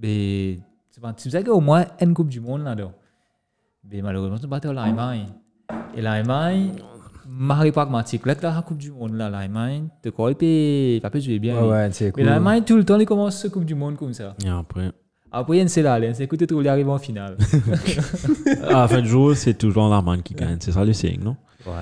[SPEAKER 3] mais tu penses- tu sais qu'il y a au moins une Coupe du Monde là-dedans. Mais malheureusement, tu battais l'Allemagne. Et l'Allemagne, Marie pragmatique, là, tu la Coupe du Monde là, l'Allemagne, tu crois qu'il peut pas jouer bien.
[SPEAKER 2] Ouais,
[SPEAKER 3] lui.
[SPEAKER 2] ouais, c'est
[SPEAKER 3] Mais
[SPEAKER 2] cool.
[SPEAKER 3] l'Allemagne, tout le temps, ils commencent la Coupe du Monde comme ça.
[SPEAKER 1] Et après,
[SPEAKER 3] Après, il y a une celle-là, c'est que tu trouves arrive en finale.
[SPEAKER 1] à la fin du jour, c'est toujours l'Allemagne qui gagne. C'est ça le signe, non
[SPEAKER 3] Ouais.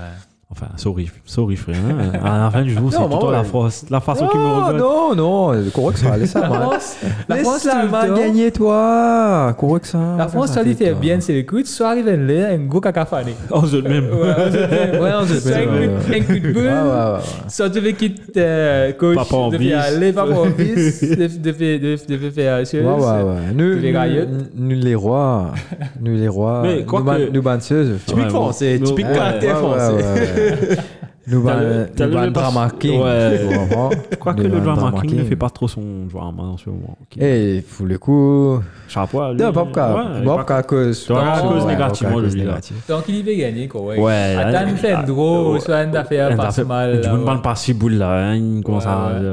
[SPEAKER 1] Enfin, sorry, sorry frère. hein. À la fin du jour, c'est tout
[SPEAKER 2] Non,
[SPEAKER 1] le temps
[SPEAKER 2] mais
[SPEAKER 1] la
[SPEAKER 2] ouais. Ah,
[SPEAKER 1] France. La façon qui me
[SPEAKER 2] Non,
[SPEAKER 1] regarde.
[SPEAKER 2] non, non, correct ça, laisse ça,
[SPEAKER 3] La
[SPEAKER 2] man.
[SPEAKER 3] France, la France,
[SPEAKER 2] Laisse
[SPEAKER 3] tout
[SPEAKER 2] la
[SPEAKER 3] le
[SPEAKER 2] man
[SPEAKER 3] temps-
[SPEAKER 2] gagner, toi. Correct ça.
[SPEAKER 3] La France, Ah, ça hein. lui fait bien, c'est le coup, soit arrive là, un gros cacaphane.
[SPEAKER 1] On se le même.
[SPEAKER 2] Euh,
[SPEAKER 3] Ouais, on se fait un
[SPEAKER 2] ouais,
[SPEAKER 3] coup- un coup de
[SPEAKER 2] Ouais, ouais,
[SPEAKER 3] boule.
[SPEAKER 2] ouais.
[SPEAKER 3] Soit tu veux quitter euh, coach,
[SPEAKER 1] Papa en
[SPEAKER 3] tu
[SPEAKER 1] bis.
[SPEAKER 3] veux aller, papa en bis, tu veux- tu veux- tu veux- tu veux faire euh,
[SPEAKER 2] Ouais,
[SPEAKER 3] chose.
[SPEAKER 2] ouais, ouais. Nous,
[SPEAKER 3] Tous les riots.
[SPEAKER 2] nous, nous, les rois. Nous, les rois.
[SPEAKER 1] Mais quoi
[SPEAKER 2] nous, ban-
[SPEAKER 1] que-
[SPEAKER 2] nous banseuses.
[SPEAKER 1] Typique français, typique
[SPEAKER 4] caractère français.
[SPEAKER 2] Nous, ban,
[SPEAKER 1] T'as le- t'as
[SPEAKER 2] nous
[SPEAKER 1] le
[SPEAKER 2] ban
[SPEAKER 1] pas-
[SPEAKER 2] drama king.
[SPEAKER 1] Ouais.
[SPEAKER 2] euh, tu comprends?
[SPEAKER 1] Quoique
[SPEAKER 2] Nous
[SPEAKER 1] le
[SPEAKER 2] ban
[SPEAKER 1] drama king ne
[SPEAKER 2] king.
[SPEAKER 1] fait pas trop son drama en ce moment. Ok.
[SPEAKER 2] Eh, pour le coup.
[SPEAKER 1] Chapeau à lui.
[SPEAKER 2] Non, pas pour
[SPEAKER 1] Ouais,
[SPEAKER 2] quoi.
[SPEAKER 1] il est
[SPEAKER 2] Pas
[SPEAKER 1] pas-
[SPEAKER 2] pour quoi, cause.
[SPEAKER 1] Tu vois, à
[SPEAKER 2] Ouais,
[SPEAKER 1] cause
[SPEAKER 2] ouais,
[SPEAKER 1] négative,
[SPEAKER 2] pas
[SPEAKER 1] moi,
[SPEAKER 2] cause
[SPEAKER 1] je dis, là.
[SPEAKER 2] négative.
[SPEAKER 3] Donc il y veut gagner, quoi.
[SPEAKER 1] Ouais,
[SPEAKER 3] Attends,
[SPEAKER 1] ouais. Ah,
[SPEAKER 3] il fait un gros,
[SPEAKER 1] Ouais.
[SPEAKER 3] soit un affaire passe mal.
[SPEAKER 1] Je me
[SPEAKER 3] là, ouais.
[SPEAKER 1] demande pas si boule là, hein, il commence
[SPEAKER 3] Ouais,
[SPEAKER 1] à-
[SPEAKER 3] ouais.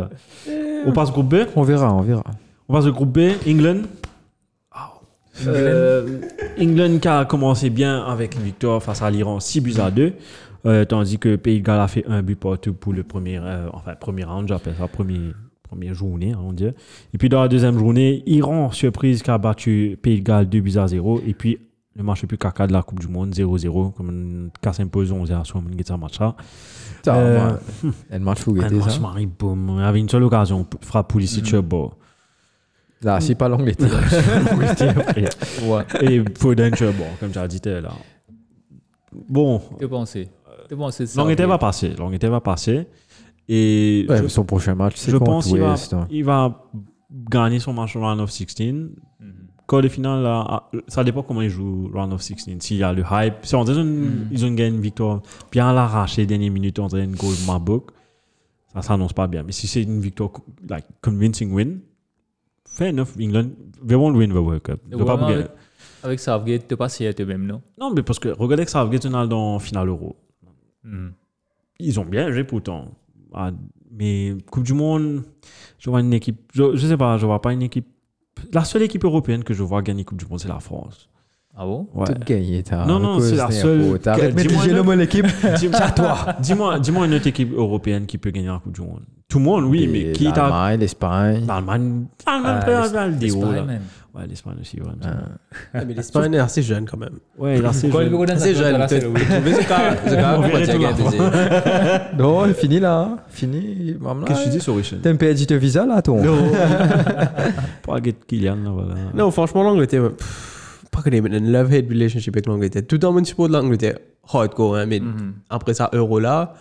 [SPEAKER 1] euh, On passe au groupe B.
[SPEAKER 2] On verra, on verra.
[SPEAKER 1] On passe au groupe B, England. Euh, England qui a commencé bien avec une victoire face à l'Iran 6 buts à 2. euh, tandis que Pays de Galles a fait un but partout pour le premier, euh, enfin, premier round, j'appelle ça premier, première journée, hein, on dirait. Et puis dans la deuxième journée, Iran, surprise, qui a battu Pays de Galles 2 buts à 0. Et puis le match le plus caca de la Coupe du Monde, 0-0, comme un casse imposé, on dirait, sur un match-là.
[SPEAKER 2] Putain,
[SPEAKER 1] Euh,
[SPEAKER 2] moi, Elle marche fou,
[SPEAKER 1] Un
[SPEAKER 2] guetter
[SPEAKER 1] match
[SPEAKER 2] ça.
[SPEAKER 1] marie boum. Il avait une seule occasion, p- frappe pour les Sitcher
[SPEAKER 2] Là, c'est pas l'Angleterre.
[SPEAKER 3] Ouais.
[SPEAKER 1] Et Prudential, bon, comme j'ai dit, t'es là. Bon,
[SPEAKER 3] Que pensez Que pensez de ça
[SPEAKER 1] l'Angleterre va passer. L'Angleterre va passer. Et je-
[SPEAKER 2] Ouais, son prochain match, c'est
[SPEAKER 1] je pense
[SPEAKER 2] contre
[SPEAKER 1] qu'il va,
[SPEAKER 2] West. hein.
[SPEAKER 1] il va gagner son match au round of 16. Quand les finales, là, ah, ça dépend comment ils jouent round of 16. S'il y a le hype, si on dirait une- ils ont gagné une victoire bien à l'arraché, dernière minute, on dirait une goal Mabok, ça s'annonce pas bien. Mais si c'est une victoire co- like, convincing win, fair enough, England, they won't win the World Cup. Ils
[SPEAKER 3] Et
[SPEAKER 1] vont pas
[SPEAKER 3] vraiment,
[SPEAKER 1] gagner.
[SPEAKER 3] avec- Avec Southgate, tu passes hier toi-même, non
[SPEAKER 1] Non, mais parce que regardez que ça a gagné dans la finale euro. Hmm.
[SPEAKER 3] Mhm.
[SPEAKER 1] ils ont bien joué pourtant. Ah, mais Coupe du Monde, je vois une équipe. Je, je sais pas, je vois pas une équipe. La seule équipe européenne que je vois gagner Coupe du Monde, c'est la France.
[SPEAKER 3] Ah bon
[SPEAKER 1] Ouais.
[SPEAKER 2] Tout gagné, t'as.
[SPEAKER 1] Non, non, c'est la seule-
[SPEAKER 2] T'arrêtes de mettre
[SPEAKER 1] Dis-moi
[SPEAKER 2] les
[SPEAKER 1] le-
[SPEAKER 2] génomes à l'équipe.
[SPEAKER 1] Dis- Dis-moi dis-moi une autre équipe européenne qui peut gagner la Coupe du Monde. Tout le monde, oui, mais
[SPEAKER 2] Et
[SPEAKER 1] qui t'a.
[SPEAKER 2] L'Allemagne, l'Espagne.
[SPEAKER 1] L'Allemagne, l'Allemagne
[SPEAKER 3] Ah,
[SPEAKER 1] peut
[SPEAKER 3] l'Es-
[SPEAKER 1] avoir le déo, là.
[SPEAKER 3] L'Espagne, man.
[SPEAKER 1] Ouais, l'Espagne aussi, ouais. il me
[SPEAKER 2] Ah.
[SPEAKER 1] semble.
[SPEAKER 4] Ah, Mais l'Espagne est assez jeune quand même.
[SPEAKER 1] Ouais, là, c'est.
[SPEAKER 3] Quand il
[SPEAKER 1] jeune.
[SPEAKER 3] veut qu'on a
[SPEAKER 4] Assez
[SPEAKER 3] ça,
[SPEAKER 4] jeune.
[SPEAKER 3] là, c'est
[SPEAKER 4] peut-être.
[SPEAKER 3] le
[SPEAKER 4] Mais
[SPEAKER 3] oui.
[SPEAKER 4] C'est quand c'est quand
[SPEAKER 1] On
[SPEAKER 4] même
[SPEAKER 1] verrait
[SPEAKER 4] Croatia
[SPEAKER 1] tout
[SPEAKER 4] qui a
[SPEAKER 1] là.
[SPEAKER 4] gagné.
[SPEAKER 2] Non, fini là. Fini. Maman,
[SPEAKER 1] Qu'est-ce que tu
[SPEAKER 2] là,
[SPEAKER 1] dis sur Richard
[SPEAKER 2] T'as un perdu de visa là, ton
[SPEAKER 1] Pour la guette Kylian, là, voilà.
[SPEAKER 4] Non, franchement, l'Angleterre. pff, Pas que les une love-hate relationship avec l'Angleterre. Tout le monde supporte l'Angleterre. Hardcore, hein, mais
[SPEAKER 3] Mhm.
[SPEAKER 4] après ça, Euro là.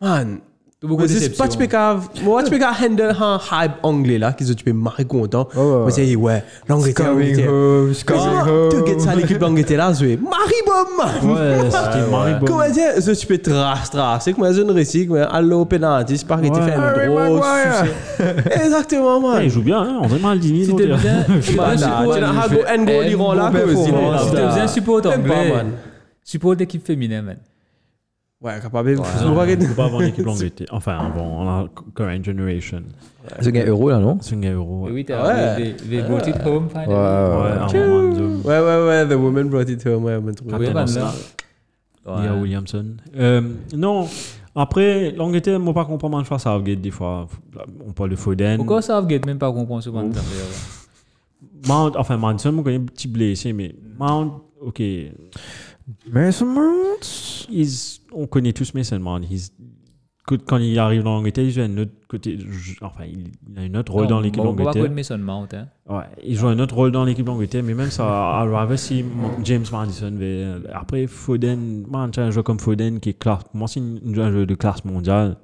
[SPEAKER 4] Man,
[SPEAKER 3] T'as beaucoup de
[SPEAKER 4] c'est pas tu peux
[SPEAKER 3] déceptions.
[SPEAKER 4] qu'à- moi, tu peux qu'à handle un hype anglais là, qu'ils ont tu peux marrer content.
[SPEAKER 2] Ouais, ouais,
[SPEAKER 4] On
[SPEAKER 2] ouais.
[SPEAKER 4] dit, ouais,
[SPEAKER 2] It's
[SPEAKER 4] l'Angleterre,
[SPEAKER 2] coming
[SPEAKER 4] l'Angleterre.
[SPEAKER 2] home, it's coming
[SPEAKER 4] Comment tu
[SPEAKER 2] home.
[SPEAKER 4] gagnes ça l'équipe d'Angleterre là, Zoé Maribom
[SPEAKER 1] Ouais, c'était Maribor.
[SPEAKER 4] Comment dire, ça tu peux trace, trace. C'est comme un jeune récit, mais allo penalty, c'est pas que tu
[SPEAKER 1] Ouais.
[SPEAKER 4] fais un
[SPEAKER 2] Harry
[SPEAKER 4] gros
[SPEAKER 2] Maguire.
[SPEAKER 4] succès. Exactement,
[SPEAKER 1] Ouais,
[SPEAKER 4] man.
[SPEAKER 1] il joue bien, hein, on dirait Maldini.
[SPEAKER 3] Si t'es
[SPEAKER 1] l'autre, là.
[SPEAKER 3] bien, tu
[SPEAKER 4] Bah,
[SPEAKER 3] pas un
[SPEAKER 4] là,
[SPEAKER 3] support-
[SPEAKER 4] tu n'as pas un
[SPEAKER 2] fait
[SPEAKER 4] gros
[SPEAKER 2] un
[SPEAKER 4] Iran,
[SPEAKER 2] bon
[SPEAKER 4] là, que
[SPEAKER 2] performance,
[SPEAKER 4] c'est là.
[SPEAKER 2] là.
[SPEAKER 3] Si t'es bien support
[SPEAKER 4] Même pas,
[SPEAKER 3] anglais,
[SPEAKER 4] man.
[SPEAKER 3] support d'équipe féminine, man.
[SPEAKER 4] Ouais, capable. de-
[SPEAKER 1] Non,
[SPEAKER 4] Vous
[SPEAKER 1] Ah, on
[SPEAKER 4] voyez-
[SPEAKER 1] peut pas avoir une équipe l'Angleterre. Enfin, bon, on a Current Generation.
[SPEAKER 2] Ils ont gagné Euro là, non
[SPEAKER 1] C'est une guerre, ouais.
[SPEAKER 3] Oui,
[SPEAKER 4] Ah
[SPEAKER 3] t'as
[SPEAKER 4] ouais.
[SPEAKER 3] they- they brought it home
[SPEAKER 2] Ouais,
[SPEAKER 3] finally.
[SPEAKER 1] Ouais,
[SPEAKER 2] ouais.
[SPEAKER 1] un
[SPEAKER 4] Tchou.
[SPEAKER 1] moment de-
[SPEAKER 4] Ouais, ouais, ouais, The Woman Brought It Home, ouais, on trouve.
[SPEAKER 3] Oui,
[SPEAKER 1] Captain
[SPEAKER 3] man,
[SPEAKER 1] Oscar.
[SPEAKER 3] là.
[SPEAKER 1] Il y a
[SPEAKER 3] Ouais.
[SPEAKER 1] Williamson. Euh, non, après, l'Angleterre, moi, pas comprendre mal, je pense, Southgate, des fois. On parle de Foden.
[SPEAKER 3] Pourquoi Southgate même pas comprendre ce point de temps, d'ailleurs
[SPEAKER 1] Mount, enfin, Manson, moi, connais un petit blessé, mais Mount, OK.
[SPEAKER 2] Mason Mount.
[SPEAKER 1] he's- on connaît tous Mason Mount. He's- que- quand il arrive dans l'Angleterre, il joue à un autre côté. je- Enfin, il il a une autre rôle
[SPEAKER 3] Non,
[SPEAKER 1] dans l'équipe
[SPEAKER 3] on va pas
[SPEAKER 1] d'Angleterre.
[SPEAKER 3] connaître Mason Mount, hein.
[SPEAKER 1] Ouais, il joue un autre rôle dans l'équipe d'Angleterre, mais même ça, à Ravis, si M- James Madison, mais, euh, après Foden, man, tu as un joueur comme Foden qui est classe. Pour moi, c'est une- une- un joueur de classe mondiale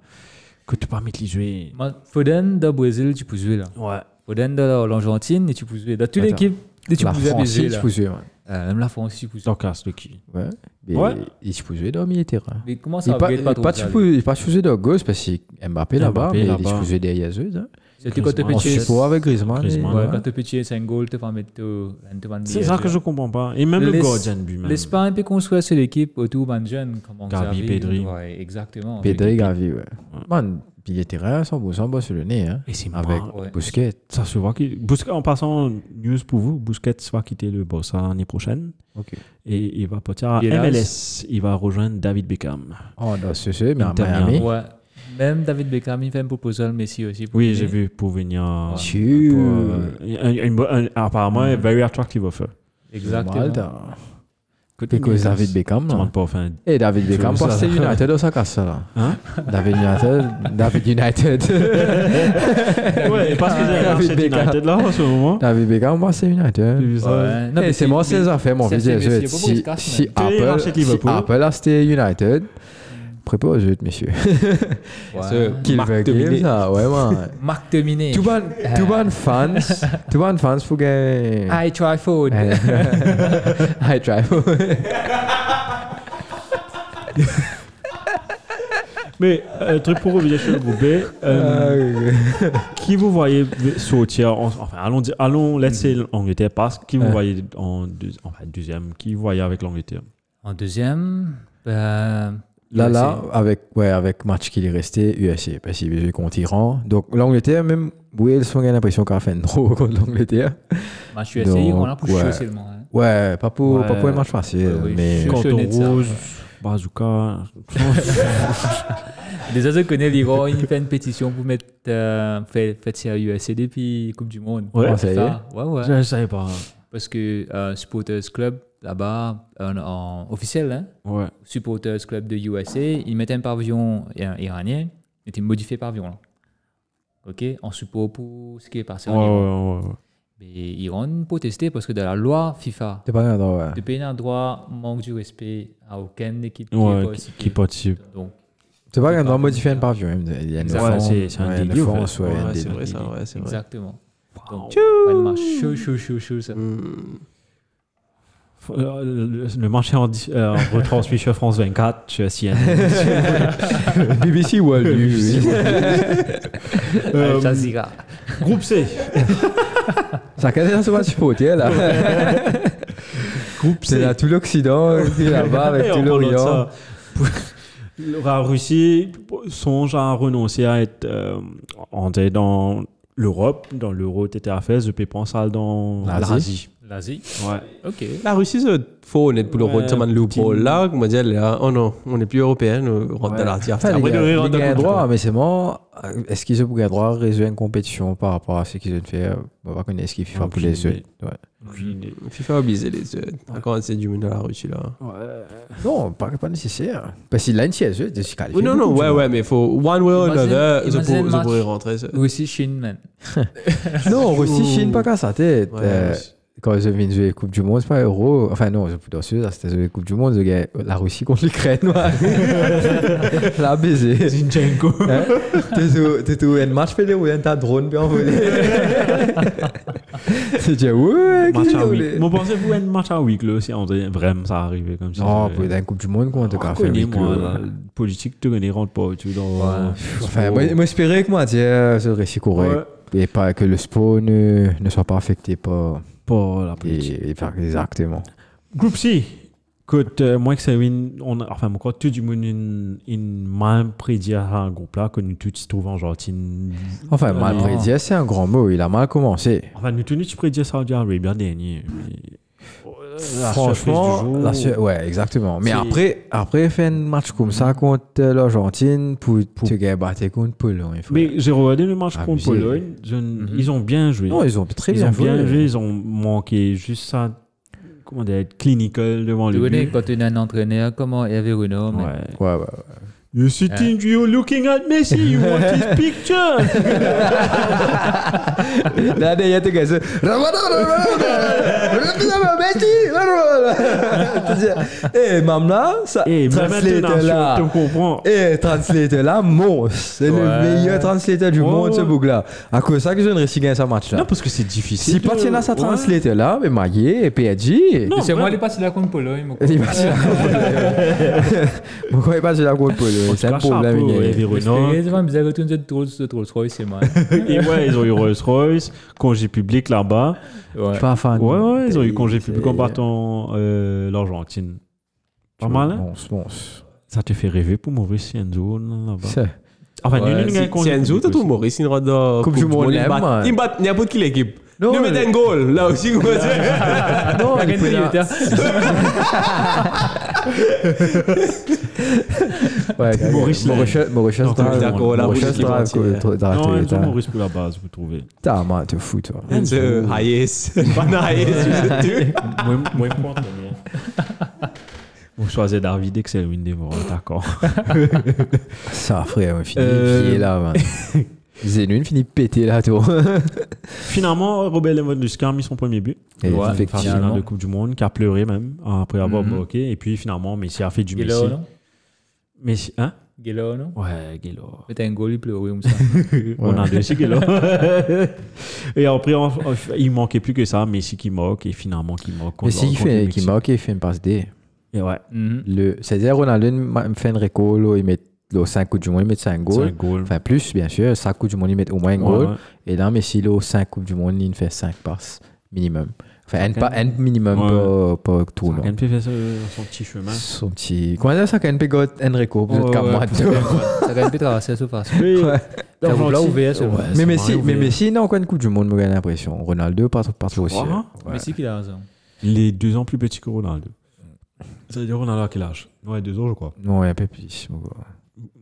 [SPEAKER 1] que tu peux pas mettre les jouer.
[SPEAKER 3] Ma- Foden de Brésil, tu peux jouer là.
[SPEAKER 1] Ouais.
[SPEAKER 3] Foden de l'Argentine, et tu peux jouer. Dans toute
[SPEAKER 2] Attends.
[SPEAKER 3] l'équipe, et tu
[SPEAKER 2] La
[SPEAKER 3] peux jouer à
[SPEAKER 2] France,
[SPEAKER 3] PSG,
[SPEAKER 2] ils
[SPEAKER 3] là.
[SPEAKER 2] Bah, se poussent, ouais.
[SPEAKER 3] Euh, Même la France, tu peux jouer.
[SPEAKER 1] Donc, classe de qui
[SPEAKER 2] Ouais. Mais
[SPEAKER 1] Ouais.
[SPEAKER 2] Ils se poussent dans le milieu de terrain.
[SPEAKER 3] Mais comment
[SPEAKER 2] Il pas,
[SPEAKER 3] Southgate
[SPEAKER 2] il
[SPEAKER 3] pas
[SPEAKER 2] pas,
[SPEAKER 3] trop
[SPEAKER 2] pas,
[SPEAKER 3] ça, lui
[SPEAKER 2] supposé- il pas supposé de gauche parce que Mbappé là-bas,
[SPEAKER 1] Mbappé
[SPEAKER 2] mais il
[SPEAKER 1] là-bas.
[SPEAKER 2] est supposé derrière eux. hein.
[SPEAKER 3] C'était quand t'as
[SPEAKER 1] Griezmann,
[SPEAKER 3] pitché-
[SPEAKER 2] Ensuite, pour avec Griezmann. hein.
[SPEAKER 1] Griezmann,
[SPEAKER 3] Ouais,
[SPEAKER 1] ouais.
[SPEAKER 3] quand t'as pitché 5 goals, t'as pas mis de- de- de- de-
[SPEAKER 1] C'est ça que je comprends pas. Et même le
[SPEAKER 3] L'Es-
[SPEAKER 1] gardien de but, même.
[SPEAKER 3] L'Espagne peut construire sur l'équipe autour d'un jeune, comme on
[SPEAKER 1] Gavi,
[SPEAKER 3] dit.
[SPEAKER 1] Pedri.
[SPEAKER 3] Ouais, exactement.
[SPEAKER 2] Pedri, Gavi, ouais. Man, milieu de terrain, 100% Barcelonais, hein.
[SPEAKER 1] Et c'est
[SPEAKER 2] Avec
[SPEAKER 1] marrant.
[SPEAKER 3] Ouais.
[SPEAKER 2] Busquets.
[SPEAKER 1] Ça se voit qu'il. Busquets- en passant, news pour vous, Busquets va quitter le Barça l'année prochaine
[SPEAKER 2] Ok.
[SPEAKER 1] et il va partir à
[SPEAKER 3] Il est là,
[SPEAKER 1] MLS. Il va rejoindre David Beckham.
[SPEAKER 2] Oh, non, c'est sûr, mais à
[SPEAKER 1] Inter Milan.
[SPEAKER 2] Miami.
[SPEAKER 3] Ouais. Même David Beckham, il fait un proposal Messi aussi. pour
[SPEAKER 1] Oui,
[SPEAKER 3] lui.
[SPEAKER 1] j'ai vu pour venir.
[SPEAKER 2] Sûr.
[SPEAKER 1] pour, euh, un- un- un- apparemment, un very attractive offer.
[SPEAKER 3] Exactement.
[SPEAKER 2] Because David Beckham,
[SPEAKER 1] Tu
[SPEAKER 2] là.
[SPEAKER 1] demandes pas enfin,
[SPEAKER 2] Et Eh, David Beckham,
[SPEAKER 1] ça.
[SPEAKER 2] parce que United, ça casse ça, là.
[SPEAKER 1] Hein
[SPEAKER 2] David United, David United,
[SPEAKER 1] Ouais, parce que j'ai
[SPEAKER 2] David
[SPEAKER 1] Manchester
[SPEAKER 2] Beckham.
[SPEAKER 1] United là en ce moment.
[SPEAKER 2] David Beckham, moi c'est United.
[SPEAKER 3] Ouais. Non,
[SPEAKER 2] Eh,
[SPEAKER 3] mais
[SPEAKER 2] c'est moi
[SPEAKER 3] mais-
[SPEAKER 2] ces affaires, mon
[SPEAKER 3] Eh, c'est-
[SPEAKER 2] fils.
[SPEAKER 3] c'est- mais
[SPEAKER 2] Si,
[SPEAKER 3] c'est pas pour se
[SPEAKER 2] si,
[SPEAKER 3] casser,
[SPEAKER 2] si
[SPEAKER 3] man.
[SPEAKER 1] Tu veux
[SPEAKER 2] Apple,
[SPEAKER 1] racheter
[SPEAKER 2] si
[SPEAKER 1] Liverpool.
[SPEAKER 2] Apple là c'était United, prépare jeu, monsieur.
[SPEAKER 3] Ouais.
[SPEAKER 2] Qu'il
[SPEAKER 4] Marc
[SPEAKER 2] veut
[SPEAKER 4] Dominé.
[SPEAKER 2] qu'il ça, ouais man.
[SPEAKER 3] Marc Dominé.
[SPEAKER 2] Tout bon, tout bon fans, tout bon fans pour gagner.
[SPEAKER 3] Eh. I try food.
[SPEAKER 2] Eh, I try.
[SPEAKER 1] Mais euh, truc pour revenir sur le groupe B, euh, qui vous voyez sortir, en- enfin allons, dire- allons laisser l'Angleterre passe, qui vous
[SPEAKER 2] Ouais.
[SPEAKER 1] voyez en deux- enfin, deuxième, qui vous voyez avec l'Angleterre
[SPEAKER 3] En deuxième, euh,
[SPEAKER 2] Là, là,
[SPEAKER 3] USA.
[SPEAKER 2] avec, ouais, avec match qu'il est resté, USA, parce qu'il joue contre Iran. Donc, l'Angleterre, même, Wales, on a l'impression qu'on a fait un draw contre l'Angleterre.
[SPEAKER 3] match USA,
[SPEAKER 2] Donc,
[SPEAKER 3] on a pour chaud
[SPEAKER 2] ouais.
[SPEAKER 3] seulement. hein.
[SPEAKER 2] Ouais, pas pour, pas pour
[SPEAKER 1] Ouais.
[SPEAKER 2] un match facile,
[SPEAKER 3] Ouais, oui,
[SPEAKER 2] mais.
[SPEAKER 3] sûr.
[SPEAKER 1] Canton
[SPEAKER 3] Passionné de ça,
[SPEAKER 1] Rouge,
[SPEAKER 3] ouais.
[SPEAKER 1] Bazooka,
[SPEAKER 3] Déjà, je connais l'Iran, il fait une pétition pour mettre, euh, faire, faire tirer USA depuis Coupe du Monde.
[SPEAKER 1] Ouais.
[SPEAKER 2] Ah, ça y est.
[SPEAKER 3] Ça, ouais, ouais.
[SPEAKER 1] je savais pas.
[SPEAKER 3] Parce que euh, Supporters Club, là-bas, euh, en, en officiel, hein,
[SPEAKER 1] Ouais.
[SPEAKER 3] Supporters Club de USA, ils mettaient un pavillon euh, iranien, il était modifié pavillon. là. OK En support pour ce qui est passé
[SPEAKER 1] Ouais,
[SPEAKER 3] en Iran.
[SPEAKER 1] ouais, ouais, ouais.
[SPEAKER 3] Mais Iran protestait parce que dans la loi FIFA,
[SPEAKER 2] T'es pas un endroit, ouais.
[SPEAKER 3] le pays n'a droit manque du respect à aucune équipe
[SPEAKER 1] Ouais, qui-
[SPEAKER 3] participe.
[SPEAKER 1] qui participe.
[SPEAKER 3] Donc,
[SPEAKER 2] T'es pas
[SPEAKER 3] C'est
[SPEAKER 2] un endroit
[SPEAKER 3] pas-
[SPEAKER 2] modifié par vieux. Il y a une
[SPEAKER 1] Ouais,
[SPEAKER 2] forme,
[SPEAKER 1] c'est- c'est un
[SPEAKER 2] ouais, il y a une
[SPEAKER 1] délire, en
[SPEAKER 2] forme,
[SPEAKER 1] fait.
[SPEAKER 2] ouais, il y a
[SPEAKER 4] Ouais,
[SPEAKER 2] un
[SPEAKER 4] c'est
[SPEAKER 2] délire.
[SPEAKER 4] vrai, ça, Ah, ouais, c'est vrai.
[SPEAKER 3] exactement. Donc, vraiment chaud, chaud, chaud, chaud, ça.
[SPEAKER 4] Hmm.
[SPEAKER 1] Faut- euh, Le, le marché en, dis- euh, en retransmis sur France 24, sur CNN.
[SPEAKER 2] BBC World News.
[SPEAKER 1] Euh,
[SPEAKER 3] Ça, c'est grave.
[SPEAKER 1] groupe C.
[SPEAKER 2] Ça connaît ça souvent supporter là.
[SPEAKER 1] Groupe
[SPEAKER 2] C'est
[SPEAKER 1] C.
[SPEAKER 2] là tout l'Occident, puis là-bas avec
[SPEAKER 1] Et
[SPEAKER 2] tout
[SPEAKER 1] en parlant de
[SPEAKER 2] l'Orient.
[SPEAKER 1] ça, La Russie songe à renoncer à être euh, on dirait dans l'Europe, dans l'euro, TTFS, je pense à dans
[SPEAKER 2] L'Asie.
[SPEAKER 1] l'Asie.
[SPEAKER 3] L'Asie.
[SPEAKER 1] Ouais.
[SPEAKER 3] OK.
[SPEAKER 4] La Russie, c'est faux honnête pour le
[SPEAKER 1] Ouais,
[SPEAKER 4] rôle de
[SPEAKER 1] petit-
[SPEAKER 4] loophole là. Comment dire, là, oh non, on n'est plus européen, on rentre dans l'Asie.
[SPEAKER 2] Enfin,
[SPEAKER 4] Après,
[SPEAKER 2] les
[SPEAKER 4] de
[SPEAKER 2] gars,
[SPEAKER 4] rire, on
[SPEAKER 2] les gars ont
[SPEAKER 4] donne coup de
[SPEAKER 2] droit, mais c'est moi. Est-ce qu'ils ont pour gars droit à résoudre une compétition par rapport à ce qu'ils ont fait euh, On va connaître ce qu'ils font pour
[SPEAKER 1] Aucune
[SPEAKER 2] les
[SPEAKER 1] idée.
[SPEAKER 2] autres. Ouais.
[SPEAKER 4] FIFA a obligé les yeux. Quand c'est du monde dans la Russie là.
[SPEAKER 2] Non, pas, pas nécessaire. Parce que l'un euh, de chez eux, je suis qualifié.
[SPEAKER 4] Oui, non, non, ouais, ouais, mais il faut one way or
[SPEAKER 3] Imagine-
[SPEAKER 4] another, ils
[SPEAKER 3] imagine
[SPEAKER 4] pour- ils
[SPEAKER 3] match.
[SPEAKER 4] pourraient rentrer. ça.
[SPEAKER 3] Russie, Chine, man.
[SPEAKER 2] Non, Russie, Chine, pas qu'à sa tête.
[SPEAKER 4] Ouais,
[SPEAKER 2] Euh,
[SPEAKER 4] Russie.
[SPEAKER 2] quand ils ont venu jouer Coupe du Monde, c'est pas Euro. Enfin, non, c'est plutôt sûr, c'était jouer Coupe du Monde, le gars, la Russie contre l'Ukraine. ouais. la baiser.
[SPEAKER 1] Zinchenko.
[SPEAKER 2] Hein? T'es tout- T'es tout un match fait où t'as drone bien envolé. C'est déjà ouais, qu'est-ce
[SPEAKER 1] Match à
[SPEAKER 2] que
[SPEAKER 1] week.
[SPEAKER 2] voulez
[SPEAKER 1] Moi, pensez-vous un match à week là, si on dirait vraiment ça arrivait comme ça.
[SPEAKER 2] Non,
[SPEAKER 1] euh,
[SPEAKER 2] pour la Coupe du Monde, quoi, en tout
[SPEAKER 1] on
[SPEAKER 4] Ah,
[SPEAKER 2] cas. fait
[SPEAKER 1] connaît,
[SPEAKER 2] huis clos,
[SPEAKER 1] moi,
[SPEAKER 2] ouais.
[SPEAKER 1] la politique, tu connais, rentre pas, tu vois, dans. Oh.
[SPEAKER 2] Pff,
[SPEAKER 4] Oh.
[SPEAKER 2] Enfin, moi, moi, j'espérais que moi, tu sais, ce récit correct. Et pas que le spawn ne, ne soit pas affecté par.
[SPEAKER 1] Pas la politique.
[SPEAKER 2] Et, et par- exactement.
[SPEAKER 1] Groupe C. Écoute, euh, moi que c'est une, on a, enfin, moi, tout du monde, une, une même prédire à un groupe là, que nous tous se trouvons en Argentine.
[SPEAKER 2] Enfin,
[SPEAKER 1] Euh,
[SPEAKER 2] mal
[SPEAKER 3] non.
[SPEAKER 2] prédit, c'est un grand mot. Il a mal commencé.
[SPEAKER 1] Enfin, nous tous, nous prédire Saudi Arabia dernier. mais- La surprise du
[SPEAKER 2] Franchement,
[SPEAKER 1] jour.
[SPEAKER 2] la sur- ouais, exactement. Mais
[SPEAKER 1] C'est-
[SPEAKER 2] après, après, faire un match comme ça contre l'Argentine pour te gagner battre contre Pologne. frère.
[SPEAKER 1] Mais j'ai regardé le match contre
[SPEAKER 2] Abusé.
[SPEAKER 1] Pologne, je n- ils ont bien joué.
[SPEAKER 2] Mhm. non, ils ont très
[SPEAKER 1] ils
[SPEAKER 2] bien
[SPEAKER 1] ont
[SPEAKER 2] joué.
[SPEAKER 1] bien joué, ils ont manqué juste ça, comment dire, être clinical devant
[SPEAKER 3] Tu
[SPEAKER 1] le
[SPEAKER 3] connais
[SPEAKER 1] but.
[SPEAKER 3] quand tu es un entraîneur, comment Hervé Renault, man.
[SPEAKER 1] Ouais.
[SPEAKER 2] Ouais, ouais,
[SPEAKER 1] You're sitting, you're looking at Messi, you want his picture.
[SPEAKER 2] ouais. Là, derrière, t'es gazé. Eh, Mamla, ça.
[SPEAKER 1] Et Eh, même
[SPEAKER 2] translator
[SPEAKER 1] maintenant,
[SPEAKER 2] là.
[SPEAKER 1] je te comprends.
[SPEAKER 2] Eh, translator là, monstre. C'est
[SPEAKER 3] Ouais.
[SPEAKER 2] le meilleur translator du
[SPEAKER 1] Ouais,
[SPEAKER 2] monde, ce
[SPEAKER 1] ouais.
[SPEAKER 2] bouc là. À cause de ça que je ne réussis gagner ce match
[SPEAKER 1] Oh. Non,
[SPEAKER 2] là.
[SPEAKER 1] parce que c'est difficile.
[SPEAKER 2] Si
[SPEAKER 1] de-
[SPEAKER 2] pas tiens à sa
[SPEAKER 1] Ouais.
[SPEAKER 2] translator là, mais Maillé et PSG.
[SPEAKER 1] Non,
[SPEAKER 4] Oh,
[SPEAKER 3] C'est moi,
[SPEAKER 1] ouais.
[SPEAKER 3] il est passé là contre Pologne. mon
[SPEAKER 2] Il
[SPEAKER 3] gars.
[SPEAKER 2] va sur la Pourquoi il va sur la contre Pologne
[SPEAKER 1] En tout
[SPEAKER 2] C'est un
[SPEAKER 1] cas, chapeau,
[SPEAKER 2] problème. il y a-
[SPEAKER 1] Hervé Renard.
[SPEAKER 3] Expérience, vraiment, bizarre, retourne, c'est drôle, c'est drôle, c'est drôle, c'est mal.
[SPEAKER 1] Et ouais, ils ont eu Rolls Royce, congé public là-bas.
[SPEAKER 2] Je
[SPEAKER 3] Ouais.
[SPEAKER 2] suis pas fan.
[SPEAKER 1] Ouais, ouais, ils ont eu congé public en
[SPEAKER 2] C'est-
[SPEAKER 1] partant euh, l'Argentine. Pas mal, hein
[SPEAKER 2] Bon, c'est bon, c'est-
[SPEAKER 1] Ça te fait rêver pour Maurice Sienzo là-bas.
[SPEAKER 2] c'est-
[SPEAKER 1] Enfin, nous,
[SPEAKER 3] Ouais,
[SPEAKER 1] nous, nous,
[SPEAKER 4] C'est
[SPEAKER 1] nous,
[SPEAKER 4] c'est
[SPEAKER 1] nous,
[SPEAKER 4] un zoo, t'as
[SPEAKER 1] nous,
[SPEAKER 4] tout Maurice, il rentre dans.
[SPEAKER 2] Coupe du Monde,
[SPEAKER 4] il
[SPEAKER 2] l'aime,
[SPEAKER 4] bat.
[SPEAKER 2] hein.
[SPEAKER 4] Il bat n'importe quelle équipe.
[SPEAKER 2] Non, Ah,
[SPEAKER 4] Nous mettons un goal, là aussi, comment dire.
[SPEAKER 2] Non,
[SPEAKER 3] T'as gagné,
[SPEAKER 2] il peut-
[SPEAKER 3] t'as-
[SPEAKER 2] Ouais, gagné.
[SPEAKER 1] Maurice Laine.
[SPEAKER 2] Maurice- Maurice
[SPEAKER 1] Non,
[SPEAKER 2] Dra-
[SPEAKER 1] d'accord,
[SPEAKER 2] Maurice
[SPEAKER 4] là, Maurice
[SPEAKER 2] Dra-
[SPEAKER 4] Laine, c'est-
[SPEAKER 2] Dra- Dra-
[SPEAKER 1] hein. Non,
[SPEAKER 2] Dra-
[SPEAKER 1] un zoo
[SPEAKER 2] Dra-
[SPEAKER 1] Maurice pour la base, vous trouvez.
[SPEAKER 2] Putain, man, t'es fou, toi.
[SPEAKER 4] C'est euh,
[SPEAKER 1] Ah.
[SPEAKER 4] Hayes. Van Hayes,
[SPEAKER 1] Moi, moi, je pense, mais bon. Vous choisissez David et que c'est une des morts, d'accord.
[SPEAKER 2] Ça, frère, on finit
[SPEAKER 1] Euh.
[SPEAKER 2] pied, là, man. Zenune finit pété, là, toi.
[SPEAKER 1] Finalement, Robert Lewandowski a mis son premier but.
[SPEAKER 2] Et
[SPEAKER 3] Ouais,
[SPEAKER 1] Enfin,
[SPEAKER 2] effectivement.
[SPEAKER 1] finale de Coupe du Monde, qui a pleuré même après avoir
[SPEAKER 3] Mhm.
[SPEAKER 1] bloqué. Et puis finalement, Messi a fait du Messi.
[SPEAKER 3] Guélo, non
[SPEAKER 1] Messi, hein
[SPEAKER 3] Guélo, non
[SPEAKER 1] Ouais, Guélo.
[SPEAKER 3] Mais t'as un goal, il pleut, oui, comme ça.
[SPEAKER 1] On a deux, c'est Guélo. et après, on- on- il manquait plus que ça. Messi qui moque et finalement qui moque.
[SPEAKER 2] Mais si il
[SPEAKER 1] contre- contre le
[SPEAKER 2] fait, qui
[SPEAKER 1] Mexique.
[SPEAKER 2] marque, il fait une passe D.
[SPEAKER 1] Et ouais,
[SPEAKER 3] Mhm.
[SPEAKER 2] Le, c'est-à-dire, Ronaldo il m'a- fait une récolte, là, il met, là, 5 coups du monde, il met 5
[SPEAKER 1] c'est un
[SPEAKER 2] goals.
[SPEAKER 1] goal.
[SPEAKER 2] Enfin, plus, bien sûr, 5 coups du monde, il met au moins un
[SPEAKER 1] Ouais,
[SPEAKER 2] goal.
[SPEAKER 1] ouais.
[SPEAKER 2] Et là, Messi, là, 5 coupes du monde, il fait 5 passes minimum. Enfin, un, pas, un minimum
[SPEAKER 1] Ouais.
[SPEAKER 2] pour, pour tout,
[SPEAKER 1] Quand
[SPEAKER 2] là.
[SPEAKER 1] il fait ce- son petit chemin.
[SPEAKER 2] Son petit. Comment dire ça, quand il got un récolte, vous
[SPEAKER 1] Ouais,
[SPEAKER 2] êtes comme
[SPEAKER 1] ouais,
[SPEAKER 2] moi,
[SPEAKER 1] ouais.
[SPEAKER 2] toi.
[SPEAKER 3] Ça gagne plus traverser, de toute façon.
[SPEAKER 1] Ouais.
[SPEAKER 3] Ça vous l'a
[SPEAKER 1] L'Argentine-
[SPEAKER 3] ouvert, c'est vrai.
[SPEAKER 1] Ouais,
[SPEAKER 2] Mais
[SPEAKER 1] c'est
[SPEAKER 2] Messi,
[SPEAKER 1] Mario
[SPEAKER 2] mais
[SPEAKER 1] Villa.
[SPEAKER 2] Messi, non, encore une Coupe du Monde, me gagne l'impression. Ronaldo, partout, partout aussi.
[SPEAKER 1] Ouais. hein.
[SPEAKER 2] Ouais.
[SPEAKER 3] Messi qui a raison.
[SPEAKER 1] Il est deux ans plus petit que Ronaldo. Ça veut dire Ronaldo à quel âge Ouais, deux ans, je crois.
[SPEAKER 2] Non, il y a un peu plus. mon gars.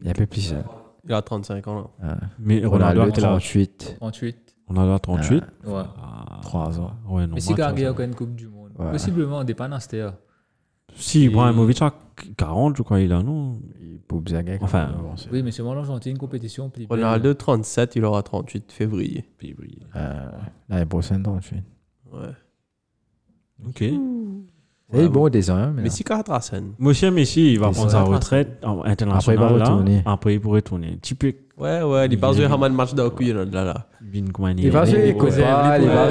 [SPEAKER 2] Il y a un peu plus. hein.
[SPEAKER 4] Il a 35 ans, là.
[SPEAKER 1] Mais Ronaldo,
[SPEAKER 2] Ronaldo,
[SPEAKER 1] à quel âge
[SPEAKER 2] 38,
[SPEAKER 3] 38.
[SPEAKER 1] Ronaldo à 38.
[SPEAKER 3] Ouais.
[SPEAKER 1] Ah,
[SPEAKER 2] 3 ans.
[SPEAKER 1] ouais, non.
[SPEAKER 3] Messi
[SPEAKER 1] moi,
[SPEAKER 3] qui a
[SPEAKER 1] tu vois,
[SPEAKER 3] gagné
[SPEAKER 1] ça-
[SPEAKER 3] encore une Coupe du Monde.
[SPEAKER 2] Ouais.
[SPEAKER 3] Possiblement, on n'est pas dans cette ère.
[SPEAKER 1] Si,
[SPEAKER 3] Et-
[SPEAKER 1] Ibrahimovic a 40, je crois, il a, non
[SPEAKER 2] Boubzaga.
[SPEAKER 1] Enfin,
[SPEAKER 3] Oui, mais seulement l'Argentine, compétition. plus belle.
[SPEAKER 4] Ronaldo, 37, il aura 38 février.
[SPEAKER 2] Euh, L'année prochaine, donc, je suis.
[SPEAKER 4] Ouais.
[SPEAKER 1] Ok.
[SPEAKER 2] C'est bon design, mais.
[SPEAKER 4] Mais si Cartrasen.
[SPEAKER 1] Monsieur Messi, il va
[SPEAKER 2] C'est
[SPEAKER 1] prendre
[SPEAKER 4] ça.
[SPEAKER 1] sa retraite en-
[SPEAKER 2] Après, il
[SPEAKER 1] internationale.
[SPEAKER 2] va
[SPEAKER 1] là.
[SPEAKER 2] retourner.
[SPEAKER 1] Après, il pourrait retourner. Tu peux.
[SPEAKER 4] Ouais, ouais, il passe du Haman match d'Aokuyo, là, là.
[SPEAKER 1] Vin Koumani.
[SPEAKER 2] Il va
[SPEAKER 1] Ouais.
[SPEAKER 2] sur les
[SPEAKER 4] Ouais,
[SPEAKER 2] copains, il va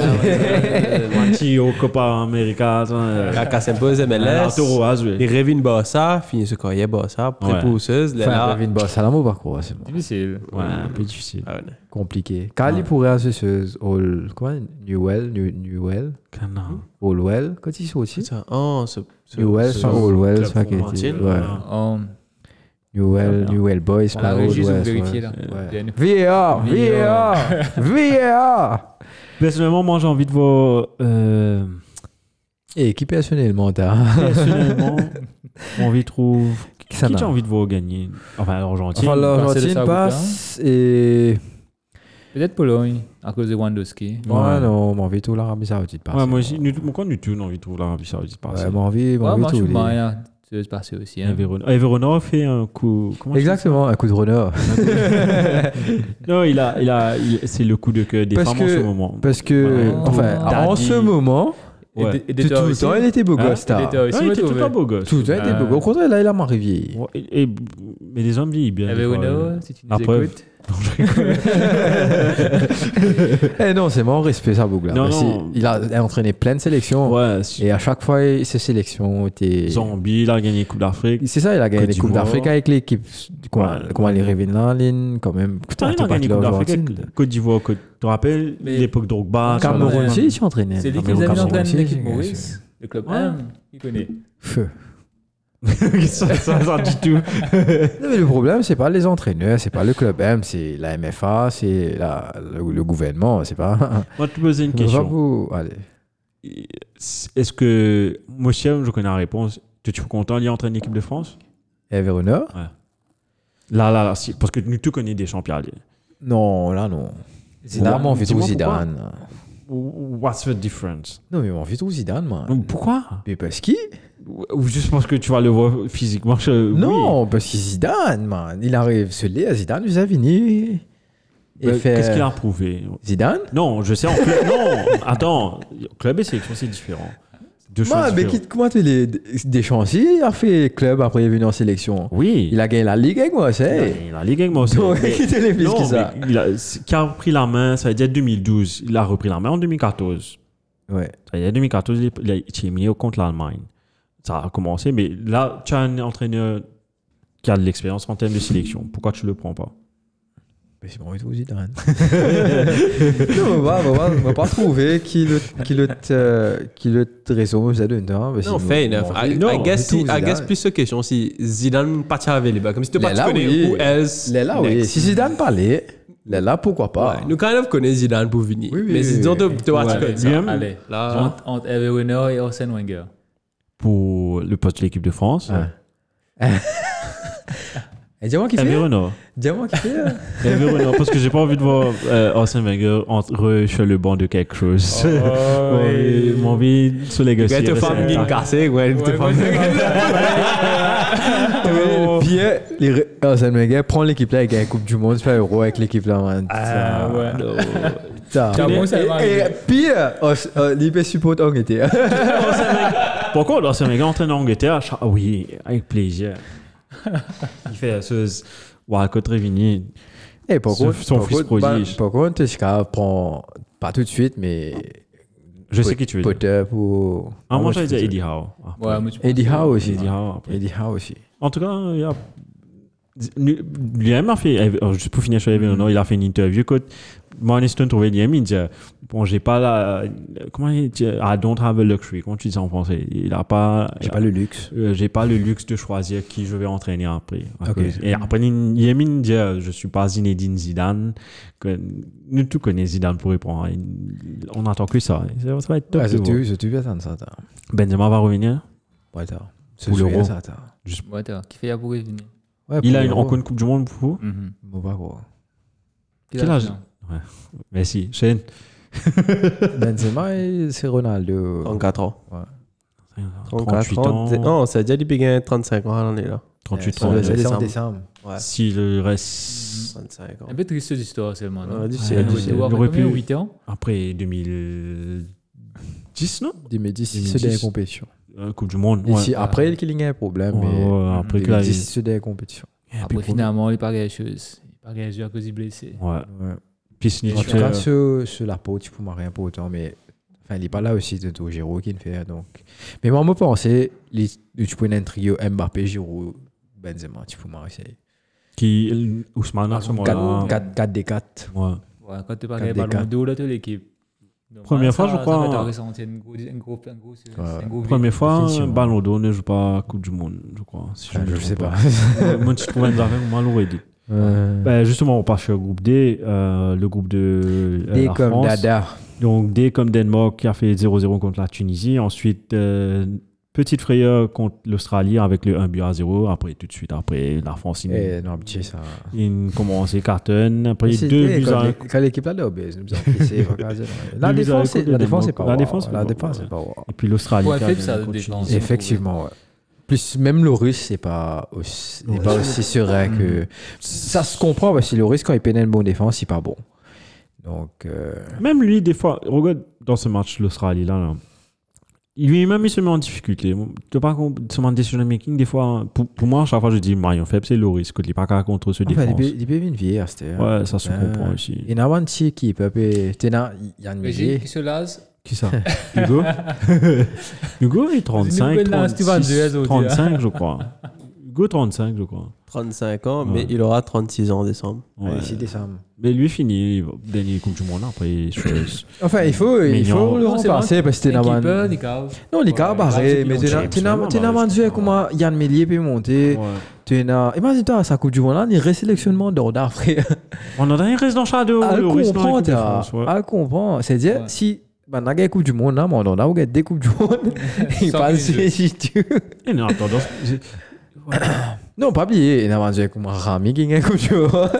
[SPEAKER 2] sur-
[SPEAKER 1] Mati au Copa América. euh,
[SPEAKER 4] Kaka Sempose, MLS.
[SPEAKER 1] Arturo
[SPEAKER 4] Il rêve une Bassa, finit ce carrière Bassa, prépousseuse, là,
[SPEAKER 2] Enfin,
[SPEAKER 4] là.
[SPEAKER 2] Ravine Barcelone, par quoi, c'est bon.
[SPEAKER 3] Difficile.
[SPEAKER 1] Ouais, un peu difficile.
[SPEAKER 4] Ah, ouais.
[SPEAKER 2] compliqué. Cali pourrait associer All, quoi, Newell, New- Newell,
[SPEAKER 1] Canard.
[SPEAKER 2] Allwell, quand ils sont
[SPEAKER 4] C'est
[SPEAKER 2] aussi.
[SPEAKER 4] ça. Oh, ce. ce-
[SPEAKER 2] Newell,
[SPEAKER 4] ce-
[SPEAKER 2] sans Allwell,
[SPEAKER 1] club
[SPEAKER 2] c'est pas qu'il
[SPEAKER 1] romantique,
[SPEAKER 2] était.
[SPEAKER 1] là.
[SPEAKER 2] Ouais.
[SPEAKER 3] Oh,
[SPEAKER 2] Newell, Newell Boys,
[SPEAKER 3] on
[SPEAKER 2] pas
[SPEAKER 3] a
[SPEAKER 2] Allwell.
[SPEAKER 3] réussi à
[SPEAKER 2] ouais.
[SPEAKER 3] vérifier là.
[SPEAKER 2] Ouais.
[SPEAKER 3] Bien.
[SPEAKER 2] VAR,
[SPEAKER 3] VAR.
[SPEAKER 2] VAR, VAR.
[SPEAKER 1] Personnellement, moi, j'ai envie de voir. euh,
[SPEAKER 2] Et qui personnellement t'as
[SPEAKER 1] personnellement, mon envie de trouver. Qui
[SPEAKER 2] Ça
[SPEAKER 1] t'as
[SPEAKER 2] va.
[SPEAKER 1] envie de voir gagner Enfin, l'Argentine.
[SPEAKER 2] Enfin,
[SPEAKER 3] passer de
[SPEAKER 2] l'Argentine
[SPEAKER 3] Saoudite,
[SPEAKER 2] passe et.
[SPEAKER 3] Peut-être Pologne, à cause de Wandowski.
[SPEAKER 1] Ouais.
[SPEAKER 2] Ouais, non, mon envie tout l'Arabie Saoudite passe.
[SPEAKER 1] Ouais, moi aussi. Nut- Pourquoi Nutun, envie de trouver l'Arabie Saoudite par
[SPEAKER 2] Ouais, mon envie, mon
[SPEAKER 3] Ouais,
[SPEAKER 2] envie
[SPEAKER 3] moi, je
[SPEAKER 2] tout.
[SPEAKER 3] suis
[SPEAKER 2] les-
[SPEAKER 3] moyen. Ça va se passer aussi. hein.
[SPEAKER 1] Everonov fait un coup. comment tu
[SPEAKER 2] Exactement, un coup de renard.
[SPEAKER 1] dis Non, il a, il a, il- c'est le coup de cœur des
[SPEAKER 2] Parce
[SPEAKER 1] femmes en
[SPEAKER 2] que-
[SPEAKER 1] ce moment.
[SPEAKER 2] Parce que,
[SPEAKER 3] Ouais.
[SPEAKER 2] enfin,
[SPEAKER 1] T'as
[SPEAKER 2] en
[SPEAKER 1] dit-
[SPEAKER 2] ce moment,
[SPEAKER 3] Et
[SPEAKER 1] Ouais.
[SPEAKER 3] des- et
[SPEAKER 2] tout
[SPEAKER 3] des
[SPEAKER 2] tout
[SPEAKER 3] toi
[SPEAKER 2] le
[SPEAKER 3] aussi.
[SPEAKER 2] temps, il était beau
[SPEAKER 1] Hein
[SPEAKER 2] gosse,
[SPEAKER 3] Et des
[SPEAKER 2] t'as.
[SPEAKER 3] toi aussi,
[SPEAKER 1] Non, il
[SPEAKER 3] moi,
[SPEAKER 1] était
[SPEAKER 3] je
[SPEAKER 1] tout le temps
[SPEAKER 3] trouvais.
[SPEAKER 1] beau gosse.
[SPEAKER 2] Tout le temps, il était beau. Au contraire, là, il a ma rivière.
[SPEAKER 1] Ouais, et- et- mais les hommes vieillissent bien.
[SPEAKER 3] Eh
[SPEAKER 1] des
[SPEAKER 3] ben,
[SPEAKER 1] fois. euh,
[SPEAKER 3] Bruno, si tu nous
[SPEAKER 1] La Ah, preuve.
[SPEAKER 3] écoutes.
[SPEAKER 2] Eh non, c'est mon respect, ça, Bougla.
[SPEAKER 1] Non,
[SPEAKER 2] Merci.
[SPEAKER 1] non.
[SPEAKER 2] Il a, il a entraîné plein de sélections.
[SPEAKER 1] Ouais, si-
[SPEAKER 2] Et à chaque fois, il- ses sélections étaient.
[SPEAKER 1] Zambie, il a gagné Coupe d'Afrique.
[SPEAKER 2] C'est ça, il a gagné
[SPEAKER 1] Côte
[SPEAKER 2] les Coupes
[SPEAKER 1] d'Ivoire.
[SPEAKER 2] d'Afrique avec l'équipe. Comment,
[SPEAKER 1] Ouais.
[SPEAKER 2] comment les révéler en ligne, quand même.
[SPEAKER 1] Putain, il a gagné Coupe d'Afrique. avec Ah, Côte d'Ivoire, Côte- tu te rappelles
[SPEAKER 3] Mais-
[SPEAKER 1] l'époque Drogba ça,
[SPEAKER 3] Cameroun.
[SPEAKER 2] Ah, Cameroun
[SPEAKER 1] ouais.
[SPEAKER 2] aussi, ils sont entraînés.
[SPEAKER 3] C'est lui qui
[SPEAKER 1] mais
[SPEAKER 3] nous a
[SPEAKER 1] au
[SPEAKER 3] mis en train
[SPEAKER 1] Cameroun
[SPEAKER 3] de l'équipe Maurice, le club
[SPEAKER 1] Ouais.
[SPEAKER 3] 1, il connaît.
[SPEAKER 2] Feu.
[SPEAKER 1] ça, ça, ça dit tout.
[SPEAKER 2] Non, mais le problème, c'est pas les entraîneurs, c'est pas le club M, c'est la MFA, c'est la- le, le gouvernement, c'est pas.
[SPEAKER 1] Moi, je te posais une
[SPEAKER 2] On va
[SPEAKER 1] question.
[SPEAKER 2] vous- Allez.
[SPEAKER 1] Est-ce que Moshem, je connais la réponse. Tu es content, il entraîne l'équipe de France
[SPEAKER 2] Everhonor
[SPEAKER 1] Là, là, là, si, parce que nous, tu connais des champions.
[SPEAKER 2] Non, là, non. Zidane, mon vieux
[SPEAKER 1] Dis-moi
[SPEAKER 2] Zidane.
[SPEAKER 1] What's the difference
[SPEAKER 2] Non, mais mon vieux Zidane, moi.
[SPEAKER 1] Donc, Pourquoi
[SPEAKER 2] Mais parce qui
[SPEAKER 1] Ou juste parce que tu vas le voir physiquement je- oui.
[SPEAKER 2] Non, parce que Zidane, man. Il arrive se lier à Zidane, nous a venu. Et
[SPEAKER 1] Ben,
[SPEAKER 2] fait.
[SPEAKER 1] Qu'est-ce qu'il a prouvé
[SPEAKER 2] Zidane
[SPEAKER 1] Non, je sais. En club, non, attends. Club et sélection, c'est différent. Deux
[SPEAKER 2] Moi,
[SPEAKER 1] choses
[SPEAKER 2] mais
[SPEAKER 1] différentes.
[SPEAKER 2] qui- comment tu les Deschamps aussi, il a fait club après il est venu en sélection.
[SPEAKER 1] Oui.
[SPEAKER 2] Il a gagné la Ligue avec moi, c'est.
[SPEAKER 1] Il a ligue avec moi aussi.
[SPEAKER 2] Donc,
[SPEAKER 1] Mais-
[SPEAKER 2] qui t'es plus
[SPEAKER 1] Non,
[SPEAKER 2] que ça
[SPEAKER 1] mais il a, c'est- qui a repris la main, ça veut dire 2012. Il a repris la main en 2014.
[SPEAKER 2] Ouais.
[SPEAKER 1] Ça veut dire 2014, il est- il a été éliminé contre l'Allemagne. Ça a commencé, mais là, tu as un entraîneur qui a de l'expérience en termes de sélection. Pourquoi tu le prends pas
[SPEAKER 2] Mais c'est bon, il est au Zidane. hein. non, on va, on va, on va pas trouver qui le, qui le, euh, qui le réseau me faisait dedans. parce
[SPEAKER 4] Non,
[SPEAKER 2] que
[SPEAKER 4] fair
[SPEAKER 2] mon-
[SPEAKER 4] enough.
[SPEAKER 2] mon-
[SPEAKER 4] I, I
[SPEAKER 2] Non,
[SPEAKER 4] guess,
[SPEAKER 2] du
[SPEAKER 4] si,
[SPEAKER 2] tout,
[SPEAKER 4] I guess
[SPEAKER 2] Zidane.
[SPEAKER 4] plus de question si Zidane pas avec les bacs. Comme si tu
[SPEAKER 2] Mais
[SPEAKER 4] pas
[SPEAKER 2] là,
[SPEAKER 4] connais
[SPEAKER 2] oui.
[SPEAKER 4] who else.
[SPEAKER 2] Les là, oui.
[SPEAKER 4] next.
[SPEAKER 2] Si Zidane parlait, les là, pourquoi pas
[SPEAKER 4] Ouais, nous quand même connaissons Zidane pour venir.
[SPEAKER 2] Oui, oui,
[SPEAKER 4] mais
[SPEAKER 2] oui,
[SPEAKER 4] disons,
[SPEAKER 2] oui.
[SPEAKER 4] tu vois, tu connais ça.
[SPEAKER 1] Guillaume,
[SPEAKER 3] Allez,
[SPEAKER 2] Ah.
[SPEAKER 4] Là,
[SPEAKER 3] entre entre Hervé Renard et Arsène Wenger.
[SPEAKER 1] Pour le poste de l'équipe de France,
[SPEAKER 2] Ouais. Et dis-moi qui
[SPEAKER 1] Hervé
[SPEAKER 2] fait
[SPEAKER 1] Renard.
[SPEAKER 2] Dis-moi qui fait hein?
[SPEAKER 1] Hervé Renard, Eh, parce que j'ai pas envie de voir euh, Arsène Wenger entre sur le banc de quelque chose.
[SPEAKER 2] Oh,
[SPEAKER 1] Mon envie- Mon envie sur les gars.
[SPEAKER 4] tu te femme qui cassé, ouais, tu te
[SPEAKER 2] Pierre, Oh. euh, les Re- Arsène Wenger prend hein, l'équipe là avec la Coupe du Monde, c'est pas euro avec l'équipe là, man.
[SPEAKER 3] Ah, ouais.
[SPEAKER 2] Putain.
[SPEAKER 3] Tiens, bon, ça va,
[SPEAKER 2] Et, et oh,
[SPEAKER 3] mais-
[SPEAKER 2] Pierre, l'IP support en était. hein.
[SPEAKER 1] Par contre, Arsène Wenger entraîne en Angleterre. je- Ah oui, avec plaisir. Il fait ce. Walcott Trévigny.
[SPEAKER 2] Et Eh, par
[SPEAKER 1] Son-
[SPEAKER 2] contre,
[SPEAKER 1] son
[SPEAKER 2] par
[SPEAKER 1] fils
[SPEAKER 2] contre, bah,
[SPEAKER 1] prodige.
[SPEAKER 2] Par contre, Tchika prend pas tout de suite, mais.
[SPEAKER 1] Je sais qui tu veux dire.
[SPEAKER 2] Potter pour.
[SPEAKER 1] Ah, moi, j'allais
[SPEAKER 2] je
[SPEAKER 1] dire
[SPEAKER 2] veux
[SPEAKER 1] Eddie Howe. Ah,
[SPEAKER 3] Ouais, moi, tu penses-
[SPEAKER 2] Eddie Howe aussi.
[SPEAKER 1] Eddie Howe, après.
[SPEAKER 2] Eddie Howe aussi.
[SPEAKER 1] En tout cas, il y a. Nu- Liam a fait, euh, juste pour finir sur Evan Honor, il a fait une interview. Quand Morningstone trouvait Liam, il disait Bon, j'ai pas la. Comment il dit I don't have a luxury. Comment tu dis ça en français Il a pas.
[SPEAKER 2] J'ai pas le luxe.
[SPEAKER 1] euh, j'ai pas le luxe de choisir qui je vais entraîner après. À
[SPEAKER 2] Ok.
[SPEAKER 1] cause- Et après, Yemin dit euh, Je suis pas Zinedine Zidane. Que, nous tout connaissons Zidane pour répondre. hein. Il- On attend que ça. Ça ça va être top.
[SPEAKER 2] Ah,
[SPEAKER 1] de
[SPEAKER 2] c'est
[SPEAKER 1] voir.
[SPEAKER 2] tu, c'est tu, attends, ça, attends.
[SPEAKER 1] Benzema va revenir.
[SPEAKER 2] Ouais, attends. C'est
[SPEAKER 1] Pour l'Euro.
[SPEAKER 2] ça, attends.
[SPEAKER 3] Ouais, t'as- qui fait la bourrée venir
[SPEAKER 2] Ouais,
[SPEAKER 1] Il
[SPEAKER 2] pour
[SPEAKER 1] a une,
[SPEAKER 2] l'Euro.
[SPEAKER 1] encore une Coupe du Monde pour vous
[SPEAKER 3] Mhm.
[SPEAKER 2] Bon, pas quoi.
[SPEAKER 1] Quel âge
[SPEAKER 3] non
[SPEAKER 1] Merci. Shane.
[SPEAKER 2] Benzema, et c'est Ronaldo.
[SPEAKER 4] 34 ans.
[SPEAKER 1] 38
[SPEAKER 4] 34
[SPEAKER 1] ans,
[SPEAKER 4] ans. Non, Oh, ça a déjà dit qu'il gagne 35 ans l'année là.
[SPEAKER 1] 38
[SPEAKER 2] Ça doit être
[SPEAKER 1] 39.
[SPEAKER 4] décembre.
[SPEAKER 2] en décembre. Ouais.
[SPEAKER 1] Si le reste
[SPEAKER 4] 35 ans.
[SPEAKER 3] Un peu triste cette histoire seulement.
[SPEAKER 4] Ouais,
[SPEAKER 3] non?
[SPEAKER 4] difficile,
[SPEAKER 1] Ouais,
[SPEAKER 3] Il
[SPEAKER 1] difficile.
[SPEAKER 3] doit
[SPEAKER 1] Il aurait
[SPEAKER 3] avoir combien,
[SPEAKER 1] pu-
[SPEAKER 3] 8 ans
[SPEAKER 1] après 2010, non
[SPEAKER 2] 2010,
[SPEAKER 1] 2010.
[SPEAKER 2] c'est des compétitions.
[SPEAKER 1] Euh, Coupe du Monde.
[SPEAKER 2] Ici,
[SPEAKER 1] ouais.
[SPEAKER 2] après, il y a un problème.
[SPEAKER 1] Ouais,
[SPEAKER 2] mais
[SPEAKER 1] ouais, après que là,
[SPEAKER 2] 2010,
[SPEAKER 1] il-
[SPEAKER 2] c'est des compétitions.
[SPEAKER 1] il y a plus
[SPEAKER 3] Après,
[SPEAKER 1] de problème.
[SPEAKER 3] finalement, il n'est pas gagné-chose. Il n'est pas gagné à cause du blessé.
[SPEAKER 1] Ouais.
[SPEAKER 2] Ouais.
[SPEAKER 1] Puis Snitch,
[SPEAKER 2] En tout
[SPEAKER 1] euh,
[SPEAKER 2] cas, sur, sur la peau, tu peux rien pour autant, mais enfin, il n'est pas là aussi, c'est tout Giroud qui le fait. Donc. Mais moi, moi, je pensais, les- tu peux un trio Mbappé, Giroud, Benzema, tu peux m'arrêter.
[SPEAKER 1] qui Ousmane à ce moment-là.
[SPEAKER 2] 4 des 4.
[SPEAKER 1] Ouais.
[SPEAKER 3] Ouais, quand tu pas
[SPEAKER 2] Quatre
[SPEAKER 3] gagné
[SPEAKER 2] des
[SPEAKER 3] ballon
[SPEAKER 2] quatre.
[SPEAKER 3] d'eau, là, tu l'équipe. Donc,
[SPEAKER 1] Première
[SPEAKER 3] ouais,
[SPEAKER 1] fois,
[SPEAKER 3] ça-
[SPEAKER 1] je crois,
[SPEAKER 3] Ça va
[SPEAKER 1] hein.
[SPEAKER 3] te ressentir une gros- un gros, un gros, c'est- c'est
[SPEAKER 2] Ouais.
[SPEAKER 3] un gros vide.
[SPEAKER 1] Première fois,
[SPEAKER 2] Effectivement.
[SPEAKER 1] Ballon d'Or ne joue pas Coupe du Monde, je crois. si
[SPEAKER 2] Ah, Je
[SPEAKER 1] me
[SPEAKER 2] ne
[SPEAKER 1] trompe
[SPEAKER 2] sais pas.
[SPEAKER 1] Euh, Moi, tu trouves un affaire, moi, l'aurait dit.
[SPEAKER 2] Euh,
[SPEAKER 1] Ben, justement, on part sur le groupe D, euh, le groupe de euh,
[SPEAKER 2] Des
[SPEAKER 1] la
[SPEAKER 2] comme
[SPEAKER 1] France.
[SPEAKER 2] Dada.
[SPEAKER 1] Donc, D comme Danemark qui a fait 0-0 contre la Tunisie. Ensuite, euh, petite frayeur contre l'Australie avec le 1 but à 0. Après, tout de suite, après, la France,
[SPEAKER 2] Eh
[SPEAKER 1] ils
[SPEAKER 2] non, petit, ça.
[SPEAKER 1] ils commencent et cartonnent. Après,
[SPEAKER 2] Mais c'est-
[SPEAKER 1] deux
[SPEAKER 2] eh,
[SPEAKER 1] buts
[SPEAKER 2] quand
[SPEAKER 1] à
[SPEAKER 2] les- Quand l'équipe là, elle est obèse. nous avons pissé, faut regarder, ouais. La
[SPEAKER 1] Deux buts à
[SPEAKER 2] défense,
[SPEAKER 1] l'écoute
[SPEAKER 2] c'est-
[SPEAKER 1] de
[SPEAKER 2] la défense, c'est
[SPEAKER 1] Danemark.
[SPEAKER 2] pas.
[SPEAKER 1] La
[SPEAKER 2] wow.
[SPEAKER 1] défense, c'est
[SPEAKER 2] La
[SPEAKER 1] pas
[SPEAKER 2] défense,
[SPEAKER 1] wow.
[SPEAKER 2] c'est pas. wow.
[SPEAKER 1] Et puis l'Australie.
[SPEAKER 3] Point
[SPEAKER 1] qui a
[SPEAKER 3] faible,
[SPEAKER 1] gagné
[SPEAKER 3] ça,
[SPEAKER 1] contre
[SPEAKER 3] défense.
[SPEAKER 1] Tunisie.
[SPEAKER 3] Et-
[SPEAKER 2] Effectivement, ouais. Plus même le russe, c'est pas aussi, n'est pas aussi serein que. Ça se comprend parce que le russe, quand il pénètre une bonne défense, c'est pas bon. Donc, euh,
[SPEAKER 1] Même lui, des fois, regarde dans ce match, l'Australie, là, là. Lui-même, il se met en difficulté. Tu pas compte- ce man decision making, des fois, pour, pour moi, à chaque fois, je dis Marion Feb, c'est le risque. Il n'est pas qu'à contre ce
[SPEAKER 2] enfin,
[SPEAKER 1] défense.
[SPEAKER 2] il peut- il peut une vieille, c'était.
[SPEAKER 1] Ouais, ça se
[SPEAKER 2] bah, Ah.
[SPEAKER 1] comprend aussi.
[SPEAKER 2] Il y en a un petit qui peut. peut- t'en as- Il y en a un
[SPEAKER 3] Mais j'ai-
[SPEAKER 2] millier.
[SPEAKER 3] Qui se lasse
[SPEAKER 1] Qui ça Hugo Hugo est
[SPEAKER 3] Une
[SPEAKER 1] 35,
[SPEAKER 3] nouvelle lance, tu vas en duel,
[SPEAKER 1] 36,
[SPEAKER 3] on dit,
[SPEAKER 1] 35, je crois. Hugo, 35, je crois.
[SPEAKER 4] Ah, 35 ans,
[SPEAKER 1] Ouais.
[SPEAKER 4] mais il aura 36 ans en décembre.
[SPEAKER 1] Ouais.
[SPEAKER 2] Ouais, c'est décembre.
[SPEAKER 1] Mais lui, fini, il va gagner Coupe du Monde, là, après, je-
[SPEAKER 2] Enfin, il faut,
[SPEAKER 1] Mais
[SPEAKER 2] il faut
[SPEAKER 1] non.
[SPEAKER 2] le
[SPEAKER 3] Non, c'est
[SPEAKER 2] remplacer parce que t'en as
[SPEAKER 3] Équipe,
[SPEAKER 2] un-
[SPEAKER 3] euh, des caves.
[SPEAKER 2] Non, les
[SPEAKER 3] Ouais,
[SPEAKER 2] gars, barré,
[SPEAKER 1] Barré,
[SPEAKER 2] mais
[SPEAKER 1] puis
[SPEAKER 2] tu
[SPEAKER 1] on
[SPEAKER 2] n'as
[SPEAKER 1] check,
[SPEAKER 2] tu n'as-
[SPEAKER 1] absolument,
[SPEAKER 2] tu n'as
[SPEAKER 1] Barré,
[SPEAKER 2] vendu
[SPEAKER 1] c'est-
[SPEAKER 2] comment Yann Mélier peut monter.
[SPEAKER 1] Ouais.
[SPEAKER 2] Tu n'as. Imagine-toi, à sa Coupe du Monde, hein, là, les résélectionnements d'Orda, frère.
[SPEAKER 1] On en a un reste dans Shadow.
[SPEAKER 2] Elle
[SPEAKER 1] le risque dans la
[SPEAKER 2] comprend,
[SPEAKER 1] Coupe de
[SPEAKER 2] Ah, t'as.
[SPEAKER 1] France, ouais.
[SPEAKER 2] Elle comprend. C'est-à-dire,
[SPEAKER 3] Ouais.
[SPEAKER 2] si. Ben, on a gagné Coupe du Monde, là, mais on a gagné des Coupes du Monde. Il
[SPEAKER 3] Sans
[SPEAKER 2] parle
[SPEAKER 3] plus de-
[SPEAKER 2] sur les yeux.
[SPEAKER 1] Et non, attends, dans- j'ai-
[SPEAKER 2] Non, pas oublié. Il a vendu comment Rami qui a gagné Coupe du Monde.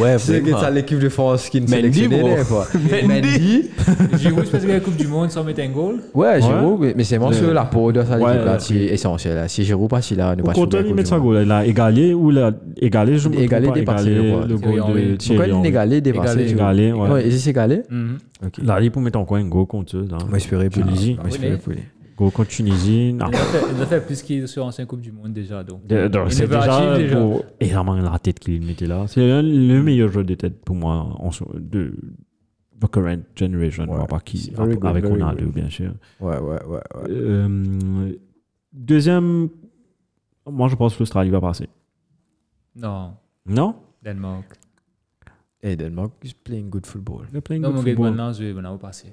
[SPEAKER 4] Ouais,
[SPEAKER 2] C'est que t'as l'équipe de France qui ne
[SPEAKER 4] Mendy,
[SPEAKER 2] sélectionnait
[SPEAKER 4] bro.
[SPEAKER 2] pas, quoi.
[SPEAKER 4] Mendy.
[SPEAKER 3] Giroud, c'est parce que la Coupe du Monde, sans mettre un goal.
[SPEAKER 2] Ouais, Giroud, mais- mais c'est vraiment sur la peau de sa
[SPEAKER 1] Ouais,
[SPEAKER 2] équipe-là,
[SPEAKER 1] ouais.
[SPEAKER 2] c'est essentiel. là. Si Giroud passe, il a ne
[SPEAKER 1] Au
[SPEAKER 2] pas
[SPEAKER 1] contraire,
[SPEAKER 2] sauver la
[SPEAKER 1] il
[SPEAKER 2] Coupe
[SPEAKER 1] met
[SPEAKER 2] du
[SPEAKER 1] sa
[SPEAKER 2] Monde.
[SPEAKER 1] goal. Il a égalé ou il a égalé, je me trompe
[SPEAKER 2] Égalé,
[SPEAKER 1] pas,
[SPEAKER 2] dépassé,
[SPEAKER 1] égalé
[SPEAKER 2] ouais.
[SPEAKER 1] le goal
[SPEAKER 3] Thierry
[SPEAKER 1] de Thierry
[SPEAKER 3] Henry.
[SPEAKER 2] Pourquoi il est
[SPEAKER 1] Henry.
[SPEAKER 2] égalé, dépassé
[SPEAKER 3] Égalé.
[SPEAKER 2] Giroud
[SPEAKER 1] Égalé, ouais.
[SPEAKER 2] Ouais, et si c'est égalé
[SPEAKER 1] Mhm. Là, il peut mettre encore un go contre eux. là.
[SPEAKER 2] Moi, espérer pour
[SPEAKER 1] Tunisie.
[SPEAKER 2] Moi, espérer pour lui.
[SPEAKER 1] Go contre Tunisie. non.
[SPEAKER 3] Il a fait- il a fait plus qu'il est sur l'ancienne Coupe du Monde déjà. Donc.
[SPEAKER 1] De- de- C'est déjà,
[SPEAKER 3] Innovative, déjà.
[SPEAKER 1] pour- Et vraiment la tête qu'il mettait là. C'est le- le meilleur jeu de tête pour moi en so- de The Current Generation. on va pas qui,
[SPEAKER 2] Very good,
[SPEAKER 1] avec
[SPEAKER 2] very
[SPEAKER 1] Ronaldo,
[SPEAKER 2] good.
[SPEAKER 1] bien sûr.
[SPEAKER 2] Ouais, ouais, ouais. ouais.
[SPEAKER 1] Euh, Deuxième, moi je pense que l'Australie va passer.
[SPEAKER 3] Non,
[SPEAKER 1] Non
[SPEAKER 3] Danemark.
[SPEAKER 2] Hey, Denmark is playing good football.
[SPEAKER 1] Le playing
[SPEAKER 3] Non,
[SPEAKER 1] good
[SPEAKER 3] mon gars,
[SPEAKER 1] football.
[SPEAKER 3] maintenant, je vais maintenant passer.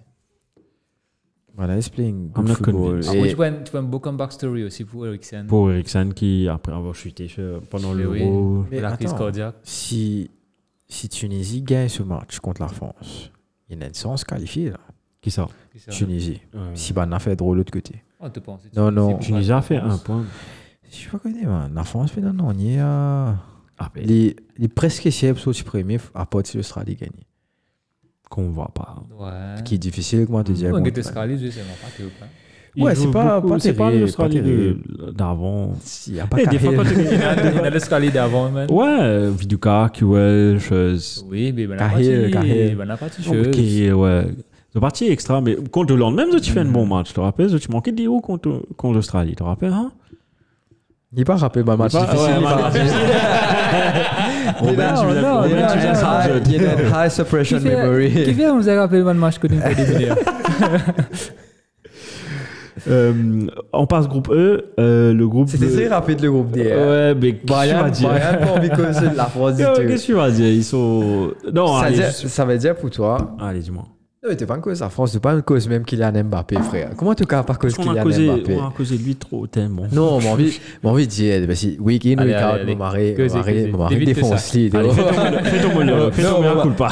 [SPEAKER 2] Voilà, he's playing
[SPEAKER 1] I'm
[SPEAKER 2] good
[SPEAKER 1] not
[SPEAKER 2] football.
[SPEAKER 1] convinced.
[SPEAKER 2] Et-
[SPEAKER 3] Après, tu vois un- tu vois un beau comeback story aussi pour Eriksen.
[SPEAKER 1] pour Eriksen qui, après avoir chuté sur- pendant
[SPEAKER 2] Eh
[SPEAKER 3] Mais
[SPEAKER 1] l'Euro,
[SPEAKER 2] Mais
[SPEAKER 3] la crise
[SPEAKER 2] attends.
[SPEAKER 3] cardiaque.
[SPEAKER 2] si, si Tunisie gagne ce match contre la France, il y a une chance qualifiée là.
[SPEAKER 1] qui sort.
[SPEAKER 2] Tunisie.
[SPEAKER 1] Euh,
[SPEAKER 2] Si ben, on a fait drôle de l'autre côté.
[SPEAKER 3] On te pense. c'est-
[SPEAKER 2] Non,
[SPEAKER 3] c'est
[SPEAKER 2] non.
[SPEAKER 3] pour
[SPEAKER 1] Tunisie a fait
[SPEAKER 3] la France.
[SPEAKER 1] un point.
[SPEAKER 2] Je sais pas connu, man. La France, mais non, non, on y est à.
[SPEAKER 1] Ah, ben,
[SPEAKER 2] Il est- il est presque essayé pour sortir premier à part si l'Australie gagne.
[SPEAKER 1] qu'on voit pas.
[SPEAKER 3] Ouais.
[SPEAKER 2] Ce qui est difficile, comment te dire.
[SPEAKER 3] On
[SPEAKER 2] contre-
[SPEAKER 3] était scalés, je sais pas, t'es ou pas.
[SPEAKER 1] Ils
[SPEAKER 2] Ouais, c'est
[SPEAKER 1] jouent
[SPEAKER 2] pas-
[SPEAKER 1] beaucoup-
[SPEAKER 2] pas
[SPEAKER 1] c'est pas
[SPEAKER 2] terrible,
[SPEAKER 1] l'Australie
[SPEAKER 2] pas terrible.
[SPEAKER 1] de- d'avant.
[SPEAKER 2] S'il y a pas
[SPEAKER 1] Eh, des fois, quand
[SPEAKER 2] Cahill-
[SPEAKER 1] tu-
[SPEAKER 3] Il y en a- il y en a l'escalier d'avant, man.
[SPEAKER 1] Oh. Ouais, Viduka, QL, chose.
[SPEAKER 3] Oui, mais ben la partie,
[SPEAKER 2] Cahier, Cahier.
[SPEAKER 3] ben la partie
[SPEAKER 1] Ok,
[SPEAKER 3] chose.
[SPEAKER 1] ouais. C'est parti extra, mais contre le même tu fais un bon match, tu te rappelles Tu manquais des hauts contre, contre l'Australie, tu te rappelles hein
[SPEAKER 2] Il n'est pas rappelé ma match
[SPEAKER 1] Il est pas-
[SPEAKER 2] difficile.
[SPEAKER 1] ouais,
[SPEAKER 2] il est
[SPEAKER 1] match
[SPEAKER 2] pas rappelé.
[SPEAKER 1] Robin, tu viens-
[SPEAKER 2] Oh,
[SPEAKER 3] non,
[SPEAKER 1] Robin,
[SPEAKER 3] non,
[SPEAKER 1] tu viens
[SPEAKER 3] non.
[SPEAKER 1] sans jeu.
[SPEAKER 2] Il y a une high suppression
[SPEAKER 3] Qui
[SPEAKER 2] memory.
[SPEAKER 3] vient nous a rappelé le match que nous avons début
[SPEAKER 1] Euh, On passe groupe E, euh, le groupe.
[SPEAKER 2] C'était
[SPEAKER 1] euh,
[SPEAKER 2] très rapide le groupe D. hein.
[SPEAKER 1] Ouais, mais qu'est-ce que tu vas
[SPEAKER 2] Bayern,
[SPEAKER 1] dire
[SPEAKER 2] Bayern, pas envie comme ça de la France du
[SPEAKER 1] Euh,
[SPEAKER 2] tout.
[SPEAKER 1] Qu'est-ce que tu vas dire Ils sont. Non,
[SPEAKER 2] Ça,
[SPEAKER 1] allez,
[SPEAKER 2] dire-
[SPEAKER 1] juste-
[SPEAKER 2] ça veut dire pour toi,
[SPEAKER 1] allez dis-moi.
[SPEAKER 2] non, mais t'es pas une cause à France, t'es pas une cause même qu'il a un Mbappé, frère. Comment tu cas pas cause
[SPEAKER 1] Parce
[SPEAKER 2] qu'il
[SPEAKER 1] qu'on
[SPEAKER 2] a
[SPEAKER 1] a,
[SPEAKER 2] un
[SPEAKER 1] causé,
[SPEAKER 2] Mbappé
[SPEAKER 1] on a causé lui trop tellement.
[SPEAKER 2] Non, mon envie, mon envie de dire, parce que week in,
[SPEAKER 3] Allez,
[SPEAKER 2] week
[SPEAKER 3] allez,
[SPEAKER 2] out,
[SPEAKER 3] allez.
[SPEAKER 2] mon mari,
[SPEAKER 3] Causez,
[SPEAKER 2] mon mari,
[SPEAKER 3] causez.
[SPEAKER 2] mon mari
[SPEAKER 3] Évitez
[SPEAKER 2] défonce lui.
[SPEAKER 1] Allez, fais ton moulin, fais ton moulin, fais
[SPEAKER 2] Non,
[SPEAKER 1] ton
[SPEAKER 2] on
[SPEAKER 1] meilleur
[SPEAKER 2] va-
[SPEAKER 1] coup pas.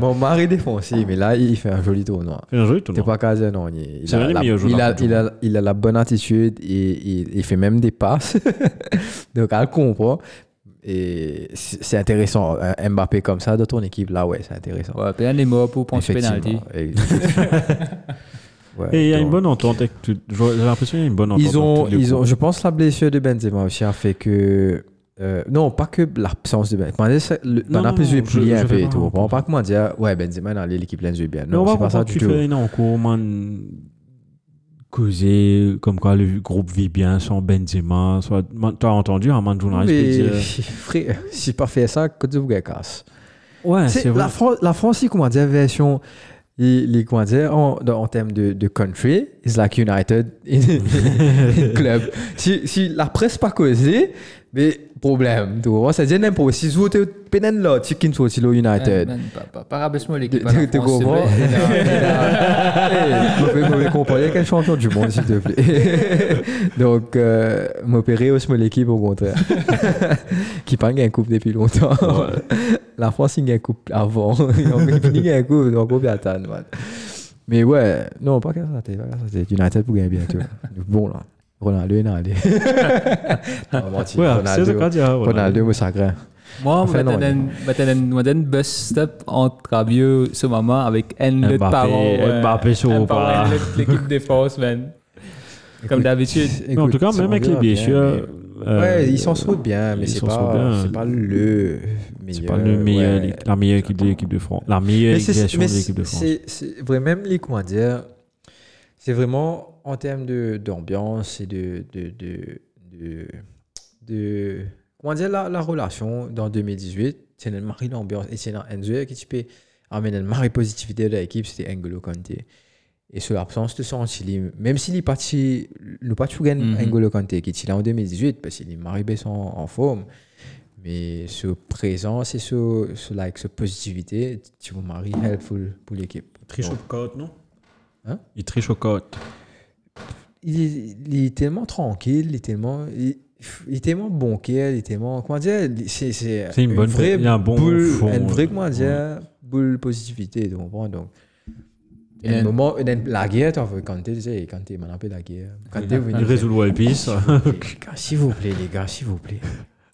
[SPEAKER 2] Mon mari défonce lui, mais là, il fait un joli tournoi.
[SPEAKER 1] Fais un jeu, tout le
[SPEAKER 2] T'es
[SPEAKER 1] monde.
[SPEAKER 2] pas casé, non. Il, il
[SPEAKER 1] C'est
[SPEAKER 2] a
[SPEAKER 1] un des
[SPEAKER 2] la-
[SPEAKER 1] meilleurs joueurs
[SPEAKER 2] il
[SPEAKER 1] de la
[SPEAKER 2] a-
[SPEAKER 1] Coupe du
[SPEAKER 2] il a- il a la bonne attitude et il, il fait même des passes. Donc, elle comprend. Et c'est c'est intéressant. Un Mbappé comme ça de ton équipe, là, ouais, c'est intéressant.
[SPEAKER 3] Ouais, plein les mots pour prendre ce
[SPEAKER 2] Effectivement.
[SPEAKER 3] penalty.
[SPEAKER 2] Et- Ouais,
[SPEAKER 1] Et il y a
[SPEAKER 2] donc,
[SPEAKER 1] une bonne entente. avec tout- J'ai l'impression qu'il y a une bonne entente.
[SPEAKER 2] Ils ont,
[SPEAKER 1] entre les
[SPEAKER 2] ils ont,
[SPEAKER 1] groupes.
[SPEAKER 2] je pense que la blessure de Benzema aussi a fait que. euh, non, pas que l'absence de Benzema. Pendant ça, le-
[SPEAKER 1] Non,
[SPEAKER 2] pendant
[SPEAKER 1] non,
[SPEAKER 2] plus,
[SPEAKER 1] non,
[SPEAKER 2] j'ai
[SPEAKER 1] je-
[SPEAKER 2] plié
[SPEAKER 1] je
[SPEAKER 2] un peu
[SPEAKER 1] vais
[SPEAKER 2] et
[SPEAKER 1] pas
[SPEAKER 2] tout.
[SPEAKER 1] comprendre.
[SPEAKER 2] On pas comment dire, ouais, Benzema dans l'équipe, là, joue bien.
[SPEAKER 1] Mais on
[SPEAKER 2] Non,
[SPEAKER 1] va
[SPEAKER 2] c'est pas ça
[SPEAKER 1] comprendre que
[SPEAKER 2] du
[SPEAKER 1] tu
[SPEAKER 2] tout.
[SPEAKER 1] fais une encours, man. Causer, comme quoi le groupe vit bien sans Benzema. Soit, man, t'as entendu un man journaliste qui
[SPEAKER 2] Mais
[SPEAKER 1] dit,
[SPEAKER 2] frère, si pas fait ça, Côte d'Ivoire casse.
[SPEAKER 1] euh, Ouais,
[SPEAKER 2] C'est
[SPEAKER 1] c'est vrai.
[SPEAKER 2] la, Fran- la France, ils, comment dire, version. Ils, ils, comment dire, en, dans- en termes de, de country, it's like United in, in club. Si, si la presse pas causée, mais problème, tu vois, c'est-à-dire n'importe si vous êtes pénal là, tu quittes aussi le United.
[SPEAKER 3] Parabèse-moi
[SPEAKER 2] Tu
[SPEAKER 3] l'équipe. à la
[SPEAKER 2] tu
[SPEAKER 3] France, s'il
[SPEAKER 2] comprends?
[SPEAKER 3] te plaît.
[SPEAKER 2] Hey, Vous pouvez Eh, me comparer quel champion du monde, s'il te plaît. Donc, euh, m'opérer aussi l'équipe, au contraire. Qui pas gagné une coupe depuis longtemps. La France, il gagne une coupe avant. Ils ont fini gagner une coupe, donc on peut attendre. man. Mais ouais, non, pas qu'à ça, t'es- pas qu'à ça. t'es United pour gagner bientôt. Bon, là. Ronaldo est allé.
[SPEAKER 1] Ouais, c'est ça qu'on dit, hein, voilà.
[SPEAKER 2] Ronaldo, moi, ça craint.
[SPEAKER 3] Moi,
[SPEAKER 2] Enfin, non,
[SPEAKER 3] je un bus stop entre Rabiot ce moment avec N de
[SPEAKER 1] Mbappé,
[SPEAKER 3] parents. ouais.
[SPEAKER 1] Mbappé sur
[SPEAKER 3] Un
[SPEAKER 1] ou
[SPEAKER 3] parent,
[SPEAKER 1] pas.
[SPEAKER 3] un l'autre, L'équipe de France, man. Comme
[SPEAKER 2] Écoute,
[SPEAKER 3] d'habitude.
[SPEAKER 1] Mais en tout cas,
[SPEAKER 2] Écoute,
[SPEAKER 1] même
[SPEAKER 2] on
[SPEAKER 1] avec les
[SPEAKER 2] verra bien,
[SPEAKER 1] blessures. euh,
[SPEAKER 2] Ouais, ils s'en sortent bien, mais
[SPEAKER 1] ils
[SPEAKER 2] c'est
[SPEAKER 1] s'en sortent bien.
[SPEAKER 2] pas, c'est pas le meilleur.
[SPEAKER 1] C'est pas le meilleur,
[SPEAKER 2] ouais.
[SPEAKER 1] la meilleure équipe de l'équipe de France. La meilleure
[SPEAKER 2] Mais c'est
[SPEAKER 1] égalisation de
[SPEAKER 2] mais
[SPEAKER 1] l'équipe de France.
[SPEAKER 2] c'est- c'est vrai, même les comment dire, c'est vraiment en termes de d'ambiance et de de, de, de, de- comment dire la, la relation dans 2018, c'est le mari l'ambiance et c'est Enzo E qui tu peux amener le mari positivité de l'équipe, c'était N'Golo Kanté. Et sur l'absence de son Chili, même s'il est parti, nous pas tout gagne
[SPEAKER 1] Mm-hmm.
[SPEAKER 3] Mhm.
[SPEAKER 2] N'Golo Kanté qui est là en 2018 parce qu'il est marié en, en forme. Mais ce présence et ce, ce like, ce positivité, tu vous maries helpful pour l'équipe.
[SPEAKER 1] triche
[SPEAKER 2] Donc,
[SPEAKER 1] non
[SPEAKER 2] Hein
[SPEAKER 1] Il triche au cote.
[SPEAKER 2] il, est- il est tellement tranquille, il est tellement, il, il est tellement bon qu'il est tellement, comment dire, il- c'est c'est
[SPEAKER 1] C'est une bonne-
[SPEAKER 2] vraie
[SPEAKER 1] il y a un bon
[SPEAKER 2] boule,
[SPEAKER 1] fond,
[SPEAKER 2] une vraie
[SPEAKER 1] ouais.
[SPEAKER 2] comment dire, boule positivité, tu comprends donc.
[SPEAKER 3] Il y
[SPEAKER 2] Il
[SPEAKER 3] a
[SPEAKER 2] un
[SPEAKER 3] une-
[SPEAKER 2] moment, il y a une- la guerre, toi, quand tu sais, quand tu m'en appelles la guerre, quand tu es
[SPEAKER 1] Il résout le One Piece.
[SPEAKER 2] S'il vous plaît, les gars, s'il vous plaît,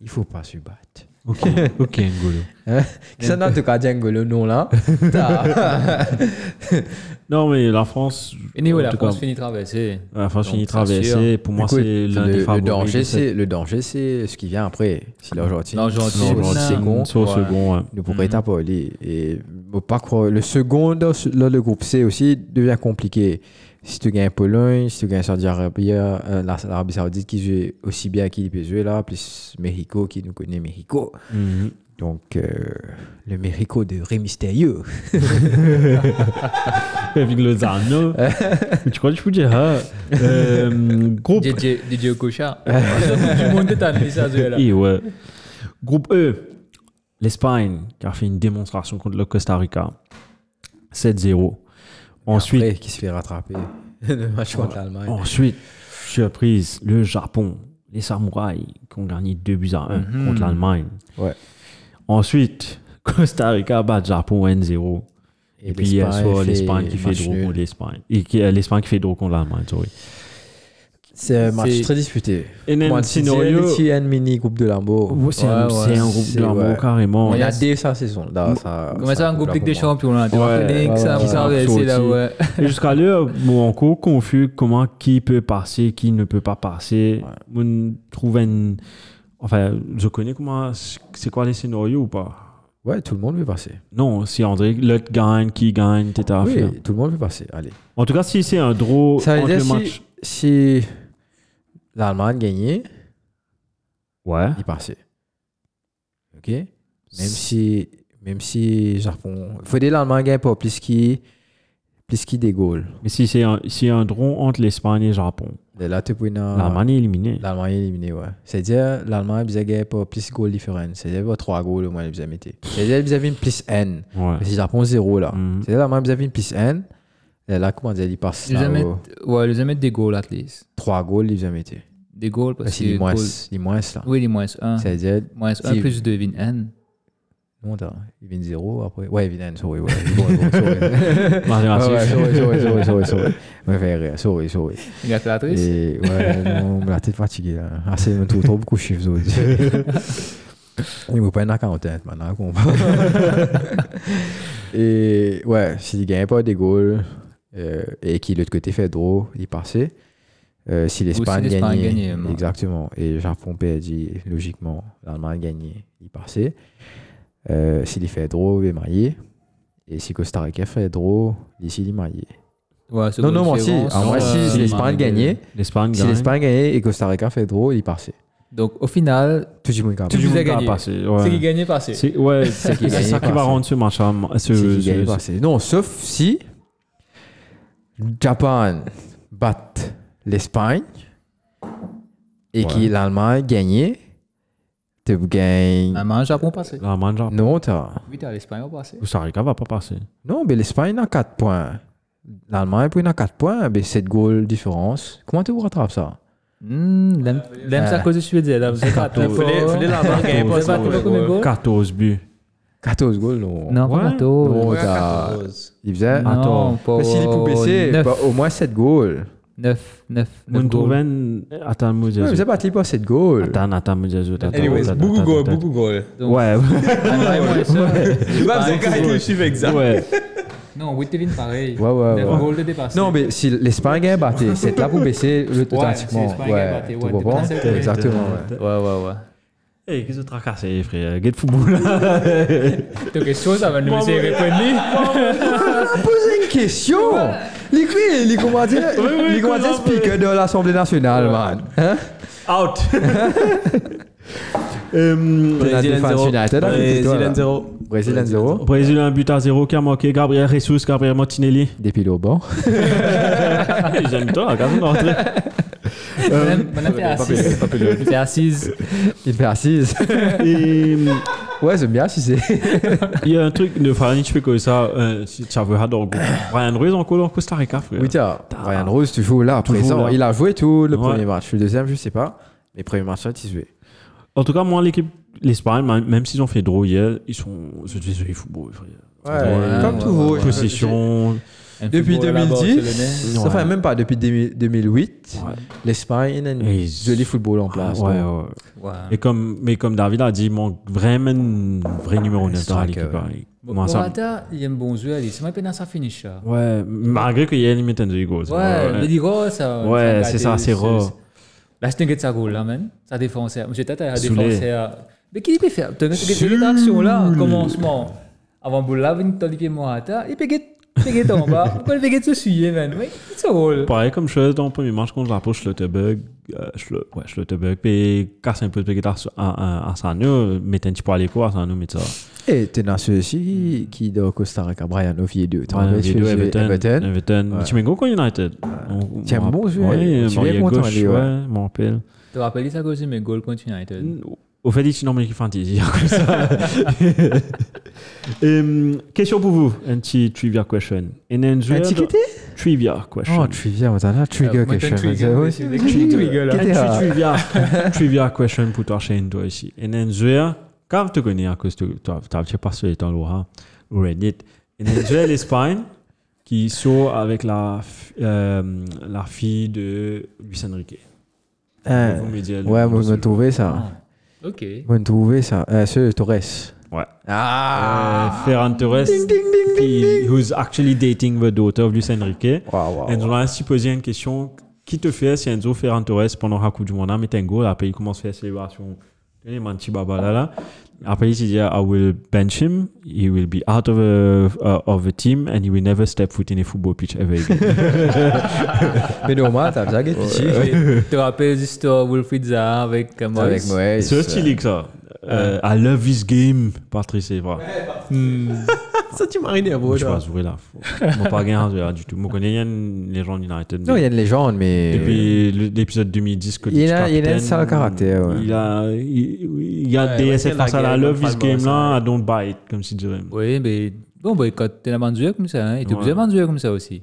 [SPEAKER 2] il faut pas se battre.
[SPEAKER 1] ok, ok, N'Golo.
[SPEAKER 2] Qui ça n'a pas dit N'Golo, non, là. T'as-
[SPEAKER 1] Non, mais la France.
[SPEAKER 3] Et niveau,
[SPEAKER 1] en
[SPEAKER 3] la
[SPEAKER 1] tout
[SPEAKER 3] France
[SPEAKER 1] cas,
[SPEAKER 3] finit traversée.
[SPEAKER 1] La France
[SPEAKER 3] Donc,
[SPEAKER 1] finit
[SPEAKER 3] c'est sûr.
[SPEAKER 1] traversée. Pour moi,
[SPEAKER 2] Écoute,
[SPEAKER 1] c'est l'un
[SPEAKER 2] le-
[SPEAKER 1] des favoris.
[SPEAKER 2] Le danger,
[SPEAKER 1] de cette- Ah,
[SPEAKER 2] c'est le danger, c'est ce qui vient après. C'est l'Argentine.
[SPEAKER 3] L'Argentine.
[SPEAKER 2] C'est le
[SPEAKER 3] L'Argentine.
[SPEAKER 2] second.
[SPEAKER 1] Sur le
[SPEAKER 3] Ouais.
[SPEAKER 1] second, ouais.
[SPEAKER 2] Nous pourrions
[SPEAKER 1] Mm.
[SPEAKER 2] être appelés. Et faut pas croire. Le second, dans ce- dans le groupe C aussi, devient compliqué. Si tu gagnes Pologne, si tu gagnes Saudi-Arabie, euh, la- l'Arabie Saoudite qui joue aussi bien qu'il peut jouer là, plus Mexico qui nous connaît Mexico.
[SPEAKER 1] Mhm.
[SPEAKER 2] Donc, euh, le Mexico de Ré Mystérieux.
[SPEAKER 1] Avec le Zano. tu crois que je peux dire hein? Euh, Groupe
[SPEAKER 3] DJ DJ Okocha. Du monde est analysé à ce là
[SPEAKER 1] E. Et ouais. Groupe E, l'Espagne, qui a fait une démonstration contre le Costa Rica. 7-0. Ensuite, Oh,
[SPEAKER 2] Après, qui se fait rattraper. le match contre l'Allemagne.
[SPEAKER 1] ensuite, surprise, le Japon, les Samouraïs, qui ont gagné 2 buts à 1 contre l'Allemagne.
[SPEAKER 2] Mhm. Ouais.
[SPEAKER 1] Ensuite, Costa Rica bat le Japon 1-0. Et, puis hier soir, l'Espagne qui fait
[SPEAKER 2] match
[SPEAKER 1] drôle
[SPEAKER 2] nul.
[SPEAKER 1] contre l'Espagne. Et qui- euh, l'Espagne qui fait drôle contre l'Allemagne, sorry.
[SPEAKER 2] C'est un match
[SPEAKER 3] C'est-
[SPEAKER 2] très disputé.
[SPEAKER 1] Et même
[SPEAKER 2] Moi,
[SPEAKER 1] scénario-
[SPEAKER 2] C'est c'est un mini groupe de Lambo.
[SPEAKER 1] Ouais, C'est un,
[SPEAKER 3] Ouais,
[SPEAKER 1] c'est
[SPEAKER 3] ouais,
[SPEAKER 1] un groupe
[SPEAKER 2] c'est-
[SPEAKER 1] de l'amour,
[SPEAKER 2] ouais.
[SPEAKER 1] carrément.
[SPEAKER 2] On
[SPEAKER 3] Ouais,
[SPEAKER 2] a
[SPEAKER 3] c'est-
[SPEAKER 2] dès sa saison. Là, ça,
[SPEAKER 3] Comment Ah, ça, un groupe Ligue des Champions, là Tu vois,
[SPEAKER 1] Ouais,
[SPEAKER 3] Félix,
[SPEAKER 2] ouais,
[SPEAKER 3] ça
[SPEAKER 2] ouais,
[SPEAKER 3] vous traversez,
[SPEAKER 1] ouais.
[SPEAKER 3] là, ouais.
[SPEAKER 1] Et jusqu'à là, mon encore confus comment qui peut passer, qui ne peut pas passer. On trouve une. Enfin, je connais comment. C'est quoi les scénarios ou pas
[SPEAKER 2] Ouais, tout le monde veut passer.
[SPEAKER 1] Non, si André, l'autre gagne, qui gagne, etc.
[SPEAKER 3] Ah,
[SPEAKER 2] oui, tout le monde veut passer. Allez.
[SPEAKER 1] En tout cas, si c'est un draw
[SPEAKER 2] Ça veut
[SPEAKER 1] entre le
[SPEAKER 2] dire si,
[SPEAKER 1] match.
[SPEAKER 2] si l'Allemagne gagnait,
[SPEAKER 1] Ouais.
[SPEAKER 2] il passait. Ok Même si. Même si Japon. Il faut dire l'Allemagne gagne pas, plus qui. Plus qui dégole.
[SPEAKER 1] Mais si c'est un, si un draw entre l'Espagne et le Japon,
[SPEAKER 2] Et Là, tu peux.
[SPEAKER 1] l'Allemagne est éliminée.
[SPEAKER 2] L'Allemagne est éliminée, ouais. C'est-à-dire, l'Allemagne, ils avaient pas plus de goals différents. C'est-à-dire, pas 3 goals au moins, ils avaient mis. C'est-à-dire, ils avaient mis plus N.
[SPEAKER 1] Ouais.
[SPEAKER 3] Ah.
[SPEAKER 2] Mais c'est Japon 0,
[SPEAKER 3] Mm.
[SPEAKER 2] là.
[SPEAKER 1] Mhm.
[SPEAKER 2] C'est-à-dire, l'Allemagne, ils avaient mis plus N. Et là, comment dire, ils passent
[SPEAKER 3] Ils aiment
[SPEAKER 2] là,
[SPEAKER 3] mettre- Ouais, ils aiment mettre des goals, at least.
[SPEAKER 2] 3 goals, ils avaient mis.
[SPEAKER 3] Des goals, parce
[SPEAKER 2] Parce
[SPEAKER 3] que.
[SPEAKER 2] qu'ils moins,
[SPEAKER 3] goal-
[SPEAKER 2] ils moins, là.
[SPEAKER 3] Oui, les moins 1.
[SPEAKER 2] C'est-à-dire,
[SPEAKER 3] Moins 1
[SPEAKER 2] Si-
[SPEAKER 3] plus 2, Vin N.
[SPEAKER 2] non, attends, ils viennent 0 après. Ouais, ils viennent N, sorry, ouais. Bon, bon, sorry.
[SPEAKER 1] Mario
[SPEAKER 2] Ah ouais,
[SPEAKER 1] Racic.
[SPEAKER 2] sorry, sorry, sorry, sorry, sorry. Ouais, fait rire, sorry, sorry.
[SPEAKER 3] Il a fait la trice.
[SPEAKER 2] Et ouais, non, la tête fatiguée, là. Ah, c'est même trop, trop beaucoup de chiffres, sorry. Il me prend la quarantaine, maintenant, qu'on va. Et ouais, s'il gagne pas des goals, euh, et qui, de l'autre côté, fait draw, il passait. Euh, si l'Espagne
[SPEAKER 3] l'Espagne
[SPEAKER 2] gagnait,
[SPEAKER 3] gagnait, moi.
[SPEAKER 2] exactement, et le Japon perdit, logiquement, l'Allemagne gagnait, il passait. Euh, S'il fait draw, il est marié. Et si Costa Rica fait draw, ici, il est marié.
[SPEAKER 3] Ouais, c'est
[SPEAKER 2] Non,
[SPEAKER 3] une
[SPEAKER 2] non, moi, si.
[SPEAKER 3] différence,
[SPEAKER 2] Alors, moi, si,
[SPEAKER 3] euh,
[SPEAKER 2] si l'Espagne gagnait,
[SPEAKER 1] L'Espagne
[SPEAKER 2] si
[SPEAKER 1] gagne.
[SPEAKER 2] l'Espagne gagnait et Costa Rica fait draw, il passait.
[SPEAKER 3] Donc, au final,
[SPEAKER 2] Tout le monde gagne.
[SPEAKER 3] Tout
[SPEAKER 1] Tout
[SPEAKER 3] le
[SPEAKER 1] le
[SPEAKER 3] monde
[SPEAKER 1] monde
[SPEAKER 3] a
[SPEAKER 1] a
[SPEAKER 3] gagné.
[SPEAKER 1] passé.
[SPEAKER 3] c'est qui
[SPEAKER 1] Ouais,
[SPEAKER 3] gagnait passé.
[SPEAKER 1] c'est ouais, c'est
[SPEAKER 2] euh, qui gagne,
[SPEAKER 1] ça qui
[SPEAKER 2] passé.
[SPEAKER 1] va rendre ce match à ce-
[SPEAKER 2] C'est qui
[SPEAKER 1] ce-
[SPEAKER 2] gagne
[SPEAKER 1] ce-
[SPEAKER 2] pas, c'est- Non, sauf si Japan bat l'Espagne et
[SPEAKER 1] Ouais.
[SPEAKER 2] que l'Allemagne gagnait, tu gagnes.
[SPEAKER 1] Ah.
[SPEAKER 3] Allemagne, Ah, Japon passé.
[SPEAKER 1] la manche. à-
[SPEAKER 2] Non, t'as-
[SPEAKER 3] Oui, t'as l'Espagne passé.
[SPEAKER 1] Costa Rica va pas passer.
[SPEAKER 2] non, mais l'Espagne a 4 points. L'Allemagne a 4 points, mais 7 goals différence. Comment tu rattrapes ça
[SPEAKER 3] Hmm, l'aime l'aime
[SPEAKER 2] Ah.
[SPEAKER 3] ça à cause du Suédois. là, vous êtes pas trop.
[SPEAKER 4] Fallait fallait la marque, hein,
[SPEAKER 3] Vous
[SPEAKER 4] pas
[SPEAKER 3] êtes pas
[SPEAKER 4] ça,
[SPEAKER 3] trop
[SPEAKER 4] ouais.
[SPEAKER 3] comme les goals
[SPEAKER 1] 14 buts.
[SPEAKER 2] 14 goals, non.
[SPEAKER 3] Non, pas
[SPEAKER 1] Ouais.
[SPEAKER 3] Mato.
[SPEAKER 2] Non,
[SPEAKER 4] Ouais,
[SPEAKER 2] t'as-
[SPEAKER 4] 14.
[SPEAKER 2] Il faisait.
[SPEAKER 3] Non,
[SPEAKER 1] Attends.
[SPEAKER 3] pas-
[SPEAKER 2] Mais s'il est pour baisser,
[SPEAKER 3] neuf,
[SPEAKER 2] bah, au moins 7 goals.
[SPEAKER 3] 9, 9, 9 goals.
[SPEAKER 1] Montrouven, attends,
[SPEAKER 2] Ouais, Il faisait
[SPEAKER 1] Moudjazou.
[SPEAKER 2] battre les pas 7 goals.
[SPEAKER 1] Attends, attends, Moudjazou. attends,
[SPEAKER 4] Anyways,
[SPEAKER 1] attends,
[SPEAKER 4] beaucoup
[SPEAKER 1] attends,
[SPEAKER 4] goal,
[SPEAKER 1] attends.
[SPEAKER 4] beaucoup goal.
[SPEAKER 3] Donc,
[SPEAKER 1] Ouais,
[SPEAKER 3] Allemagne moins ça.
[SPEAKER 4] Tu vas vous gagner le chiffre exact.
[SPEAKER 1] ouais.
[SPEAKER 3] Non, Wittevin, pareil.
[SPEAKER 2] Ouais, ouais,
[SPEAKER 3] 9
[SPEAKER 2] ouais.
[SPEAKER 3] goals de dépassé.
[SPEAKER 2] Non, mais si l'Espagne a batté, c'est là pour baisser le
[SPEAKER 3] Ouais, si
[SPEAKER 2] automatiquement.
[SPEAKER 3] l'Espagne a
[SPEAKER 2] Ouais,
[SPEAKER 3] batté,
[SPEAKER 2] tu
[SPEAKER 3] ouais,
[SPEAKER 2] comprends
[SPEAKER 3] t'es placé.
[SPEAKER 2] Exactement, ouais.
[SPEAKER 3] Ouais, ouais, ouais.
[SPEAKER 1] Hey, Eh, qu'est-ce que tu tracassé, frère? Get football.
[SPEAKER 3] Donc, quelque chose, ça va nous laisser répondre.
[SPEAKER 2] Posez une question Les clés, les commentaires, les commentaires speaker de l'Assemblée nationale, man. Hein
[SPEAKER 1] Out!
[SPEAKER 4] Euh,
[SPEAKER 1] Hum,
[SPEAKER 2] Penalty
[SPEAKER 4] Brésil
[SPEAKER 2] fans
[SPEAKER 4] 1-0.
[SPEAKER 2] United, là,
[SPEAKER 4] Brésil
[SPEAKER 2] toi, là.
[SPEAKER 4] 1-0.
[SPEAKER 2] Brésil 1-0,
[SPEAKER 1] Brésil un but à zéro qui a marqué Gabriel Jesus, Gabriel Martinelli.
[SPEAKER 2] dépile au banc.
[SPEAKER 1] J'aime toi, la carte d'entrée.
[SPEAKER 3] Maintenant, t'es assise. T'es assise.
[SPEAKER 2] Il fait assise.
[SPEAKER 1] Et hum,
[SPEAKER 2] Ouais, j'aime bien si c'est.
[SPEAKER 1] il y a un truc de Farani, tu fais comme ça, euh, si tu as vu Hador, Brian Ruiz en colo en Costa Rica, frère.
[SPEAKER 2] Oui, tiens, Ryan Rose, toujours là, à
[SPEAKER 1] Toujours
[SPEAKER 2] présent.
[SPEAKER 1] là.
[SPEAKER 2] Il a joué tout le
[SPEAKER 1] Ouais.
[SPEAKER 2] premier match. Le deuxième, je sais pas. Mais premier match, là, il jouait.
[SPEAKER 1] En tout cas, moi, l'équipe, l'Espagne, même- même s'ils ont fait draw hier, ils sont. Je dis, ils font beau, frère.
[SPEAKER 2] Ouais,
[SPEAKER 3] comme toujours, ouais.
[SPEAKER 1] Possession.
[SPEAKER 2] Depuis
[SPEAKER 3] Football à Barcelonais.
[SPEAKER 2] 2010,
[SPEAKER 1] Barcelonais.
[SPEAKER 2] enfin même pas depuis 2000 2008,
[SPEAKER 1] Ouais.
[SPEAKER 2] l'Espagne a un
[SPEAKER 1] Et- ah,
[SPEAKER 2] joli football en place.
[SPEAKER 1] Ouais,
[SPEAKER 3] hein.
[SPEAKER 2] donc.
[SPEAKER 1] ouais.
[SPEAKER 3] Ouais.
[SPEAKER 1] Et comme, mais comme David a dit, il manque vraiment un vrai numéro 9 dans
[SPEAKER 2] striker,
[SPEAKER 1] l'équipe.
[SPEAKER 2] ouais.
[SPEAKER 1] hein. Moi, ça-
[SPEAKER 3] Morata, il aime bon jeu, il dit, c'est moi qui dans sa finish. ça.
[SPEAKER 1] Ouais, malgré qu'il y ait limite un deux goals.
[SPEAKER 3] Ouais, mais dit raw, ça.
[SPEAKER 1] Ouais, c'est ça,
[SPEAKER 3] gâté,
[SPEAKER 1] c'est raw.
[SPEAKER 3] Là, je t'inquiète, ça goal, là, hein, man. Ça défense. Monsieur Tata, la
[SPEAKER 1] Saoulé.
[SPEAKER 3] défense. euh, Mais qui peut faire Tu as cette action là, au commencement. Avant Boula, venu t'enlever Morata, il peut guetter. Péguet en bas, pourquoi le Péguet se suyer, man? Mais c'est rôle.
[SPEAKER 1] Pareil comme chose dans le premier match contre la poche Schlotterberg, euh, Schle- ouais, Schlotterberg, puis casse un peu de guitare à, à, à Sano, mettre un petit peu à l'écho à Sano, mais ça.
[SPEAKER 2] Et t'es dans celui-ci qui est au Costa Rica, Brian Ovier 2.
[SPEAKER 1] Ouais, Oviedo, Everton. Euh, Everton.
[SPEAKER 2] Ouais.
[SPEAKER 1] Tu mets go contre United. On-
[SPEAKER 2] Tiens,
[SPEAKER 1] on-
[SPEAKER 2] bon jeu,
[SPEAKER 1] Ouais,
[SPEAKER 2] tu
[SPEAKER 1] mon
[SPEAKER 2] viens
[SPEAKER 1] arrière
[SPEAKER 2] content,
[SPEAKER 1] gauche,
[SPEAKER 2] lui,
[SPEAKER 1] ouais,
[SPEAKER 2] ouais.
[SPEAKER 1] mon rappelle.
[SPEAKER 3] Tu te rappelles ça, Gauzy, mais goal contre
[SPEAKER 1] Mm.
[SPEAKER 3] United.
[SPEAKER 1] Au fait, il nomme l'équipe fantasy. comme ça. Hum, question pour vous, un petit trivia question. Un
[SPEAKER 2] Un petit quitté
[SPEAKER 1] Trivia question.
[SPEAKER 2] Oh, trivia, on a trigger
[SPEAKER 3] Euh, moi,
[SPEAKER 2] question.
[SPEAKER 3] t'as un trigger,
[SPEAKER 2] Ouais,
[SPEAKER 3] monsieur,
[SPEAKER 2] ouais,
[SPEAKER 3] des triggers.
[SPEAKER 2] trigger, là.
[SPEAKER 1] Un
[SPEAKER 2] Qu'est-ce
[SPEAKER 1] petit
[SPEAKER 2] que
[SPEAKER 1] trivia, trivia question pour toi, Shane, toi ici. Et un joueur, quand tu connais à cause de toi, tu as passé le temps Laura, ou Reddit. Et un joueur l'Espagne qui sort avec la, f- euh, la fille de Luis Enrique.
[SPEAKER 2] t'as Hein.
[SPEAKER 1] Vous me direz le
[SPEAKER 2] Ouais,
[SPEAKER 1] nom
[SPEAKER 2] moi,
[SPEAKER 1] de
[SPEAKER 2] je
[SPEAKER 1] ce
[SPEAKER 2] me trouvais ça.
[SPEAKER 3] Ah, Ok.
[SPEAKER 2] Moi, je me trouvais ça. Euh, ce Torres.
[SPEAKER 1] Ouais.
[SPEAKER 2] Ah
[SPEAKER 1] Euh, Ferran Torres, qui, who's actually dating the daughter of Luis Enrique.
[SPEAKER 2] Waouh, waouh.
[SPEAKER 1] Enzo, là, si posé une question, qui te fait si Enzo Ferran Torres pendant la Coupe du Monde met un goal, après il commence à faire la célébration, il m'a petit baba là là. Après il se dit, I will bench him, he will be out of the, uh, of the team and he will never step foot in a football pitch ever again.
[SPEAKER 2] Mais normal, t'as déjà gagné petit.
[SPEAKER 3] Euh, Tu te rappelles l'histoire Wilfried Zaha avec euh, Moïse?
[SPEAKER 2] Avec Moïse.
[SPEAKER 1] C'est aussi league ça. Euh, I love this game, Patrice Evra.
[SPEAKER 3] Hmm.
[SPEAKER 4] Ça, tu m'as rien dit à vous,
[SPEAKER 1] Je
[SPEAKER 4] toi.
[SPEAKER 1] vais jouer là. Moi pas gagné là du tout. Moi connais Yann, les gens d'United.
[SPEAKER 2] Non, il y a une légende, mais.
[SPEAKER 1] Depuis le- l'épisode 2010 que
[SPEAKER 2] euh, Il
[SPEAKER 1] tu
[SPEAKER 2] a- il a
[SPEAKER 1] capitaines,
[SPEAKER 2] un sale caractère, ouais.
[SPEAKER 1] Il a, il, il y a
[SPEAKER 4] Ouais,
[SPEAKER 1] des
[SPEAKER 4] ouais,
[SPEAKER 1] SF
[SPEAKER 4] la
[SPEAKER 1] face à la
[SPEAKER 4] guerre,
[SPEAKER 1] Love
[SPEAKER 4] pas
[SPEAKER 1] This
[SPEAKER 4] le
[SPEAKER 1] Game
[SPEAKER 4] bon,
[SPEAKER 1] là, I don't buy it, comme si je dirais.
[SPEAKER 3] Oui, mais bon, bah, quand t'es la manduée comme ça, hein, il t'es obligé de manduée comme ça aussi.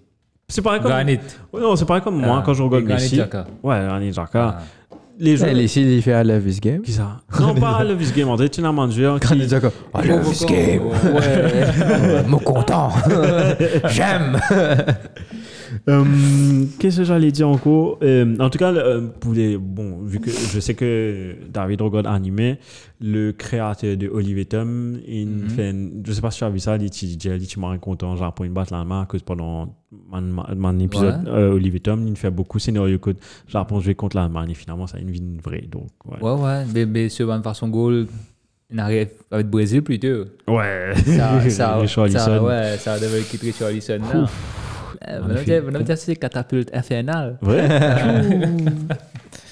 [SPEAKER 1] C'est pareil comme,
[SPEAKER 3] Granit.
[SPEAKER 1] Ouais, non, c'est pareil comme moi
[SPEAKER 3] Ah,
[SPEAKER 1] quand je regarde
[SPEAKER 3] et Granit
[SPEAKER 1] Messi. ah.
[SPEAKER 3] Xhaka.
[SPEAKER 1] Ouais, Granit Xhaka. Les
[SPEAKER 2] Ouais,
[SPEAKER 1] joueurs.
[SPEAKER 2] Il a essayé de faire I Love This Game.
[SPEAKER 1] Qui ça Non, pas Love This Game, en fait, tu n'as mandué.
[SPEAKER 2] Il dit encore,
[SPEAKER 3] Oh,
[SPEAKER 2] I love this game.
[SPEAKER 3] Ah. Ouais.
[SPEAKER 2] Mon content. J'aime.
[SPEAKER 3] Euh,
[SPEAKER 1] Hum, Qu'est-ce que j'allais dire encore Hum, En tout cas, euh, pour les, bon, vu que je sais que David regarde animé, le créateur de Olivetum, il
[SPEAKER 3] Mhm.
[SPEAKER 1] fait une- je sais pas si tu as vu ça, il dit, il dit, tu m'as rencontré en Japon, il bat la main, que pendant mon, mon- mon épisode
[SPEAKER 3] Ouais.
[SPEAKER 1] euh, Olivetum, il fait beaucoup de scénarios que Japon jouait contre l'Allemagne, et finalement, ça a une vie vraie, donc, ouais.
[SPEAKER 3] Ouais, ouais, mais, mais sur une façon goal, on arrive avec le Brésil plutôt.
[SPEAKER 1] Ouais.
[SPEAKER 3] Ça, ça,
[SPEAKER 1] Richarlison.
[SPEAKER 3] ça, ouais, ça devait le quitter Richarlison. là. Eh, Vous avez
[SPEAKER 1] Magnifique.
[SPEAKER 3] dire, vous avez dire que c'est catapulte infernale.
[SPEAKER 1] Ouais.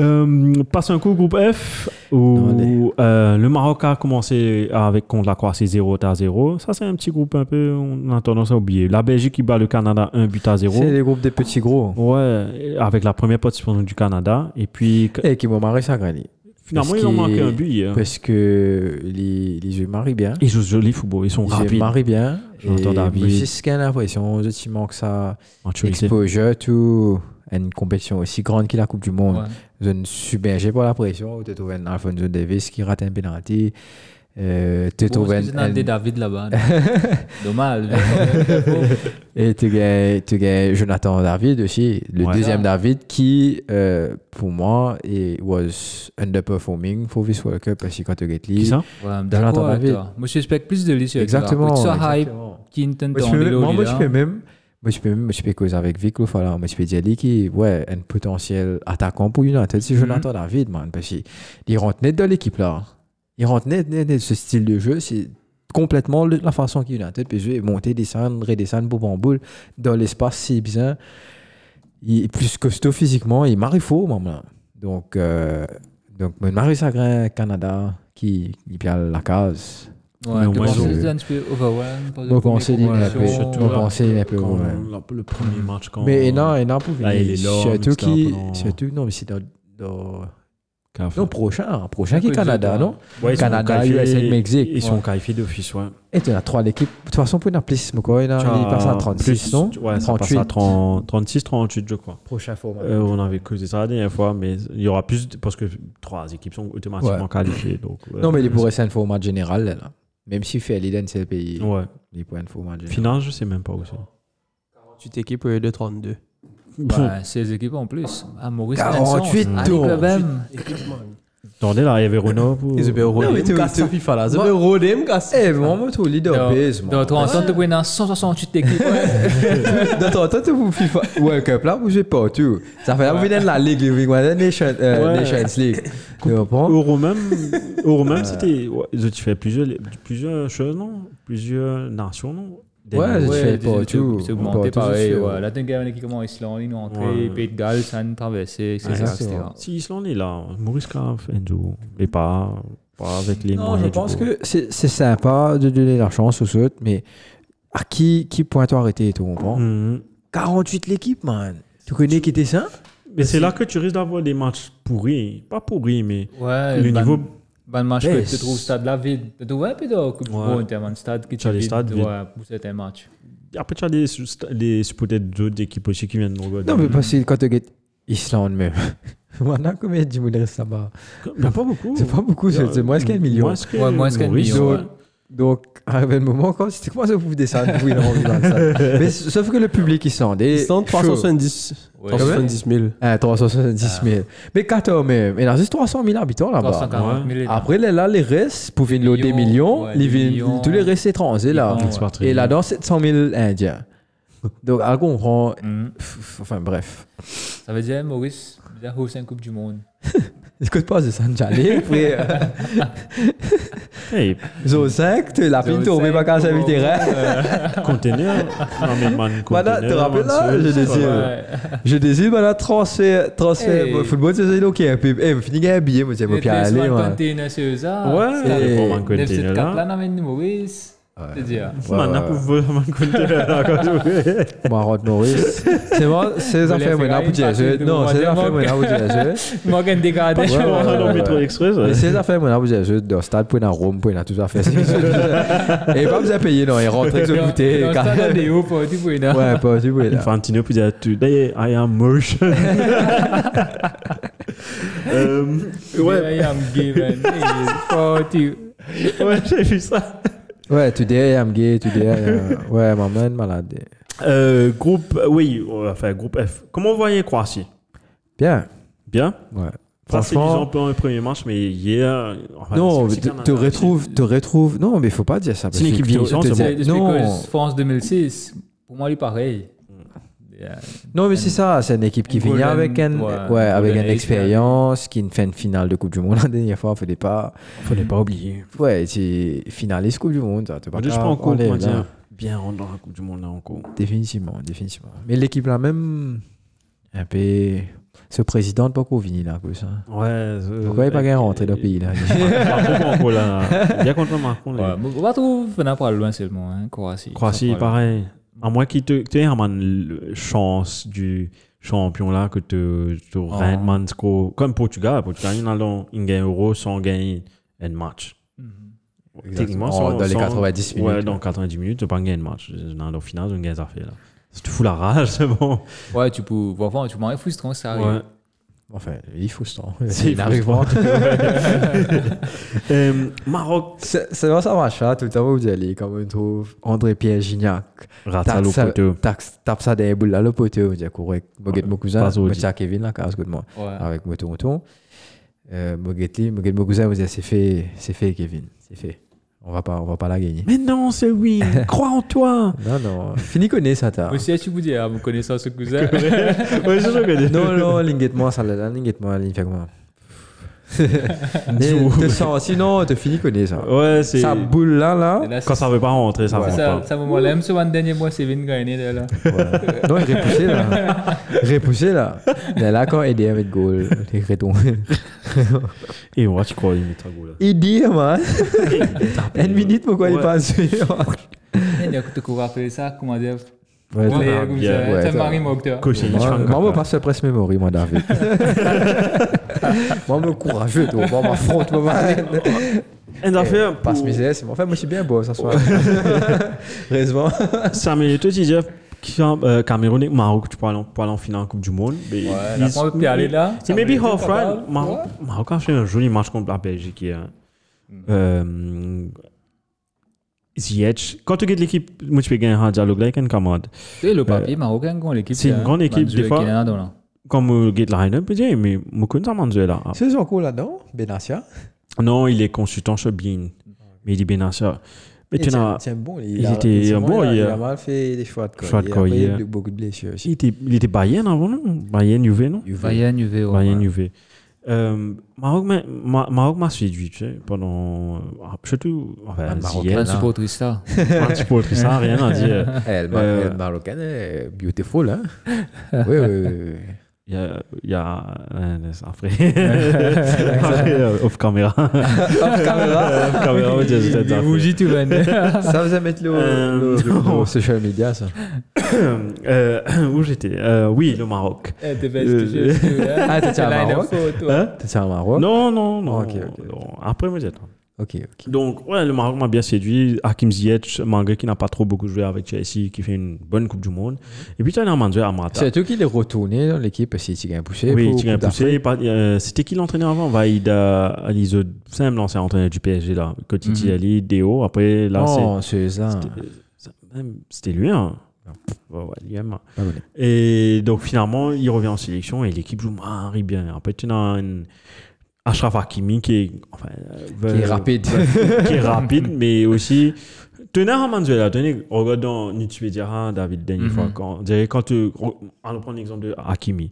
[SPEAKER 1] Euh, passe un coup au groupe F où
[SPEAKER 2] Allez.
[SPEAKER 1] euh, le Maroc a commencé avec contre la Croatie 0 à 0. Ça, c'est un petit groupe un peu, on a tendance à oublier. La Belgique qui bat le Canada 1 but à 0.
[SPEAKER 2] C'est les groupes des petits gros.
[SPEAKER 1] Ouais, avec la première participation du Canada. Et puis, que-
[SPEAKER 2] Et Eh, qui m'ont marré ça, Grani.
[SPEAKER 1] finalement,
[SPEAKER 2] parce
[SPEAKER 1] ils ont
[SPEAKER 2] qu'il-
[SPEAKER 1] manqué un but hier.
[SPEAKER 2] Parce que les, les jeux marient bien.
[SPEAKER 1] Ils jouent joli football, ils sont
[SPEAKER 2] Les jeux
[SPEAKER 1] rapides.
[SPEAKER 2] marient bien.
[SPEAKER 1] J'entends David.
[SPEAKER 2] C'est ce qu'il y a l'impression. Je te manque ça.
[SPEAKER 1] Maturité.
[SPEAKER 2] Exposure, tout. Une compétition aussi grande que la Coupe du Monde.
[SPEAKER 3] Ouais.
[SPEAKER 2] zone submergée par la pression. Tu trouves un Alfonso Davis qui rate un penalty. Euh, tu
[SPEAKER 3] Bon,
[SPEAKER 2] trouves
[SPEAKER 3] c'est
[SPEAKER 2] un.
[SPEAKER 3] dans le dé
[SPEAKER 2] un-
[SPEAKER 3] David là-bas. Dommage.
[SPEAKER 2] Et tu gagnes, tu gagnes Jonathan David aussi, le
[SPEAKER 1] Ouais.
[SPEAKER 2] deuxième
[SPEAKER 3] Ah.
[SPEAKER 2] David qui, euh, pour moi, est, was underperforming for this World Cup parce que quand tu gagnes
[SPEAKER 1] Qui
[SPEAKER 2] lui.
[SPEAKER 1] ça
[SPEAKER 3] Ouais,
[SPEAKER 2] Jonathan
[SPEAKER 3] d'accord avec
[SPEAKER 2] David.
[SPEAKER 3] toi. Moi, je suspecte plus de lui. sur-
[SPEAKER 2] Exactement,
[SPEAKER 3] Tout ça hype,
[SPEAKER 2] exactement.
[SPEAKER 3] qui intente
[SPEAKER 2] Moi, je
[SPEAKER 3] en
[SPEAKER 2] peux-
[SPEAKER 3] vélo,
[SPEAKER 2] Moi, moi,
[SPEAKER 3] lui,
[SPEAKER 2] je
[SPEAKER 3] là.
[SPEAKER 2] peux même. Moi, je peux même, je peux causer avec Vic Lofala, moi, je peux dire lui qui, ouais, un potentiel attaquant pour United, c'est Jonathan David, man, parce qu'il rentre net dans l'équipe, là. Il rentre net, net, net, ce style de jeu, c'est complètement le- la façon qu'il United peut jouer, monter, descendre, redescendre, boule en boule, dans l'espace, c'est bien. Il est plus costaud physiquement, il marie faux, même, là. Donc, euh, donc, moi, Marie Sagrin, Canada, qui, il perd la case.
[SPEAKER 3] Ouais,
[SPEAKER 1] Mais au
[SPEAKER 3] tu
[SPEAKER 1] moins,
[SPEAKER 3] penses
[SPEAKER 1] je-
[SPEAKER 3] que c'est un petit peu overwhelmed par le
[SPEAKER 2] Bon,
[SPEAKER 3] premier
[SPEAKER 2] on s'est dit,
[SPEAKER 3] combat,
[SPEAKER 2] un peu,
[SPEAKER 3] sur-
[SPEAKER 1] surtout
[SPEAKER 2] bon,
[SPEAKER 1] là,
[SPEAKER 2] on s'est un peu,
[SPEAKER 1] euh, Quand
[SPEAKER 2] ouais.
[SPEAKER 1] le, le premier match, quand.
[SPEAKER 2] Mais non, et non, pour
[SPEAKER 1] Là, il est
[SPEAKER 2] finir,
[SPEAKER 1] là,
[SPEAKER 2] Surtout
[SPEAKER 1] etc.,
[SPEAKER 2] qui.
[SPEAKER 1] pendant-
[SPEAKER 2] Surtout, non, mais c'est dans. dans-
[SPEAKER 1] CAF.
[SPEAKER 2] Non, prochain, hein, prochain qui est
[SPEAKER 3] Après,
[SPEAKER 2] Canada,
[SPEAKER 3] ouais.
[SPEAKER 2] non
[SPEAKER 1] Ouais, ils sont
[SPEAKER 2] Canada,
[SPEAKER 1] qualifiés-
[SPEAKER 2] USA, Mexique,
[SPEAKER 1] Ils sont
[SPEAKER 2] ouais.
[SPEAKER 1] qualifiés d'office, ouais.
[SPEAKER 2] Et tu as trois l'équipe. De toute façon, pour une plus, Moko, il a-
[SPEAKER 1] Tu
[SPEAKER 2] Ah, il
[SPEAKER 1] as
[SPEAKER 2] passe à 36,
[SPEAKER 1] plus-
[SPEAKER 2] non
[SPEAKER 1] Ouais, ça passe à 30 36, 38, je crois.
[SPEAKER 2] Prochain format.
[SPEAKER 1] Euh, on avait causé ça la dernière fois, mais il y aura plus. de- Parce que trois équipes sont automatiquement
[SPEAKER 2] Ouais.
[SPEAKER 1] qualifiées. Donc, ouais.
[SPEAKER 2] non, mais il pourrait être un format général, là. là. Même si fait Aliden, c'est le pays,
[SPEAKER 1] Ouais.
[SPEAKER 2] il pourrait être un format général.
[SPEAKER 1] Finale, je sais même pas où c'est.
[SPEAKER 4] Tu t'équipes euh, de 32.
[SPEAKER 1] Pff,
[SPEAKER 2] Bah,
[SPEAKER 3] Ouais, ces équipes en plus. Ah, Maurice
[SPEAKER 2] 48
[SPEAKER 3] Nelson,
[SPEAKER 2] tours.
[SPEAKER 3] Avec le même.
[SPEAKER 1] Attendez, là, il y avait Renault. Pour...
[SPEAKER 4] Ils ont
[SPEAKER 2] mais
[SPEAKER 4] rodé.
[SPEAKER 2] tu- tu-
[SPEAKER 4] FIFA là. Ils
[SPEAKER 2] Moi-
[SPEAKER 4] ont rodé, me casse.
[SPEAKER 2] Eh, bon, moi, tout leader base, moi.
[SPEAKER 3] Dans ton entente, tu dans 168 équipes.
[SPEAKER 2] Dans ton temps, tu vous FIFA World Cup, là, vous jouez pas, tout. Ça fait là, vous venez de la Ligue, les Wing Wonder Nation- euh,
[SPEAKER 1] Ouais.
[SPEAKER 2] Nations League. Tu comprends
[SPEAKER 1] Euro même, Euro même c'était. ouais, ils ont fait plusieurs, plusieurs choses, non Plusieurs nations, non Des-
[SPEAKER 2] Ouais, j'ai fait
[SPEAKER 3] Ouais,
[SPEAKER 2] pas
[SPEAKER 3] c'est-
[SPEAKER 2] tout,
[SPEAKER 3] C'est
[SPEAKER 2] pas
[SPEAKER 3] augmenté
[SPEAKER 2] tout,
[SPEAKER 3] pareil.
[SPEAKER 2] c'est sûr.
[SPEAKER 3] ouais. Là, t'as une guerre qui commence Islande, ils ont
[SPEAKER 1] Ouais.
[SPEAKER 3] entré, Pays de Galles, ça a une traversée, etc.
[SPEAKER 2] Exactement.
[SPEAKER 3] etc.
[SPEAKER 1] Si Islande est là, Maurice Caf, Enzo. Et pas, pas avec les
[SPEAKER 2] Non,
[SPEAKER 1] moyens du
[SPEAKER 2] je pense
[SPEAKER 1] bord.
[SPEAKER 2] que c'est c'est sympa de donner la chance aux autres, mais à qui, qui pointe arrêter et tout, on prend
[SPEAKER 1] Mhm.
[SPEAKER 2] 48 l'équipe, man. Tu connais qui était ça
[SPEAKER 1] Mais c'est là que tu risques d'avoir des matchs pourris. Pas pourris, mais
[SPEAKER 2] Euh,
[SPEAKER 3] Ouais,
[SPEAKER 1] le
[SPEAKER 2] bah,
[SPEAKER 3] ban-
[SPEAKER 1] niveau.
[SPEAKER 3] ban match que
[SPEAKER 2] baisse.
[SPEAKER 3] tu trouves stade de la ville. Tu trouves un peu de Coupe du
[SPEAKER 1] Ouais.
[SPEAKER 3] Monde, t'as un stade qui
[SPEAKER 1] T'as les
[SPEAKER 3] est vide,
[SPEAKER 1] stades vides.
[SPEAKER 3] ouais, pour certains matchs.
[SPEAKER 1] Après, tu as des, des supporters d'autres équipes aussi qui viennent nous regarder.
[SPEAKER 2] Non, mais parce que quand tu gagnes Islande même. Maintenant, combien de monde reste là-bas
[SPEAKER 1] Il n'y a pas beaucoup.
[SPEAKER 2] C'est pas beaucoup, c'est c'est moins qu'un million.
[SPEAKER 1] Moins que
[SPEAKER 3] Ouais, moins qu'un
[SPEAKER 1] Maurice.
[SPEAKER 3] million,
[SPEAKER 1] Ouais.
[SPEAKER 3] ouais.
[SPEAKER 2] Donc, arrivé le moment, quand tu commences à vous descendre, vous avez envie de faire ça. Mais s- sauf que le public islandais.
[SPEAKER 4] sont 370
[SPEAKER 3] Ouais.
[SPEAKER 4] 370 000.
[SPEAKER 2] Ah, 370 000. Mais 14 même. Il en reste 300 000 habitants là-bas.
[SPEAKER 3] 340 000 états.
[SPEAKER 2] Après, là, là, les restes, pour venir l'eau des
[SPEAKER 3] Millions,
[SPEAKER 2] millions,
[SPEAKER 3] ouais,
[SPEAKER 2] les
[SPEAKER 3] des
[SPEAKER 2] vin-
[SPEAKER 3] millions.
[SPEAKER 2] tous les restes étrangers, là.
[SPEAKER 3] Millions,
[SPEAKER 1] C'est pas très
[SPEAKER 2] Et
[SPEAKER 1] bien.
[SPEAKER 2] là-dedans, 700 000 Indiens. Donc, à comprend.
[SPEAKER 3] Mhm.
[SPEAKER 2] Enfin, bref.
[SPEAKER 3] Ça veut dire, Maurice, il a haussé une Coupe du Monde.
[SPEAKER 2] Écoute pas de Sanjali. Après, euh,
[SPEAKER 1] Hey,
[SPEAKER 2] Zo 5, tu la pine tombée, pas qu'à terrain.
[SPEAKER 1] conteneur. Non, mais man,
[SPEAKER 2] Voilà, te
[SPEAKER 1] conteneur,
[SPEAKER 2] rappelles là,
[SPEAKER 1] man,
[SPEAKER 2] je
[SPEAKER 1] c'est-
[SPEAKER 2] désire.
[SPEAKER 1] Ouais.
[SPEAKER 3] Ouais.
[SPEAKER 2] Je désire, voilà, transfert, transfert.
[SPEAKER 3] Hey.
[SPEAKER 2] bon, Football, c'est ça, ok. Et puis, fini, il y a un billet, moi, j'ai pas pu
[SPEAKER 3] Les
[SPEAKER 2] aller,
[SPEAKER 3] Swan
[SPEAKER 2] moi.
[SPEAKER 3] Container, c'est eux, ça.
[SPEAKER 1] Ouais,
[SPEAKER 3] C'est-
[SPEAKER 1] c'est pas man,
[SPEAKER 3] Neuf, sept,
[SPEAKER 1] conteneur,
[SPEAKER 3] quatre,
[SPEAKER 1] là.
[SPEAKER 3] là, non, mais nous, Maurice. C'est dire.
[SPEAKER 2] Ouais,
[SPEAKER 1] Man, on a
[SPEAKER 2] ouais.
[SPEAKER 1] pour vous, man, conteneur, là, quand tu veux.
[SPEAKER 2] Marotte Maurice. C'est moi, c'est les
[SPEAKER 3] Vous
[SPEAKER 2] affaires,
[SPEAKER 3] voulez
[SPEAKER 2] moi, là,
[SPEAKER 3] faire
[SPEAKER 2] pour
[SPEAKER 3] une partie
[SPEAKER 2] dire,
[SPEAKER 3] de
[SPEAKER 2] non, c'est les
[SPEAKER 3] Montréal
[SPEAKER 2] affaires, moi, là, pour dire,
[SPEAKER 3] Morgan Degardé.
[SPEAKER 2] Ouais, ouais,
[SPEAKER 1] On a
[SPEAKER 2] ouais,
[SPEAKER 1] dans
[SPEAKER 2] ouais.
[SPEAKER 1] Métro Express. ouais.
[SPEAKER 2] Mais c'est affaires, moi, là, vous avez dans le stade, pour aller à Rome, pour aller à tout ça, faire. Et pas vous avez payé, non, et rentrer avec son goûter.
[SPEAKER 3] Dans le
[SPEAKER 2] car-
[SPEAKER 3] stade, on est haut, pas du tout, il y en a.
[SPEAKER 2] Ouais, pas, tu vois, là.
[SPEAKER 1] Infantino puis dire Today I am Merchant. Euh, ouais,
[SPEAKER 3] I am given. Hey, pas du-
[SPEAKER 1] ouais j'ai vu ça.
[SPEAKER 2] Ouais, today I'm gay, today. euh, Ouais, ma main est malade.
[SPEAKER 1] Euh, groupe, euh, oui, euh, enfin, groupe F. Comment vous voyez Croatie
[SPEAKER 2] Bien.
[SPEAKER 1] Bien
[SPEAKER 2] Ouais.
[SPEAKER 1] Ça, c'est disons un
[SPEAKER 2] Franchement,
[SPEAKER 1] peu un premier match, mais hier. enfin,
[SPEAKER 2] non,
[SPEAKER 1] c'est- hein, c'est
[SPEAKER 2] te,
[SPEAKER 1] Canada,
[SPEAKER 2] te retrouve, te retrouve. Non, mais faut pas dire ça.
[SPEAKER 1] C'est une
[SPEAKER 2] parce
[SPEAKER 1] équipe
[SPEAKER 2] que te-
[SPEAKER 1] vieillissante,
[SPEAKER 2] te
[SPEAKER 1] c'est
[SPEAKER 2] dire-
[SPEAKER 1] bon.
[SPEAKER 3] Just
[SPEAKER 2] Non,
[SPEAKER 3] because France 2006, pour moi, il est pareil. Yeah.
[SPEAKER 2] non, mais c'est ça. C'est une équipe qui
[SPEAKER 3] Golden-
[SPEAKER 2] vient avec un,
[SPEAKER 3] ouais,
[SPEAKER 2] ouais, avec
[SPEAKER 3] Golden
[SPEAKER 2] une
[SPEAKER 3] Age,
[SPEAKER 2] expérience, qui fait une finale de Coupe du Monde la dernière fois. Fallait pas,
[SPEAKER 1] Fallait pas oublier.
[SPEAKER 2] ouais, c'est finaliste Coupe du Monde. Ça, t'as
[SPEAKER 1] On
[SPEAKER 2] pas
[SPEAKER 1] dit, je
[SPEAKER 2] qu'à
[SPEAKER 1] prends en cours,
[SPEAKER 2] enlever,
[SPEAKER 1] comment
[SPEAKER 2] là.
[SPEAKER 1] dire, Bien rentre dans la Coupe du Monde, là, en cours.
[SPEAKER 2] Définitivement, définitivement. Mais l'équipe là même, un peu, ce président de Paco Vini là, comme ça.
[SPEAKER 1] Ouais. euh, Ah,
[SPEAKER 2] Pourquoi il n'est pas gagné rentrer dans le pays là
[SPEAKER 1] Marco, en cours, là. Bien contre Marco, les
[SPEAKER 3] Ouais,
[SPEAKER 1] gars.
[SPEAKER 3] mais on va trouver venant pas loin seulement, hein, Croatie.
[SPEAKER 1] Croatie,
[SPEAKER 3] Ça parle.
[SPEAKER 1] pareil. À moins qu'il te tu aies une chance du champion là que tu tu rentres Mansko comme Portugal Portugal ils ont ils gagnent euro sans gagner un match
[SPEAKER 3] Mhm.
[SPEAKER 1] techniquement
[SPEAKER 2] Exactement.
[SPEAKER 1] sans-
[SPEAKER 2] Dans les
[SPEAKER 1] sans-
[SPEAKER 2] 90
[SPEAKER 1] ouais
[SPEAKER 2] minutes.
[SPEAKER 1] dans 90 minutes tu pas gagner un match dans le final ils ont gagné ça fait là si tu fous la rage c'est bon
[SPEAKER 3] Ouais, tu peux. Vraiment, tu m'en frustrant, ça arrive.
[SPEAKER 1] ouais
[SPEAKER 2] Enfin, il faut ce temps.
[SPEAKER 1] C'est
[SPEAKER 2] Il arrive pas.
[SPEAKER 1] Euh, Maroc
[SPEAKER 2] C'est c'est vraiment ça, machin. Tout à l'heure, vous allez, comme on trouve André-Pierre Gignac.
[SPEAKER 1] rate
[SPEAKER 2] Tape
[SPEAKER 1] le
[SPEAKER 2] ça-
[SPEAKER 1] poteau
[SPEAKER 2] tax- tape ça des boules là, le poteau. On dit, correct. Moguette, mon cousin.
[SPEAKER 1] Pas
[SPEAKER 2] Moi,
[SPEAKER 1] Audi.
[SPEAKER 2] tiens, Kevin là, casse good moi.
[SPEAKER 3] Ouais.
[SPEAKER 1] Ah.
[SPEAKER 2] Avec mon tonton. Euh, Moguette, lui, Moguette, mon cousin, vous dit, c'est fait, c'est fait, Kevin. C'est fait. On va pas, on va pas la gagner.
[SPEAKER 1] mais non c'est oui crois en toi
[SPEAKER 2] Non, non. Fini connaît ça, t'as.
[SPEAKER 3] Aussi, tu vous dis, ah, vous connaissez ce cousin.
[SPEAKER 1] ouais c'est ça que je dis.
[SPEAKER 2] Non, non, linguette-moi, ça l'a linguette-moi, linguette-moi. Te sens, sinon, te fini connaît ça.
[SPEAKER 1] ouais c'est
[SPEAKER 2] Sa boule là, là.
[SPEAKER 3] Et là, c'est-
[SPEAKER 1] quand ça veut pas rentrer ça
[SPEAKER 2] Ouais.
[SPEAKER 1] rentre
[SPEAKER 3] Ça,
[SPEAKER 1] pas
[SPEAKER 3] ça moment là, même sur un dernier mois, c'est Vin gagné de là.
[SPEAKER 2] Ouais. Non, il est repoussé là. Repoussé là. Mais là, quand Eddie avec goal, il est retombé.
[SPEAKER 1] et ouais tu crois il met un goal, là
[SPEAKER 2] Eddie, man. Une minute, pourquoi il
[SPEAKER 1] Ouais.
[SPEAKER 2] passe
[SPEAKER 3] Et donc, tu peux rappeler ça, comment dire
[SPEAKER 2] Ouais,
[SPEAKER 3] Ouais,
[SPEAKER 1] ouais,
[SPEAKER 3] comme
[SPEAKER 1] bien,
[SPEAKER 3] ça.
[SPEAKER 2] ouais,
[SPEAKER 3] Ça me
[SPEAKER 2] ça.
[SPEAKER 3] marie, moi, Octeur.
[SPEAKER 1] Cochini, tu
[SPEAKER 2] Moi,
[SPEAKER 1] fais
[SPEAKER 2] moi,
[SPEAKER 1] encore
[SPEAKER 2] moi,
[SPEAKER 1] pas.
[SPEAKER 2] passe le presse memory, moi, David. moi, me courageux, toi. Moi, m'affronte, moi, m'arrête.
[SPEAKER 1] Une affaire
[SPEAKER 2] Passe
[SPEAKER 1] pour-
[SPEAKER 2] mes ailes, mais enfin, moi, je suis bien beau, ça soit. Heureusement.
[SPEAKER 1] Samuel Eto'o, tu disais qui sont, euh, Cameroun et Maroc, tu peux aller en- pour aller en finale en Coupe du Monde. mais
[SPEAKER 3] Ouais,
[SPEAKER 1] ils-
[SPEAKER 3] là, on peut aller là.
[SPEAKER 1] It may be
[SPEAKER 3] Samuel Eto'o,
[SPEAKER 1] half
[SPEAKER 3] pas
[SPEAKER 1] right.
[SPEAKER 3] mal.
[SPEAKER 1] Maroc, Maroc a fait un joli match contre la Belgique. hier. Euh, Ziyech, quand tu gagnes l'équipe, moi tu peux gagner un dialogue là avec un camarade.
[SPEAKER 3] Tu sais, le papier marocain, quand l'équipe.
[SPEAKER 1] c'est une
[SPEAKER 3] là,
[SPEAKER 1] grande équipe,
[SPEAKER 3] Mandzukic
[SPEAKER 1] des fois.
[SPEAKER 3] qui est là-dedans, là.
[SPEAKER 1] Comme euh, Gate Line, peut dire, mais Moukoun Samanzou là.
[SPEAKER 2] C'est son coup là-dedans, Benassia.
[SPEAKER 1] Non, il est consultant chez Bean, mais il est Benassar. Mais tu n'as-
[SPEAKER 2] C'est un bon. Il,
[SPEAKER 1] ils
[SPEAKER 2] a-
[SPEAKER 1] étaient
[SPEAKER 2] c'est
[SPEAKER 1] bons
[SPEAKER 2] il, a, il
[SPEAKER 1] hier.
[SPEAKER 2] a mal fait des choix de corps.
[SPEAKER 1] Choix de
[SPEAKER 2] Il a
[SPEAKER 1] corps
[SPEAKER 2] pris
[SPEAKER 1] hier.
[SPEAKER 2] de- beaucoup de blessures
[SPEAKER 1] il
[SPEAKER 2] aussi.
[SPEAKER 1] était, il était Bayern avant, non Bayern, Juve, non
[SPEAKER 3] Bayern, UV.
[SPEAKER 1] Bayern Juve. Euh, Maroc m'a- Ma- Maroc m'a séduit, tu sais, pendant. euh, Surtout. Enfin,
[SPEAKER 2] Ah, Maroc,
[SPEAKER 1] Ziyech,
[SPEAKER 3] Un
[SPEAKER 2] là.
[SPEAKER 3] supportrice là.
[SPEAKER 1] un petit peu autre, ça, rien à dire.
[SPEAKER 2] Elle,
[SPEAKER 1] Euh,
[SPEAKER 2] marocaine est beautiful, hein? oui, oui, oui, oui.
[SPEAKER 1] Il y a. il y a- euh, après. après, euh, off camera. off camera, oui, j'ai- j'ai- j'ai-
[SPEAKER 3] tout
[SPEAKER 2] Ça vous mettre le,
[SPEAKER 1] Euh,
[SPEAKER 2] le-
[SPEAKER 1] non.
[SPEAKER 2] le social media, ça.
[SPEAKER 1] Euh, Où j'étais Euh, Oui, le Maroc.
[SPEAKER 3] Eh, hein.
[SPEAKER 2] Ah, t'étais à Maroc?
[SPEAKER 1] Hein?
[SPEAKER 3] Maroc.
[SPEAKER 2] T'étais en Maroc?
[SPEAKER 1] Non, non, non.
[SPEAKER 2] Ok, ok,
[SPEAKER 1] non. Après, moi, j'étais.
[SPEAKER 2] Ok, ok.
[SPEAKER 1] Donc, ouais, le Maroc m'a bien séduit. Hakim Ziyech, Manga qui n'a pas trop beaucoup joué avec Chelsea, qui fait une bonne Coupe du Monde. Et puis, tu as Namandou Amrata.
[SPEAKER 2] C'est toi qui l'es retourné dans l'équipe si tu gagnes poussé.
[SPEAKER 1] Oui,
[SPEAKER 2] pour
[SPEAKER 1] Tigrin
[SPEAKER 2] Coupe d'Afrique.
[SPEAKER 1] Poussé. par- euh, C'était qui l'entraîneur avant Vaïd euh, Alizo Sam, l'ancien entraîneur du PSG, là. Kotiti
[SPEAKER 3] Mhm.
[SPEAKER 1] Ali, Deo. Après, là,
[SPEAKER 2] Non, c'est ça.
[SPEAKER 1] c'est- c'était- c'est- même- c'était lui, hein. Ouais, ouais, lui, hein.
[SPEAKER 2] Ah, oui.
[SPEAKER 1] Et donc, finalement, il revient en sélection et l'équipe joue marie bien. Après, tu as un Ashraf Hakimi qui est. Enfin, euh,
[SPEAKER 2] Qui est rapide.
[SPEAKER 1] qui est rapide, mais aussi. Tenez à Manzuela, tenez, regarde dans Nitsuedira, David, dernière
[SPEAKER 3] Mhm.
[SPEAKER 1] fois, quand, on dirait quand euh, tu, allons prendre l'exemple de Hakimi.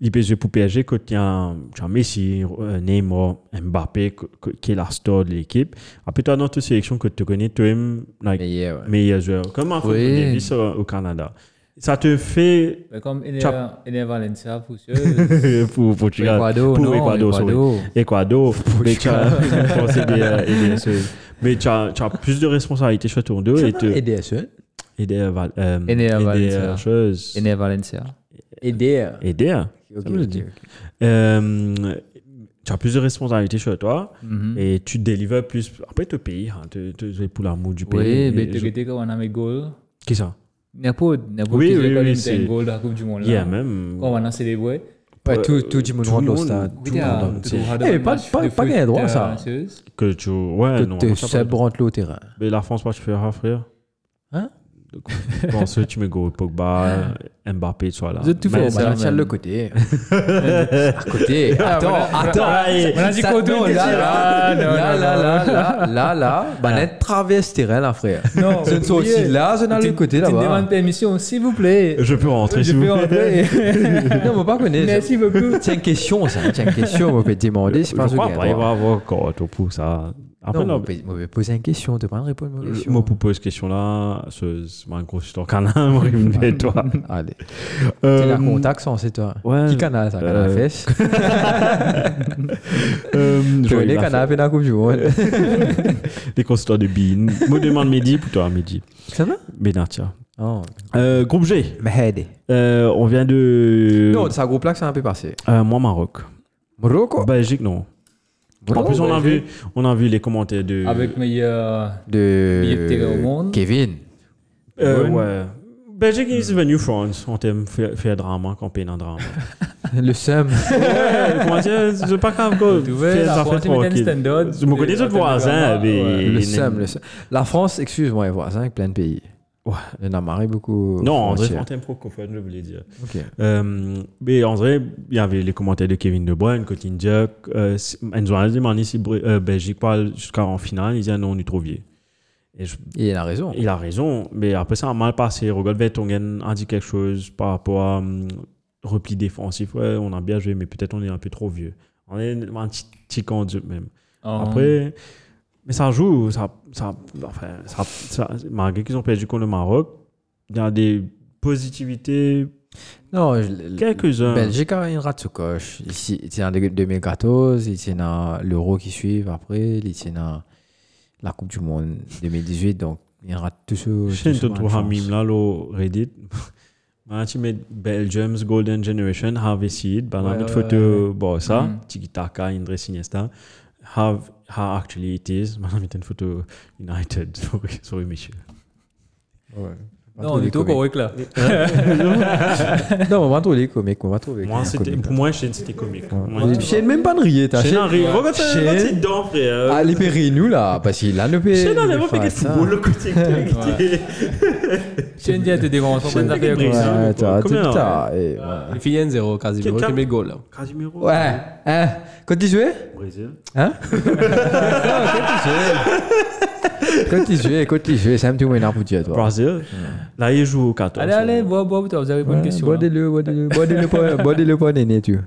[SPEAKER 1] L'IPG pour PSG, quand tu as, tu as Messi, euh, Neymar, Mbappé, que- que- qui est la star de l'équipe. Après, toi, dans tes sélections que tu connais, tu aimes, like,
[SPEAKER 2] Mais euh, yeah, ouais.
[SPEAKER 1] meilleur joueur, euh, comme Anthony
[SPEAKER 3] Oui.
[SPEAKER 1] Davis euh, au Canada. Ça te fait,
[SPEAKER 3] Bah, Comme il est-
[SPEAKER 1] Ciao.
[SPEAKER 3] il est à Valencia, pour ceux-
[SPEAKER 1] pour Portugal,
[SPEAKER 3] Ecuador,
[SPEAKER 1] pour
[SPEAKER 3] non,
[SPEAKER 1] Ecuador, sorry.
[SPEAKER 3] Ecuador.
[SPEAKER 1] Ecuador, mais tu as, Bon, c'est des, euh, et des, euh, mais tu as, tu as plus de responsabilités sur ton dos et te-
[SPEAKER 2] Et DSE?
[SPEAKER 1] aider à val- euh,
[SPEAKER 3] Aider à
[SPEAKER 1] aider
[SPEAKER 3] Valencia.
[SPEAKER 1] à choses
[SPEAKER 3] Il est à Valencia.
[SPEAKER 2] Et DR.
[SPEAKER 1] aider à-
[SPEAKER 2] euh, Ok,
[SPEAKER 1] Ça me le
[SPEAKER 2] ok,
[SPEAKER 1] dit.
[SPEAKER 2] ok.
[SPEAKER 1] Euh, tu as plus de responsabilités sur toi
[SPEAKER 3] Mhm.
[SPEAKER 1] et tu délivres plus après te pays hein, te, te, te- pour l'amour du pays
[SPEAKER 3] Oui,
[SPEAKER 1] Et
[SPEAKER 3] mais tu
[SPEAKER 1] je-
[SPEAKER 3] étais comme un ami goal.
[SPEAKER 1] qui ça
[SPEAKER 3] N'importe, n'importe
[SPEAKER 1] Oui,
[SPEAKER 3] qui
[SPEAKER 1] oui,
[SPEAKER 3] école,
[SPEAKER 1] oui,
[SPEAKER 3] il
[SPEAKER 1] c'est-
[SPEAKER 3] met un goal de la Coupe du Monde.
[SPEAKER 1] il y a
[SPEAKER 3] là.
[SPEAKER 1] même
[SPEAKER 3] Quand on a célébré.
[SPEAKER 2] Ouais, tout, tout le monde
[SPEAKER 1] tout le
[SPEAKER 2] rentre au
[SPEAKER 1] monde-
[SPEAKER 2] stade.
[SPEAKER 1] tout
[SPEAKER 3] Oui,
[SPEAKER 1] le
[SPEAKER 3] t'as-
[SPEAKER 1] monde
[SPEAKER 3] t'as-
[SPEAKER 1] entier.
[SPEAKER 3] t'as-
[SPEAKER 2] Eh,
[SPEAKER 3] t'as-
[SPEAKER 2] pas-
[SPEAKER 3] match
[SPEAKER 2] pas-
[SPEAKER 3] de
[SPEAKER 2] pas
[SPEAKER 3] foot,
[SPEAKER 2] gagné droit,
[SPEAKER 3] euh,
[SPEAKER 2] ça.
[SPEAKER 3] sérieuse.
[SPEAKER 1] que tu ouais non
[SPEAKER 2] Que
[SPEAKER 1] on
[SPEAKER 2] tu
[SPEAKER 1] va pas parler.
[SPEAKER 2] rentre le terrain.
[SPEAKER 1] mais la France pas tu fais frère
[SPEAKER 2] Hein
[SPEAKER 1] Bon, ensuite, tu mets go Pogba, Mbappé, tu vois là.
[SPEAKER 3] Vous êtes tout
[SPEAKER 1] Même-
[SPEAKER 3] fait,
[SPEAKER 2] Ça,
[SPEAKER 3] ça,
[SPEAKER 2] tiens le
[SPEAKER 3] même.
[SPEAKER 2] côté. à côté. Attends, attends.
[SPEAKER 1] Aïe.
[SPEAKER 3] On a dit
[SPEAKER 2] Ça-
[SPEAKER 3] Kodo, là, là, Ah. non,
[SPEAKER 2] là,
[SPEAKER 3] non,
[SPEAKER 2] là,
[SPEAKER 3] non.
[SPEAKER 2] là, là, là, là, banette traverse terrain, là, frère.
[SPEAKER 3] Non,
[SPEAKER 2] Je ne suis
[SPEAKER 3] oubliez.
[SPEAKER 2] aussi là, je n'ai le côté
[SPEAKER 3] Ah, Tu me
[SPEAKER 2] là-bas.
[SPEAKER 3] demandes permission, s'il vous plaît.
[SPEAKER 1] Je peux rentrer,
[SPEAKER 3] Je
[SPEAKER 1] s'il vous
[SPEAKER 3] peux
[SPEAKER 1] plaît.
[SPEAKER 3] entrer.
[SPEAKER 2] Non, mais pas connaître.
[SPEAKER 3] Merci beaucoup.
[SPEAKER 2] C'est une question, ça. C'est une question, on peut te demander.
[SPEAKER 1] Je
[SPEAKER 2] C'est pas
[SPEAKER 1] crois
[SPEAKER 2] un
[SPEAKER 1] pas, il va avoir encore tout pour ça. Après,
[SPEAKER 2] Non,
[SPEAKER 1] là,
[SPEAKER 2] on peut- on peut poser une question, te pas répondre
[SPEAKER 3] Euh,
[SPEAKER 2] à une
[SPEAKER 1] je
[SPEAKER 2] question.
[SPEAKER 1] me propose cette question-là. Ce- C'est un gros sur ton canal, on revient toi.
[SPEAKER 2] Allez.
[SPEAKER 1] Euh,
[SPEAKER 2] C'est la contact, sans c'est toi.
[SPEAKER 1] ouais.
[SPEAKER 2] Qui canal, ça Canal
[SPEAKER 1] Euh,
[SPEAKER 2] fesse.
[SPEAKER 1] euh,
[SPEAKER 2] Tu
[SPEAKER 1] Joël,
[SPEAKER 2] connais
[SPEAKER 1] il a
[SPEAKER 2] canal à la Coupe du Monde.
[SPEAKER 1] fait Des consultants de Bean. me demande Mehdi pour toi, Mehdi.
[SPEAKER 2] Ça va Oh.
[SPEAKER 1] Benatia.
[SPEAKER 2] Non.
[SPEAKER 1] Euh, groupe G.
[SPEAKER 2] Mahdi.
[SPEAKER 1] Euh, on vient de.
[SPEAKER 2] Non, ça groupe là que ça a un peu passé.
[SPEAKER 1] Euh, moi, Maroc.
[SPEAKER 3] Oh.
[SPEAKER 2] Morocco.
[SPEAKER 1] Belgique, non. En plus, on a, vu, on a vu les commentaires de.
[SPEAKER 3] Avec meilleur. Milieu de terrain au
[SPEAKER 2] de
[SPEAKER 3] monde.
[SPEAKER 2] Kevin.
[SPEAKER 1] Euh, ouais. Belgique is the new France. On t'aime faire, faire drama, camper dans drama.
[SPEAKER 2] Le seum.
[SPEAKER 1] ouais, comment dire, c'est pas grave, quoi.
[SPEAKER 3] Tu veux,
[SPEAKER 1] Fais
[SPEAKER 3] la
[SPEAKER 1] ça, fais
[SPEAKER 3] France, tu mets
[SPEAKER 1] tranquille.
[SPEAKER 3] un standard.
[SPEAKER 1] Je me connais
[SPEAKER 3] Et
[SPEAKER 1] d'autres
[SPEAKER 3] on t'aime
[SPEAKER 1] voisins,
[SPEAKER 3] vraiment,
[SPEAKER 1] mais.
[SPEAKER 3] ouais.
[SPEAKER 2] Le
[SPEAKER 1] les-
[SPEAKER 2] seum, le seum. La France, excuse-moi, est voisin avec plein de pays.
[SPEAKER 1] Ouais.
[SPEAKER 2] Il y en a marre beaucoup.
[SPEAKER 1] Non, André
[SPEAKER 2] frontières.
[SPEAKER 1] Fontaine francophone, je voulais dire.
[SPEAKER 2] Ok.
[SPEAKER 1] Euh, mais André, il y avait les commentaires de Kevin De Bruyne, Cotin Jack. Euh, si- ils ont demandé si Bru- euh, Belgique parle jusqu'en finale. Ils disaient non, on est trop vieux. Et je-
[SPEAKER 2] Il a raison.
[SPEAKER 1] il a raison, mais après ça a mal passé. Rogold Vertonghen a dit quelque chose par rapport à hum, repli défensif. Ouais, on a bien joué, mais peut-être on est un peu trop vieux. On est un petit petit camp de même.
[SPEAKER 3] Oh.
[SPEAKER 1] Après, mais ça joue, ça, ça, enfin, ça, ça- malgré qu'ils ont perdu contre le Maroc, il y a des positivités,
[SPEAKER 2] Non, je-
[SPEAKER 1] quelques-uns.
[SPEAKER 2] Belgique a une rate sous coche. Ici, Il y en a 2014, il y en a l'Euro qui suit après, il y en a la Coupe du Monde 2018, donc il y en a tout ce.
[SPEAKER 1] Shane
[SPEAKER 2] tout ce
[SPEAKER 1] Tonto
[SPEAKER 2] match,
[SPEAKER 1] Hamim,
[SPEAKER 2] chance.
[SPEAKER 1] là, le Reddit. Ma teammate Belgium's Golden Generation have a seed, ben la
[SPEAKER 2] Ouais,
[SPEAKER 1] mettre
[SPEAKER 2] ouais,
[SPEAKER 1] photo, bon ça,
[SPEAKER 2] Hmm.
[SPEAKER 3] Mhm.
[SPEAKER 1] Tiki Taka, Indre Siniesta, have, ha actually it is, ben la mettre une photo United, sorry, sorry monsieur.
[SPEAKER 2] Ouais. On va
[SPEAKER 3] Non, on
[SPEAKER 2] trouver
[SPEAKER 3] est
[SPEAKER 2] des
[SPEAKER 3] trop
[SPEAKER 2] comiques.
[SPEAKER 3] correct là.
[SPEAKER 2] Non, on va trouver les comiques, on va trouver.
[SPEAKER 1] Moi,
[SPEAKER 2] les
[SPEAKER 1] c'était,
[SPEAKER 2] comiques.
[SPEAKER 1] pour moi, Shane, c'était comique. Moi,
[SPEAKER 2] Ouais. Shane, même pas de rier, t'as
[SPEAKER 1] Shane
[SPEAKER 2] Shane.
[SPEAKER 1] arrive, regarde ça,
[SPEAKER 2] Shane-
[SPEAKER 1] regarde, c'est dedans, frère.
[SPEAKER 2] Ah, les péris, nous là, parce qu'il a le péri.
[SPEAKER 1] Shane avait Euh, pas fait des football, le côté que
[SPEAKER 3] Shane dit à te dégoncer, on fait affaire
[SPEAKER 1] Shane-
[SPEAKER 3] comme ça.
[SPEAKER 2] Ouais, t'as tout
[SPEAKER 1] Combien,
[SPEAKER 2] le
[SPEAKER 1] ouais.
[SPEAKER 2] temps, et voilà.
[SPEAKER 4] Il finit 1-0, Casimiro,
[SPEAKER 1] Quelqu'un-
[SPEAKER 4] qui met le goal là.
[SPEAKER 1] Casimiro.
[SPEAKER 2] Ouais, hein, quand tu jouais
[SPEAKER 1] Brésil.
[SPEAKER 2] Hein Quand tu jouais, quand tu jouais, ça me tourne un peu de toi.
[SPEAKER 1] Brésil. Là, il joue au 14.
[SPEAKER 3] Allez, allez, bois, bois, toi, vous avez bonne question. hein. là.
[SPEAKER 2] Bordez-le, bordez-le, bordez-le pas, bordez-le pas, néné, tu.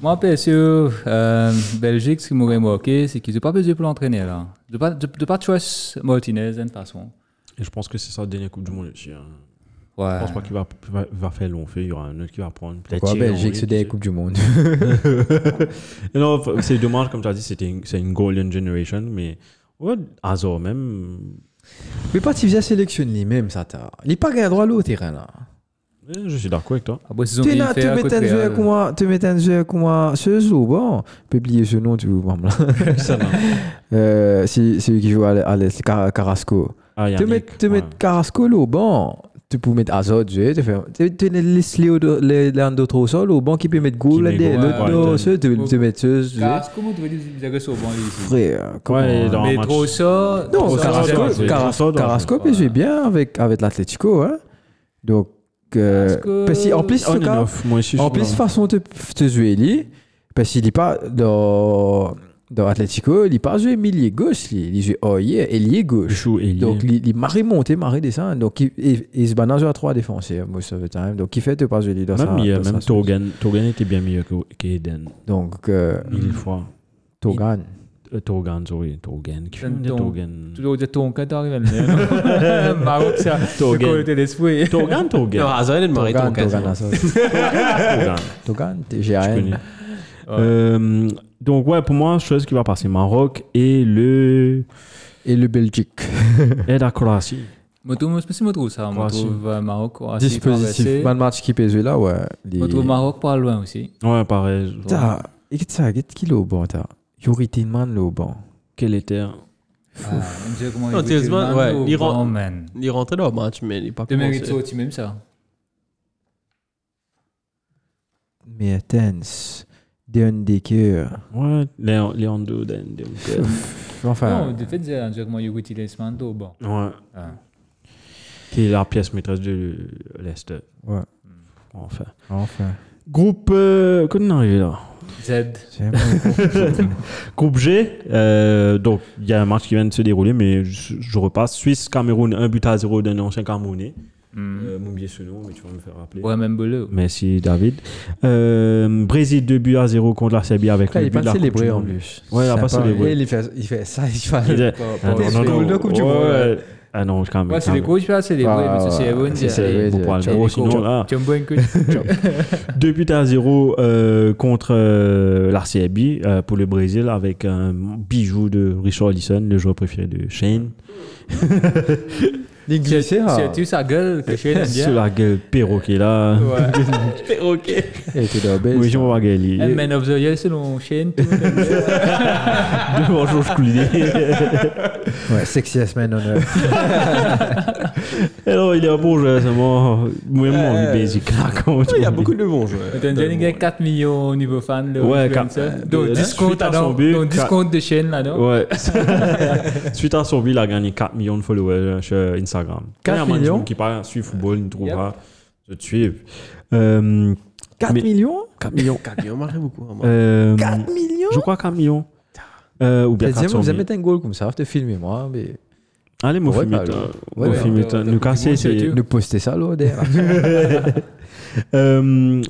[SPEAKER 3] Moi, perso, euh, Belgique, ce qui m'aurait marqué, c'est qu'ils n'ont pas besoin pour l'entraîner là. De pas, de, de pas choisir Martinez, de toute façon.
[SPEAKER 1] Et je pense que c'est sa dernière Coupe du Monde aussi. hein.
[SPEAKER 3] Ouais.
[SPEAKER 2] Euh,
[SPEAKER 1] Je pense pas qu'il va, va, va faire long feu. Il y aura un autre qui va prendre. Peut-être
[SPEAKER 2] Quoi,
[SPEAKER 1] Thierry
[SPEAKER 2] Belgique,
[SPEAKER 1] Henry,
[SPEAKER 2] c'est ben, des
[SPEAKER 1] qui
[SPEAKER 2] Coupes du Monde.
[SPEAKER 1] sait. Et Non, f- c'est dommage, comme tu as dit, c'était une- c'est une, golden generation, mais ouais, Azor même.
[SPEAKER 2] Mais pas si bien sélectionné, même, ça t'a. Il n'est pas gagné droit au terrain, là.
[SPEAKER 1] euh, Je suis d'accord avec toi.
[SPEAKER 3] Après, ils ont
[SPEAKER 2] Tu es
[SPEAKER 3] payé
[SPEAKER 2] là, tu
[SPEAKER 3] faire
[SPEAKER 2] mets
[SPEAKER 3] contre
[SPEAKER 2] un jeu
[SPEAKER 3] Real.
[SPEAKER 2] comme moi, tu mets un jeu comme moi, ce jour, bon. Publier ce nom, tu vois, maman.
[SPEAKER 1] Ça, non.
[SPEAKER 2] Euh, C'est celui qui joue à l- à l'Est, Car- Carrasco.
[SPEAKER 1] Ah,
[SPEAKER 2] Tu
[SPEAKER 1] Yannick,
[SPEAKER 2] mets, tu
[SPEAKER 1] ouais.
[SPEAKER 2] mets Carrasco, là, bon. Tu peux mettre Azot, tu fais. Tu tu ne laisses l'un d'autre au sol, au banc qui peut mettre goal,
[SPEAKER 1] met goal,
[SPEAKER 2] l'autre,
[SPEAKER 1] ouais.
[SPEAKER 2] non, ce, tu tu mets ce, ce.
[SPEAKER 3] Car- Comment tu veux dire que vous avez sauvé ici
[SPEAKER 2] Frère, comment-
[SPEAKER 1] Ouais, dans un
[SPEAKER 3] Mais
[SPEAKER 1] match.
[SPEAKER 3] trop ça.
[SPEAKER 2] Non,
[SPEAKER 1] Trop ça,
[SPEAKER 2] Carrasco,
[SPEAKER 1] doit jouer.
[SPEAKER 2] Carras-
[SPEAKER 1] Trop ça doit
[SPEAKER 2] Carrasco
[SPEAKER 3] jouer.
[SPEAKER 2] peut jouer bien avec, avec l'Atletico. Hein. Donc, euh,
[SPEAKER 3] Carrasco-
[SPEAKER 2] parce que- en plus,
[SPEAKER 1] On
[SPEAKER 2] ce
[SPEAKER 1] and
[SPEAKER 2] cas-
[SPEAKER 1] off, Oh, moi aussi. je
[SPEAKER 2] en
[SPEAKER 1] suis
[SPEAKER 2] plus
[SPEAKER 1] dans-
[SPEAKER 2] façon de, de jouer, lui, parce qu'il n'est pas dans, dans Atletico, il n'est pas joué milieu gauche, lui. il joue oyer, ailier
[SPEAKER 1] je
[SPEAKER 2] gauche.
[SPEAKER 1] suis ailier.
[SPEAKER 2] Donc, il est marré monté, marré descend. Donc, il, il, il se balance à trois défenseurs, most of the time. Donc, il fait de pas jouer dans sa-
[SPEAKER 1] Même hier,
[SPEAKER 2] dans sa-
[SPEAKER 1] même Togan. Togan était bien meilleur que- qu'Eden.
[SPEAKER 2] Donc, euh,
[SPEAKER 1] Mille fois.
[SPEAKER 2] Togan.
[SPEAKER 1] Euh, Togan, sorry. Togan. Qui fait
[SPEAKER 3] Togan.
[SPEAKER 1] de Togan
[SPEAKER 3] Toujours dire ton cas t'arrives à le même. Maroc, ça.
[SPEAKER 1] Togan.
[SPEAKER 3] Le côté d'esprit.
[SPEAKER 1] Togan,
[SPEAKER 4] Non,
[SPEAKER 1] Togan.
[SPEAKER 4] Hazard, il est marré
[SPEAKER 2] Togan,
[SPEAKER 4] ton
[SPEAKER 2] Togan,
[SPEAKER 4] Casimiro.
[SPEAKER 2] à ça.
[SPEAKER 1] Togan.
[SPEAKER 2] Togan,
[SPEAKER 1] Je
[SPEAKER 2] TGRN.
[SPEAKER 1] connais. Euh, donc, ouais, pour moi, chose qui va passer Maroc et le.
[SPEAKER 2] Et le Belgique.
[SPEAKER 1] Et la Croatie.
[SPEAKER 3] Je trouve c'est moi, je trouve ça. Moi, je
[SPEAKER 1] Croatie.
[SPEAKER 3] trouve euh, Maroc assez
[SPEAKER 2] Dispositif.
[SPEAKER 3] traversé.
[SPEAKER 2] Man match qui peut jouer là, ouais. les-
[SPEAKER 3] Je trouve Maroc pas loin aussi.
[SPEAKER 1] Ouais, pareil. je-
[SPEAKER 2] T'as, écoute ça, qu'est-ce qu'il est au banc, t'as Yuri Tillman là au banc.
[SPEAKER 1] Quel était. hein.
[SPEAKER 3] Ah, mon Dieu, comment
[SPEAKER 4] Non,
[SPEAKER 3] il est
[SPEAKER 4] Tillman, ouais,
[SPEAKER 3] au
[SPEAKER 4] l'Iran-
[SPEAKER 3] grand, man.
[SPEAKER 4] Il est rentré dans le match, mais il n'est pas
[SPEAKER 3] Tu mérites
[SPEAKER 4] commencé.
[SPEAKER 3] ça, tu m'aimes ça.
[SPEAKER 2] Mertens, Deon Decker.
[SPEAKER 1] Ouais, Léon, Léon Doden.
[SPEAKER 2] enfin.
[SPEAKER 3] Non, de fait, c'est un jeu comme Yugo Tilesmanto. Bon.
[SPEAKER 1] Ouais.
[SPEAKER 3] Ah.
[SPEAKER 1] Qui est la pièce maîtresse de l'Est.
[SPEAKER 2] Ouais,
[SPEAKER 1] Enfin.
[SPEAKER 2] enfin.
[SPEAKER 1] Groupe. Euh, qu'on est arrivé là
[SPEAKER 3] Z.
[SPEAKER 2] J'aime beaucoup.
[SPEAKER 1] Groupe G. euh, donc, il y a un match qui vient de se dérouler, mais je, je repasse. Suisse-Cameroun, 1 but à 0 d'un ancien Camerounais. Euh, M'oublier ce nom, mais tu vas me faire rappeler.
[SPEAKER 3] Ouais, même Bolo.
[SPEAKER 1] Merci David. Euh, Brésil 2 buts à 0 contre la Serbie avec
[SPEAKER 2] Là,
[SPEAKER 1] le
[SPEAKER 2] il
[SPEAKER 1] but de la
[SPEAKER 2] passe
[SPEAKER 1] Coupe
[SPEAKER 2] les
[SPEAKER 1] du
[SPEAKER 2] bruits en
[SPEAKER 1] Monde.
[SPEAKER 2] plus.
[SPEAKER 1] Ouais, il a
[SPEAKER 2] Ça
[SPEAKER 1] passé
[SPEAKER 2] part-
[SPEAKER 1] les bruits.
[SPEAKER 2] Et Il fait, il fait ça, il fait.
[SPEAKER 1] Il a-
[SPEAKER 2] Ah,
[SPEAKER 1] Non, non,
[SPEAKER 2] c'est
[SPEAKER 1] non.
[SPEAKER 2] le Coupe du
[SPEAKER 1] Ouais,
[SPEAKER 2] Monde, ouais.
[SPEAKER 1] ouais. Ah non, quand même.
[SPEAKER 3] Ouais, c'est
[SPEAKER 1] quand
[SPEAKER 3] les
[SPEAKER 1] même.
[SPEAKER 3] coachs, là, c'est les
[SPEAKER 2] Ah,
[SPEAKER 3] ouais, mais
[SPEAKER 2] ouais,
[SPEAKER 3] c'est
[SPEAKER 2] ouais,
[SPEAKER 3] bon.
[SPEAKER 2] c'est-
[SPEAKER 3] C'est
[SPEAKER 2] c'est-
[SPEAKER 1] euh, Bon, pour
[SPEAKER 2] c'est-
[SPEAKER 1] Alvaro,
[SPEAKER 3] les
[SPEAKER 1] sinon
[SPEAKER 3] coachs.
[SPEAKER 1] là.
[SPEAKER 3] un bon coach.
[SPEAKER 1] 2 buts à 0 contre euh, la Serbie euh, pour le Brésil avec un bijou de Richard Lisson, le joueur préféré de Shane.
[SPEAKER 2] Il
[SPEAKER 3] Tu
[SPEAKER 2] glissait,
[SPEAKER 3] as
[SPEAKER 2] là.
[SPEAKER 3] tué sa gueule que je viens de
[SPEAKER 1] Sur
[SPEAKER 3] dire.
[SPEAKER 1] la gueule perroquet là.
[SPEAKER 2] Il était dans le base,
[SPEAKER 1] Oui, je
[SPEAKER 2] là.
[SPEAKER 1] vois Magali.
[SPEAKER 3] Eh, Man of the Year selon Shane. tout.
[SPEAKER 1] Devant Georges Clooney.
[SPEAKER 2] Ouais, sexiest man on earth.
[SPEAKER 1] Alors, il est un bon joueur, c'est bon. Moi-même, on lui basic là. quand
[SPEAKER 4] Il y a
[SPEAKER 1] on dit.
[SPEAKER 4] beaucoup de bons joueurs.
[SPEAKER 3] T'as dit qu'il y a 4 millions au niveau fan. là,
[SPEAKER 1] Ouais,
[SPEAKER 3] influencer.
[SPEAKER 1] quatre-
[SPEAKER 3] Donc
[SPEAKER 1] euh,
[SPEAKER 3] 10
[SPEAKER 1] suite
[SPEAKER 3] comptes
[SPEAKER 1] à son
[SPEAKER 3] alors,
[SPEAKER 1] but,
[SPEAKER 3] donc 10
[SPEAKER 1] quatre-
[SPEAKER 3] comptes de Shane là-dedans.
[SPEAKER 1] Ouais. Suite à son but, il a gagné 4 millions de followers euh, sur Instagram.
[SPEAKER 2] 4
[SPEAKER 1] Premièrement, du
[SPEAKER 2] millions?
[SPEAKER 1] monde qui parle, hein, suit football, il trouvera. Je te suis. Euh,
[SPEAKER 2] 4
[SPEAKER 1] Mais-
[SPEAKER 2] millions
[SPEAKER 1] 4 millions.
[SPEAKER 4] Caguillon marquait beaucoup. hein, moi.
[SPEAKER 1] Euh,
[SPEAKER 2] 4 millions
[SPEAKER 1] je crois 4 millions. Euh, ou bien
[SPEAKER 2] Vous
[SPEAKER 1] 400
[SPEAKER 2] avez
[SPEAKER 1] 000.
[SPEAKER 2] mettre un goal comme ça, te filmer moi, mais
[SPEAKER 1] Allez, mon
[SPEAKER 2] Ouais,
[SPEAKER 1] film
[SPEAKER 2] pas
[SPEAKER 1] est,
[SPEAKER 2] le-
[SPEAKER 1] euh,
[SPEAKER 2] ouais,
[SPEAKER 1] mon
[SPEAKER 2] ouais,
[SPEAKER 1] film
[SPEAKER 3] de-
[SPEAKER 1] est, euh,
[SPEAKER 3] de- de
[SPEAKER 1] Newcastle,
[SPEAKER 3] Coupe du Monde,
[SPEAKER 1] c'est-
[SPEAKER 3] surtout.
[SPEAKER 2] de poster ça là derrière.
[SPEAKER 1] Euh,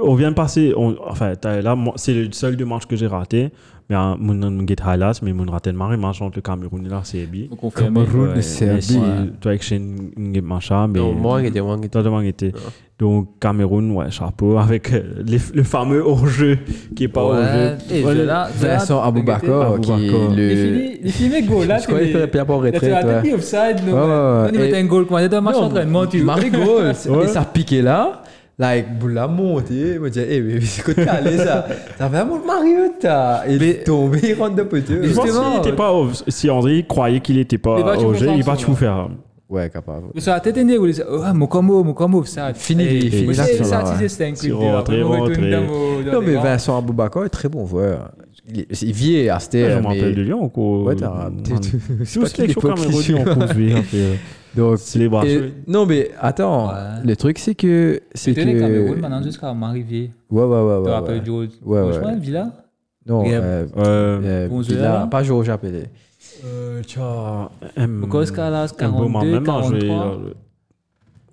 [SPEAKER 1] on vient de passer. on- enfin, t'as- là, moi, c'est le seul deux matchs que j'ai raté. Mais hein, mon mon get highlights, mais mon raté de marée match entre le Cameroun et la CB.
[SPEAKER 3] Faut confirmer.
[SPEAKER 2] Cameroun.
[SPEAKER 1] Ouais,
[SPEAKER 2] c'est
[SPEAKER 1] mais
[SPEAKER 2] un
[SPEAKER 1] si,
[SPEAKER 2] big.
[SPEAKER 1] Toi avec Shane get machin, mais
[SPEAKER 4] Non, moi, il était moi, il était-
[SPEAKER 1] toi devant était.
[SPEAKER 4] Ouais.
[SPEAKER 1] Donc Cameroun, ouais, chapeau avec euh, les- le fameux hors-jeu qui est pas
[SPEAKER 3] Ouais,
[SPEAKER 1] hors-jeu.
[SPEAKER 3] et
[SPEAKER 1] Ouais,
[SPEAKER 3] de là, de là,
[SPEAKER 2] Vincent Aboubakar qui
[SPEAKER 1] Aboubakar.
[SPEAKER 2] le
[SPEAKER 3] Les films go là,
[SPEAKER 2] je crois qu'il fait la pierre pour retraite.
[SPEAKER 3] t'as
[SPEAKER 2] ouais.
[SPEAKER 3] été offside,
[SPEAKER 2] Ouais, ouais, ouais.
[SPEAKER 3] non. Il mettait
[SPEAKER 2] Et-
[SPEAKER 3] un goal, quoi. C'était un match
[SPEAKER 2] Non,
[SPEAKER 3] d'entraînement, tu
[SPEAKER 2] Marie goal, c'est-
[SPEAKER 1] Ouais.
[SPEAKER 2] et ça piquait là. Like, boule à monter, il me dit, eh, mais c'est quoi de calé ça T'as vraiment le Mario, t'as. Il est tombé, il rentre de petit.
[SPEAKER 1] Je pense que
[SPEAKER 3] Justement,
[SPEAKER 1] s'il était
[SPEAKER 3] ouais.
[SPEAKER 1] pas hors- si André croyait qu'il était pas
[SPEAKER 3] Il va tout
[SPEAKER 1] hors-jeu, il va
[SPEAKER 3] faire,
[SPEAKER 1] tout faire.
[SPEAKER 2] Ouais, capable.
[SPEAKER 3] Mais sur la tête, il dit, oh, mon combo, mon combo, ça.
[SPEAKER 2] Fini,
[SPEAKER 3] Et-
[SPEAKER 2] fini
[SPEAKER 3] Mais
[SPEAKER 2] l'action,
[SPEAKER 3] c'est- ça,
[SPEAKER 2] là,
[SPEAKER 3] c'est
[SPEAKER 2] ouais.
[SPEAKER 3] c'est un truc
[SPEAKER 1] Sur-
[SPEAKER 3] de-
[SPEAKER 1] rentré,
[SPEAKER 3] on retourne
[SPEAKER 1] rentré.
[SPEAKER 3] dans vos- dans
[SPEAKER 2] Non,
[SPEAKER 3] les
[SPEAKER 2] mais
[SPEAKER 3] rangs.
[SPEAKER 2] Vincent Aboubakar est très bon joueur. Il est- Il vieillit à cette
[SPEAKER 1] Je
[SPEAKER 2] heure,
[SPEAKER 1] me
[SPEAKER 2] mais-
[SPEAKER 1] rappelle de Lyon. quoi.
[SPEAKER 2] Ouais, t'as.
[SPEAKER 1] euh, Ouais.
[SPEAKER 2] C'est
[SPEAKER 1] Tout ce qui est chaud Cameroun, on cause lui, un peu.
[SPEAKER 2] Donc,
[SPEAKER 1] C'est les bras.
[SPEAKER 2] Et- non, mais attends,
[SPEAKER 3] Ouais.
[SPEAKER 2] le truc c'est que. C'est
[SPEAKER 3] C'était les
[SPEAKER 2] que.
[SPEAKER 3] Cameroun, maintenant, jusqu'à Marivier.
[SPEAKER 2] Ouais, ouais, ouais.
[SPEAKER 3] Tu te
[SPEAKER 2] ouais,
[SPEAKER 3] rappelles
[SPEAKER 2] ouais.
[SPEAKER 3] du rôle
[SPEAKER 2] Ouais, ouais.
[SPEAKER 3] Franchement, Villa
[SPEAKER 2] Non,
[SPEAKER 3] Gab-
[SPEAKER 2] euh,
[SPEAKER 1] Euh,
[SPEAKER 2] euh,
[SPEAKER 3] Bonjour,
[SPEAKER 2] Villa,
[SPEAKER 3] là.
[SPEAKER 2] pas Georges appelé. Hmm.
[SPEAKER 1] M.
[SPEAKER 3] Bukos Kalas,
[SPEAKER 1] Un beau moment,
[SPEAKER 3] 42,
[SPEAKER 1] même âgé,
[SPEAKER 3] 43.
[SPEAKER 1] euh,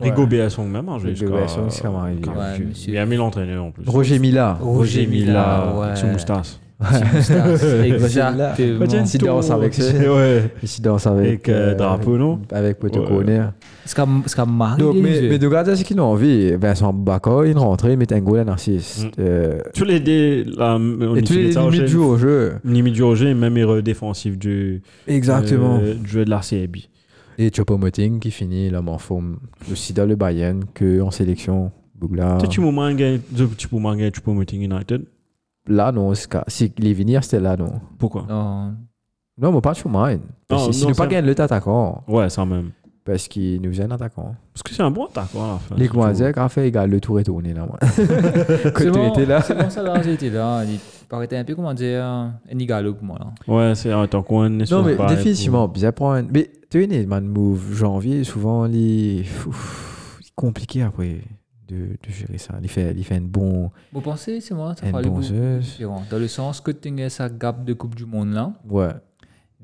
[SPEAKER 1] Rigo Béasson, même âgé.
[SPEAKER 2] Rigo
[SPEAKER 1] jusqu'à-
[SPEAKER 2] Béasson, c'est comme arrivé.
[SPEAKER 1] Car-
[SPEAKER 3] Ouais, monsieur.
[SPEAKER 1] Il a mis l'entraîneur en plus.
[SPEAKER 2] Roger Mila.
[SPEAKER 1] Roger Mila,
[SPEAKER 3] ouais.
[SPEAKER 1] avec son moustache.
[SPEAKER 3] Exactement.
[SPEAKER 2] Petite danse avec ça.
[SPEAKER 1] Ouais.
[SPEAKER 2] Ici danse avec.
[SPEAKER 1] Avec, euh, Drapeau, non
[SPEAKER 2] Avec Poto
[SPEAKER 1] Ouais.
[SPEAKER 2] Corner.
[SPEAKER 3] C'est comme c'est comme Marivier.
[SPEAKER 2] Donc, mais,
[SPEAKER 3] monsieur.
[SPEAKER 2] mais de regarder ce qu'il a envie, Vincent Bacor, il rentre, il met un goal à Narcisse.
[SPEAKER 1] Mm.
[SPEAKER 2] Euh,
[SPEAKER 1] Tous les dés, là, on
[SPEAKER 2] et tous les
[SPEAKER 1] utilise ça au
[SPEAKER 2] limites
[SPEAKER 1] jeu.
[SPEAKER 2] du au jeu.
[SPEAKER 1] Limite du Roger, même erreur défensive du,
[SPEAKER 2] Exactement.
[SPEAKER 1] euh, du jeu de la CAB.
[SPEAKER 2] Et Chopo Moting qui finit l'homme en forme aussi dans le Bayern que en sélection. Bougla.
[SPEAKER 1] Tu peux manger, tu peux manger, tu peux mettre United.
[SPEAKER 2] Là, non, c'est ca- si les venir, c'était là, non.
[SPEAKER 1] Pourquoi
[SPEAKER 3] Non.
[SPEAKER 2] Non, mais pas sur mine. Parce
[SPEAKER 1] Non,
[SPEAKER 2] que si
[SPEAKER 1] non,
[SPEAKER 2] nous pas
[SPEAKER 1] c'est-
[SPEAKER 2] gagné le attaquant,
[SPEAKER 1] Ouais, ça même.
[SPEAKER 2] parce qu'il nous vient un attaquant.
[SPEAKER 1] Parce que c'est un bon attaque, à la fin.
[SPEAKER 2] Les
[SPEAKER 1] surtout.
[SPEAKER 2] Guanzais, quand fait, il a le tour est tourné là, moi. Quand
[SPEAKER 3] C'est
[SPEAKER 2] tu
[SPEAKER 3] bon,
[SPEAKER 2] étais là.
[SPEAKER 3] C'est bon, ça va, j'étais là. Il paraît un peu, comment dire, un igalo pour moi. Là.
[SPEAKER 1] Ouais, c'est un tant qu'on est sur
[SPEAKER 2] Non,
[SPEAKER 1] le
[SPEAKER 2] mais
[SPEAKER 1] bail,
[SPEAKER 2] définitivement, bien prendre. Mais tu vois, les man move janvier, souvent, les. Ouf, c'est compliqué après de, de gérer ça. Il fait, il fait un bon.
[SPEAKER 3] Vous pensez, c'est moi, ça
[SPEAKER 2] Un
[SPEAKER 3] parle
[SPEAKER 2] bon
[SPEAKER 3] beaucoup
[SPEAKER 2] jeu.
[SPEAKER 3] différent. Dans le sens que tu as sa gap de Coupe du Monde là.
[SPEAKER 2] Ouais.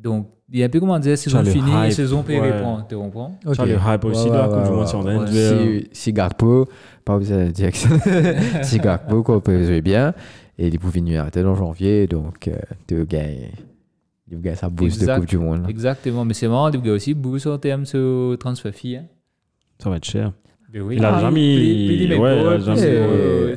[SPEAKER 3] Donc, il y a un peu, comment dire, saison
[SPEAKER 1] Genre le
[SPEAKER 3] finie et
[SPEAKER 1] hype,
[SPEAKER 3] saison peut
[SPEAKER 1] ouais.
[SPEAKER 3] reprendre. Tu comprends
[SPEAKER 1] Ça, le hype aussi de la Coupe du Monde, si on a une duel.
[SPEAKER 2] Si, si Gakpo, pas vous allez dire que ça- si Gakpo, qu'on peut jouer bien, et il est pour venir arrêter en janvier, donc euh, tu gagnes. Tu gagnes sa boost
[SPEAKER 3] Exact.
[SPEAKER 2] de Coupe du Monde. là.
[SPEAKER 3] Exactement, mais c'est marrant, tu as aussi beaucoup sur terme sur transfert fille. Hein.
[SPEAKER 1] Ça va être cher.
[SPEAKER 3] Mais oui, Ah,
[SPEAKER 1] Il a jamais- ouais, il a jamais-
[SPEAKER 2] Euh,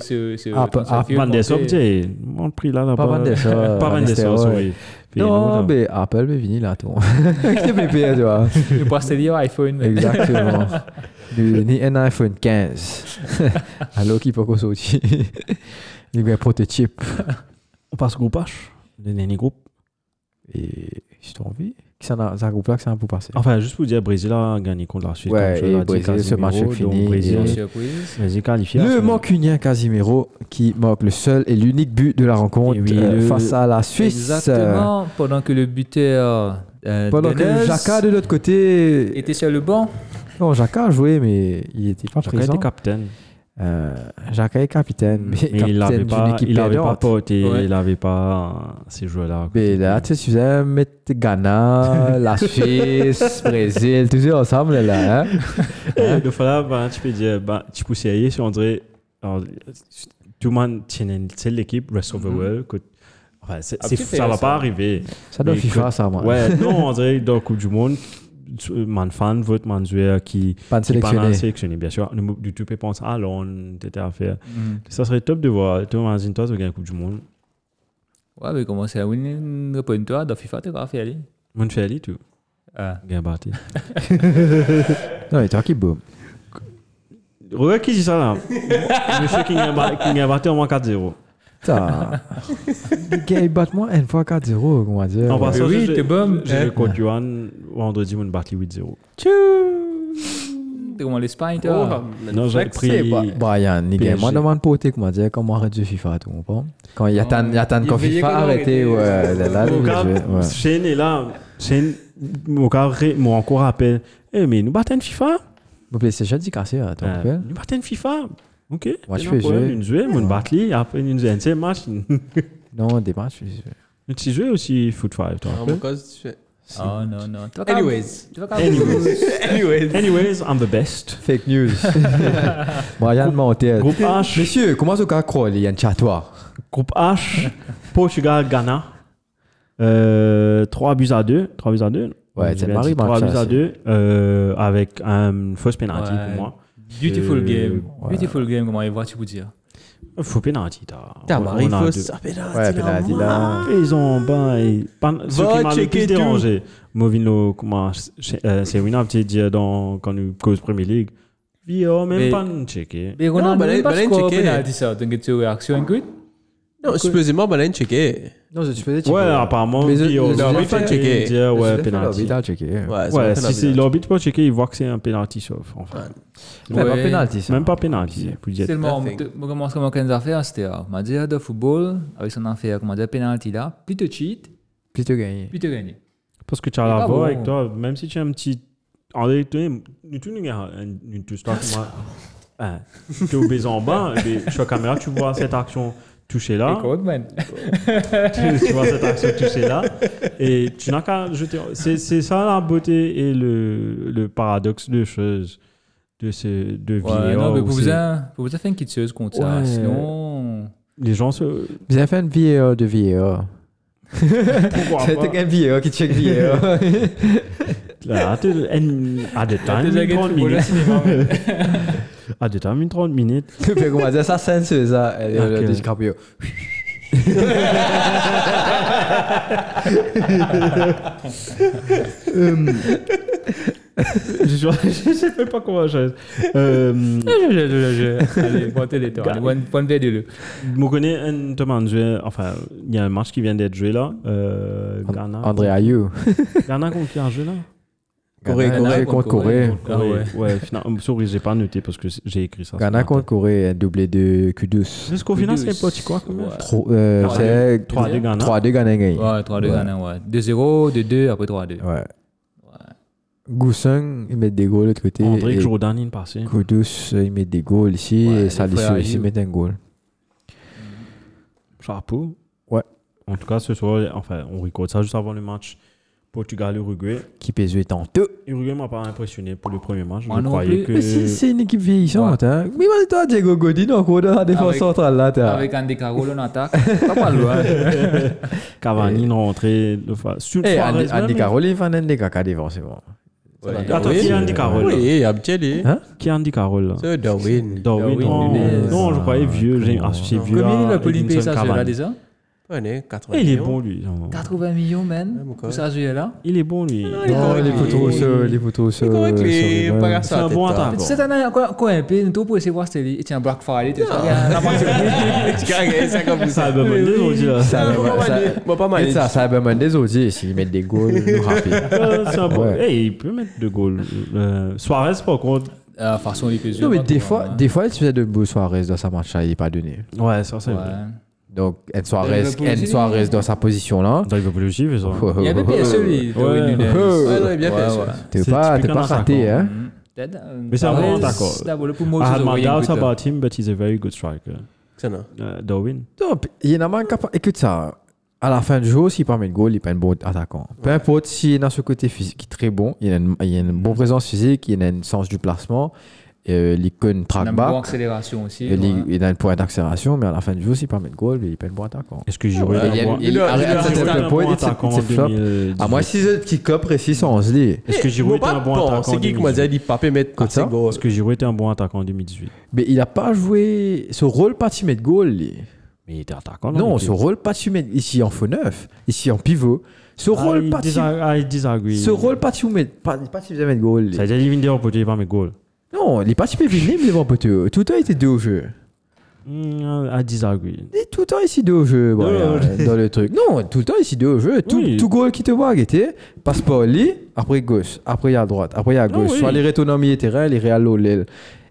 [SPEAKER 2] ah, pas- ah,
[SPEAKER 1] Van der Sop, tu sais, on le prix là, là-bas.
[SPEAKER 2] Pas Van der Sar,
[SPEAKER 1] Pas Van der Sop,
[SPEAKER 2] Nistelrooy.
[SPEAKER 1] oui. Puis,
[SPEAKER 2] Non,
[SPEAKER 1] voilà.
[SPEAKER 2] mais Apple mais vini là, toi. Avec tes bébés, toi.
[SPEAKER 3] Je pense que dire iPhone. mais-
[SPEAKER 2] Exactement. Ni ni un iPhone 15. Alors qu'il peut qu'on sorti. Il y a un prototype.
[SPEAKER 1] On passe au groupe H, le dernier groupe.
[SPEAKER 2] Et si t'as envie. qui s'en a- c'est un groupe-là qui s'en a pour passer.
[SPEAKER 1] Enfin, juste pour dire, Brésil a gagné contre la Suisse.
[SPEAKER 2] Ouais,
[SPEAKER 1] comme je
[SPEAKER 2] et
[SPEAKER 1] l'ai dit,
[SPEAKER 2] Brésil, ce match est
[SPEAKER 1] Casemiro,
[SPEAKER 2] fini,
[SPEAKER 1] Donc, Brésil,
[SPEAKER 2] et-
[SPEAKER 3] surprise.
[SPEAKER 1] Brésil qualifié.
[SPEAKER 2] Le
[SPEAKER 1] Arsenal.
[SPEAKER 2] mancunien Casimiro qui marque le seul et l'unique but de la rencontre
[SPEAKER 1] Et oui,
[SPEAKER 2] euh,
[SPEAKER 1] le-
[SPEAKER 2] face à la Suisse. Euh,
[SPEAKER 3] Exactement. Pendant que le buteur euh,
[SPEAKER 2] Pendant que
[SPEAKER 3] Denez
[SPEAKER 2] Jacques de l'autre côté.
[SPEAKER 3] était sur le banc,
[SPEAKER 2] Non, Jacques a joué, mais il n'était pas
[SPEAKER 1] Chacun
[SPEAKER 2] présent.
[SPEAKER 1] était capitaine.
[SPEAKER 2] Euh, Jacques est capitaine, mais,
[SPEAKER 1] Mais il
[SPEAKER 2] capitaine
[SPEAKER 1] n'avait
[SPEAKER 2] d'une
[SPEAKER 1] pas,
[SPEAKER 2] équipe
[SPEAKER 1] il avait pas
[SPEAKER 2] perdante.
[SPEAKER 1] porté,
[SPEAKER 3] Ouais.
[SPEAKER 1] il n'avait pas euh, ces joueurs-là.
[SPEAKER 2] Mais là, tu sais, tu faisais mettre Ghana, la Suisse, Brésil, tous eux ensemble là. hein.
[SPEAKER 1] Et de fois là, ben, tu peux dire, ben, tu peux essayer si on dirait, alors, tout le monde tient une- c'est l'équipe Rest of the
[SPEAKER 3] Mhm.
[SPEAKER 1] World. que- enfin, c'est-
[SPEAKER 3] Ah,
[SPEAKER 1] c'est-
[SPEAKER 3] tu fais
[SPEAKER 1] ça ne va
[SPEAKER 3] ça.
[SPEAKER 1] pas arriver.
[SPEAKER 2] Ça doit
[SPEAKER 1] Mais
[SPEAKER 2] FIFA,
[SPEAKER 1] écoute,
[SPEAKER 2] ça, moi.
[SPEAKER 1] Ouais, non, on dirait dans la Coupe du Monde, tu- man fan, vote man joueur qui
[SPEAKER 2] Pas de
[SPEAKER 1] qui pas
[SPEAKER 2] sélectionné.
[SPEAKER 1] dans- sélectionné, bien sûr. Nous, Du tout, peut penser à Londres, etc. à faire. Ça serait top de voir. Tu imagines, toi, tu gagnes la Coupe du Monde.
[SPEAKER 3] ouais, mais comment c'est à winner une réponse toi dans FIFA, t'es pas fait aller.
[SPEAKER 1] Mon Feli, tu
[SPEAKER 3] Ah.
[SPEAKER 1] gagnes parti.
[SPEAKER 2] Non, mais toi qui boum.
[SPEAKER 1] Regarde qui dit ça là. Monsieur qui gagne parti en moins 4-0.
[SPEAKER 2] Putain. Le gars, il bat moi N fois 4-0, comment dire.
[SPEAKER 1] En passant,
[SPEAKER 3] oui,
[SPEAKER 1] j'ai-
[SPEAKER 3] t'es bon.
[SPEAKER 1] J'ai
[SPEAKER 3] Hein.
[SPEAKER 1] joué contre Johan vendredi, mon parti 8-0.
[SPEAKER 3] T'es comment l'Espagne, toi
[SPEAKER 1] Non, j'ai pris.
[SPEAKER 2] Brian, il gagne
[SPEAKER 1] PSG.
[SPEAKER 2] moins de monde pour t'es, comment dire, comment arrêter FIFA, tu comprends Quand il y a tant il y a tant de
[SPEAKER 4] Il
[SPEAKER 2] quand
[SPEAKER 4] veillait
[SPEAKER 2] FIFA
[SPEAKER 4] qu'on
[SPEAKER 2] arrêté,
[SPEAKER 4] arrêtait.
[SPEAKER 2] ouais, là, là,
[SPEAKER 1] Mon gars,
[SPEAKER 2] le jeu, ouais.
[SPEAKER 1] Shane est là. Shane, mon gars, ré- mon encore rappelle. Eh, mais nous battons FIFA
[SPEAKER 2] Mon PlayStation, c'est cassé, hein, tu te
[SPEAKER 1] Euh,
[SPEAKER 2] rappelles
[SPEAKER 1] Nous battons FIFA Ok.
[SPEAKER 2] Moi, je
[SPEAKER 1] Non,
[SPEAKER 2] fais
[SPEAKER 1] problème,
[SPEAKER 2] jouer.
[SPEAKER 1] Nous jouons, nous battons. Après, nous jouons un match.
[SPEAKER 2] Non, des matchs. je-
[SPEAKER 1] Nous tu joues aussi Foot 5, toi.
[SPEAKER 3] Oh non, non. Tu vas quand même-
[SPEAKER 4] Anyways.
[SPEAKER 3] Tu vas
[SPEAKER 2] Ah
[SPEAKER 3] quand même-
[SPEAKER 4] Anyways.
[SPEAKER 1] Anyways, I'm the best.
[SPEAKER 2] Fake news. Brian Montel.
[SPEAKER 1] Groupe H,
[SPEAKER 2] Messieurs, comment ce gars croit Il y a une chatoire.
[SPEAKER 1] groupe H, Portugal, Ghana. Euh, 3 buts à 2. 3 buts à 2.
[SPEAKER 2] Ouais, c'est le mari,
[SPEAKER 1] 3
[SPEAKER 2] Manchester.
[SPEAKER 1] buts à 2 euh, avec un fausse penalty
[SPEAKER 3] Ouais.
[SPEAKER 1] pour moi.
[SPEAKER 3] Beautiful
[SPEAKER 1] Euh,
[SPEAKER 3] game. Beautiful game, comment il voit, tu peux dire.
[SPEAKER 1] Un Faux penalty, t'as.
[SPEAKER 4] T'as
[SPEAKER 1] On-
[SPEAKER 4] Marie
[SPEAKER 1] on a
[SPEAKER 4] Foss,
[SPEAKER 1] deux.
[SPEAKER 4] ça fait là,
[SPEAKER 2] Ouais,
[SPEAKER 4] c'est
[SPEAKER 2] puis
[SPEAKER 4] là,
[SPEAKER 2] là, dit là.
[SPEAKER 1] Ils ont ben, ils- pan- ce
[SPEAKER 4] Va
[SPEAKER 1] qui m'a le
[SPEAKER 4] checker
[SPEAKER 1] plus
[SPEAKER 4] tout.
[SPEAKER 1] dérangé. Movino, comment c'est Wina petit dire dans quand nous cause Premier League. Yo, même
[SPEAKER 3] Mais-
[SPEAKER 1] pas nous checker.
[SPEAKER 3] Mais
[SPEAKER 4] Non,
[SPEAKER 3] Ronaldo,
[SPEAKER 4] bah,
[SPEAKER 3] même
[SPEAKER 4] bah,
[SPEAKER 3] pas
[SPEAKER 4] bah,
[SPEAKER 3] score au
[SPEAKER 4] checker.
[SPEAKER 3] penalty, ça. Donc, tu as réaction, écoute.
[SPEAKER 4] Non, supposément, ben là, il checkait.
[SPEAKER 2] Non, je faisais
[SPEAKER 1] Ouais, apparemment,
[SPEAKER 2] Mais je-
[SPEAKER 1] Yo,
[SPEAKER 2] je-
[SPEAKER 1] ils
[SPEAKER 2] je-
[SPEAKER 1] ont
[SPEAKER 4] je-
[SPEAKER 1] checké,
[SPEAKER 4] checker.
[SPEAKER 1] ils disent, ouais, penalty.
[SPEAKER 2] Il a checké.
[SPEAKER 4] Ouais, c'est
[SPEAKER 1] Ouais,
[SPEAKER 4] un
[SPEAKER 1] si
[SPEAKER 4] penalty.
[SPEAKER 1] c'est l'orbite pas checker, ils voient que c'est un penalty sauf. Enfin,
[SPEAKER 2] Même pas
[SPEAKER 3] Ouais.
[SPEAKER 2] pénalty, ça.
[SPEAKER 1] même pas penalty. pour dire-
[SPEAKER 3] Seulement,
[SPEAKER 4] Nothing.
[SPEAKER 3] moi, comment est-ce qu'on manque affaire C'était euh, m'a dit de football, avec son affaire, comment dire, penalty là, puis te cheat,
[SPEAKER 2] Puis tu gagné.
[SPEAKER 3] puis te gagner.
[SPEAKER 1] Parce que tu as
[SPEAKER 3] Il est
[SPEAKER 1] la
[SPEAKER 3] pas
[SPEAKER 1] voix
[SPEAKER 3] bon.
[SPEAKER 1] avec toi, même si tu as un petit. En réalité, nous tous, nous avons une toute histoire. Moi,
[SPEAKER 3] Ah.
[SPEAKER 1] hein, tu es obéis en bas, et puis sur la caméra, tu vois cette action touchée là.
[SPEAKER 3] Écoute, man.
[SPEAKER 1] tu tu vois cette action touchée là. Et tu n'as qu'à jeter. C'est c'est ça la beauté et le, le paradoxe de choses, de, ce, de
[SPEAKER 3] Ouais,
[SPEAKER 1] vidéo
[SPEAKER 3] non, mais
[SPEAKER 1] où
[SPEAKER 3] pour
[SPEAKER 1] c'est-
[SPEAKER 3] vous, en- pour vous en faire une quitteuse contre ça,
[SPEAKER 2] Ouais.
[SPEAKER 3] sinon.
[SPEAKER 1] les gens se.
[SPEAKER 2] Vous avez fait une VAR de euh. VAR.
[SPEAKER 1] Pourquoi pas
[SPEAKER 2] un VAR qui check euh. VAR.
[SPEAKER 1] Là, t'es- and- at the
[SPEAKER 3] T'as
[SPEAKER 1] time,
[SPEAKER 3] déjà
[SPEAKER 1] une
[SPEAKER 3] gagné
[SPEAKER 1] 30
[SPEAKER 3] le football,
[SPEAKER 1] minutes.
[SPEAKER 3] cinéma, man.
[SPEAKER 1] At the time, une 30 minutes.
[SPEAKER 2] Tu fais comment dire ça, scène, c'est ça. Elle
[SPEAKER 1] Ok.
[SPEAKER 2] est DiCaprio.
[SPEAKER 1] je ne sais même pas comment je. Euh,
[SPEAKER 3] Je- je- je- je- Allez, pointez les temps.
[SPEAKER 1] Gars.
[SPEAKER 3] Allez, one- point de le.
[SPEAKER 1] Je connais un Thomas André, enfin, il y a un match qui vient d'être joué là. Euh, Ghana.
[SPEAKER 2] André Ayou.
[SPEAKER 1] Ghana contre qui a joué là
[SPEAKER 4] Corée,
[SPEAKER 2] Ghana
[SPEAKER 4] Corée
[SPEAKER 2] contre
[SPEAKER 3] contre
[SPEAKER 2] Corée.
[SPEAKER 3] Ah ouais.
[SPEAKER 1] ouais finalement, sorry, j'ai pas noté parce que c'est- j'ai écrit ça.
[SPEAKER 2] Ghana contre Corée, un doublé de Q12.
[SPEAKER 1] Jusqu'au final,
[SPEAKER 3] Kudus.
[SPEAKER 1] c'est pas quoi quand même
[SPEAKER 3] Ouais.
[SPEAKER 2] Tro- euh,
[SPEAKER 1] Trois
[SPEAKER 2] C'est
[SPEAKER 1] deux. Trois deux Ghana.
[SPEAKER 2] 3-2 Ghana gagne.
[SPEAKER 3] Ouais, 3-2
[SPEAKER 2] Ouais.
[SPEAKER 3] gagnant, ouais. 2-0, 2-2, après 3-2.
[SPEAKER 2] Ouais. Goussung, il met des goals de l'autre côté.
[SPEAKER 1] André
[SPEAKER 2] et
[SPEAKER 1] Jordan, il passe.
[SPEAKER 2] Kudus, euh, il met des goals ici.
[SPEAKER 3] Ouais,
[SPEAKER 2] et
[SPEAKER 3] les
[SPEAKER 2] Salisu,
[SPEAKER 3] frères
[SPEAKER 2] ici,
[SPEAKER 3] Ayou.
[SPEAKER 2] met un goal.
[SPEAKER 1] Chapeau.
[SPEAKER 2] Ouais.
[SPEAKER 1] En tout cas, ce soir, enfin, on record ça juste avant le match Portugal-Uruguay.
[SPEAKER 2] Qui peut jouer tantôt.
[SPEAKER 1] Uruguay m'a pas impressionné pour le premier match. Je
[SPEAKER 3] Moi non
[SPEAKER 1] croyais
[SPEAKER 3] plus.
[SPEAKER 1] que.
[SPEAKER 2] Mais c'est c'est une équipe vieillissante. Hein. Mais moi, toi, Diego Godin, encore dans la défense
[SPEAKER 3] Avec-
[SPEAKER 2] centrale. Là, t'as-
[SPEAKER 3] Avec Andy Carroll en attaque, pas mal loin.
[SPEAKER 1] Cavani non rentré de fois. Sur
[SPEAKER 2] Eh,
[SPEAKER 1] Suarez
[SPEAKER 2] Andy,
[SPEAKER 1] même,
[SPEAKER 2] Andy
[SPEAKER 1] mais-
[SPEAKER 2] Carroll, il fait un Andy Kaka devant, c'est bon.
[SPEAKER 1] Attends,
[SPEAKER 4] Oui,
[SPEAKER 1] qui est Andy Carroll là
[SPEAKER 4] Oui, il y a petit, lui.
[SPEAKER 2] Hein
[SPEAKER 1] Qui est Andy Carroll là
[SPEAKER 4] C'est Darwin.
[SPEAKER 1] Darwin,
[SPEAKER 3] Darwin
[SPEAKER 1] non,
[SPEAKER 3] Nunez.
[SPEAKER 1] non, je croyais vieux, j'ai
[SPEAKER 2] Comment-
[SPEAKER 1] associé vieux.
[SPEAKER 3] Combien
[SPEAKER 1] à
[SPEAKER 3] il a polipé
[SPEAKER 1] Edinson
[SPEAKER 3] ça, je
[SPEAKER 1] Cavani. Eh,
[SPEAKER 3] là déjà
[SPEAKER 4] Ouais, 80
[SPEAKER 1] Il est
[SPEAKER 4] millions.
[SPEAKER 1] bon, lui. genre.
[SPEAKER 3] 80 millions,
[SPEAKER 4] Ouais,
[SPEAKER 3] man.
[SPEAKER 4] mon
[SPEAKER 3] Pour
[SPEAKER 4] corps.
[SPEAKER 3] ça, je là.
[SPEAKER 1] Il est bon, lui.
[SPEAKER 4] Il est
[SPEAKER 2] Non,
[SPEAKER 4] correct,
[SPEAKER 2] les
[SPEAKER 4] lui.
[SPEAKER 2] photos, ça, les photos, ça.
[SPEAKER 4] Il est correct,
[SPEAKER 2] ça,
[SPEAKER 4] les
[SPEAKER 2] ouais.
[SPEAKER 4] pas grave,
[SPEAKER 1] C'est un
[SPEAKER 4] ça.
[SPEAKER 1] bon
[SPEAKER 4] t'es-
[SPEAKER 1] attaque.
[SPEAKER 3] Puis Cette année, encore encore un peu, nous pour essayer de voir c'était et tiens, Black Friday, tout ça. Regarde, la partie-
[SPEAKER 4] Tu cargues ça comme
[SPEAKER 1] Ça
[SPEAKER 4] ça.
[SPEAKER 1] a bien mené, on dit, là.
[SPEAKER 2] Ça,
[SPEAKER 4] Ah, moi,
[SPEAKER 2] ça-
[SPEAKER 4] pas mal, moi, pas mal.
[SPEAKER 2] Et ça, ça va demander des autres, s'ils mettent des goals, nous rapide.
[SPEAKER 1] Euh, c'est un bon-
[SPEAKER 2] Ouais.
[SPEAKER 1] Hey, il peut mettre deux goals. Euh, Suarez, par contre.
[SPEAKER 3] Ah, façon, il peut
[SPEAKER 2] Non, mais des fois,
[SPEAKER 3] hein.
[SPEAKER 2] des fois, il faisait de beaux soirées dans sa match, il n'est pas donné.
[SPEAKER 1] Ouais, ça, c'est vrai.
[SPEAKER 3] fois.
[SPEAKER 2] Donc, N Suarez,
[SPEAKER 3] Liverpool
[SPEAKER 2] N
[SPEAKER 3] aussi,
[SPEAKER 2] Suarez dans sa position là. Oh,
[SPEAKER 1] Dans Liverpool aussi, il fait ça.
[SPEAKER 3] Il y avait PSE,
[SPEAKER 1] Ouais.
[SPEAKER 3] lui. Darwin Nunes.
[SPEAKER 2] Ouais,
[SPEAKER 4] Ouais, non, il est bien fait, ça.
[SPEAKER 2] T'es
[SPEAKER 1] C'est
[SPEAKER 2] pas, t'es
[SPEAKER 1] typiquement
[SPEAKER 2] pas
[SPEAKER 1] un
[SPEAKER 2] raté,
[SPEAKER 1] cinquante.
[SPEAKER 2] hein.
[SPEAKER 3] Hmm. euh,
[SPEAKER 1] Mais c'est vraiment d'accord. I had my doubts about him, Ah, but he's a very good striker.
[SPEAKER 4] Excellent.
[SPEAKER 1] Euh, Darwin.
[SPEAKER 2] Donc, il y en a un qui a pas- Écoute ça. À la fin du jour, s'il pas met de goal, il n'est pas un bon attaquant. Peu importe s'il est dans ce côté physique qui est très bon, il a une, il a une bonne présence physique, il a un sens du placement, euh, il connaît une
[SPEAKER 3] Il a
[SPEAKER 2] track
[SPEAKER 3] une bonne
[SPEAKER 2] back,
[SPEAKER 3] accélération aussi.
[SPEAKER 2] il,
[SPEAKER 3] ouais.
[SPEAKER 2] il a un point d'accélération, mais à la fin du jour, s'il pas met de goal, il n'est pas un bon attaquant.
[SPEAKER 1] Est-ce que j'ai
[SPEAKER 2] ouais, il y a- il- il arrête à certains points, il
[SPEAKER 1] attaquant
[SPEAKER 2] s'est- il s'est flop. À Ah, moi, si je petit cop précis, on se dit.
[SPEAKER 1] Est-ce que Giroud était un bon attaquant
[SPEAKER 4] C'est qui qui m'a dit, il papait mettre
[SPEAKER 2] Ah, ça
[SPEAKER 4] côté gauche.
[SPEAKER 1] Est-ce que Giroud était un bon attaquant en 2018
[SPEAKER 2] Mais il n'a pas joué ce rôle pas de mettre goal. lui.
[SPEAKER 1] Mais il était attaquant.
[SPEAKER 2] Non,
[SPEAKER 1] il
[SPEAKER 2] ce rôle pas de mettre ici en faux neuf, ici en pivot. Ce
[SPEAKER 1] était-
[SPEAKER 2] rôle
[SPEAKER 1] I
[SPEAKER 2] pas de
[SPEAKER 1] disa- I disagree.
[SPEAKER 2] Ce rôle pas tu mets pas pas tu faisais mettre goal. lui.
[SPEAKER 1] ah, Ça veut dire qu'il vient dire, on peut dire pas mes goals.
[SPEAKER 2] Non, il est pas super visible devant poteau. Tout le temps il était deux au jeu.
[SPEAKER 1] Mm, I disagree.
[SPEAKER 2] Il est tout le temps ici deux au jeu bon,
[SPEAKER 1] Ouais,
[SPEAKER 2] là,
[SPEAKER 1] ouais.
[SPEAKER 2] dans le truc. Non, tout le temps ici deux au jeu. Tout,
[SPEAKER 1] Oui.
[SPEAKER 2] tout goal qui te voit guetter, passe pas au lit, après gauche, après à droite, après à gauche.
[SPEAKER 1] oui.
[SPEAKER 2] Soit les retournements milieu de terrain, les Real au l'aile.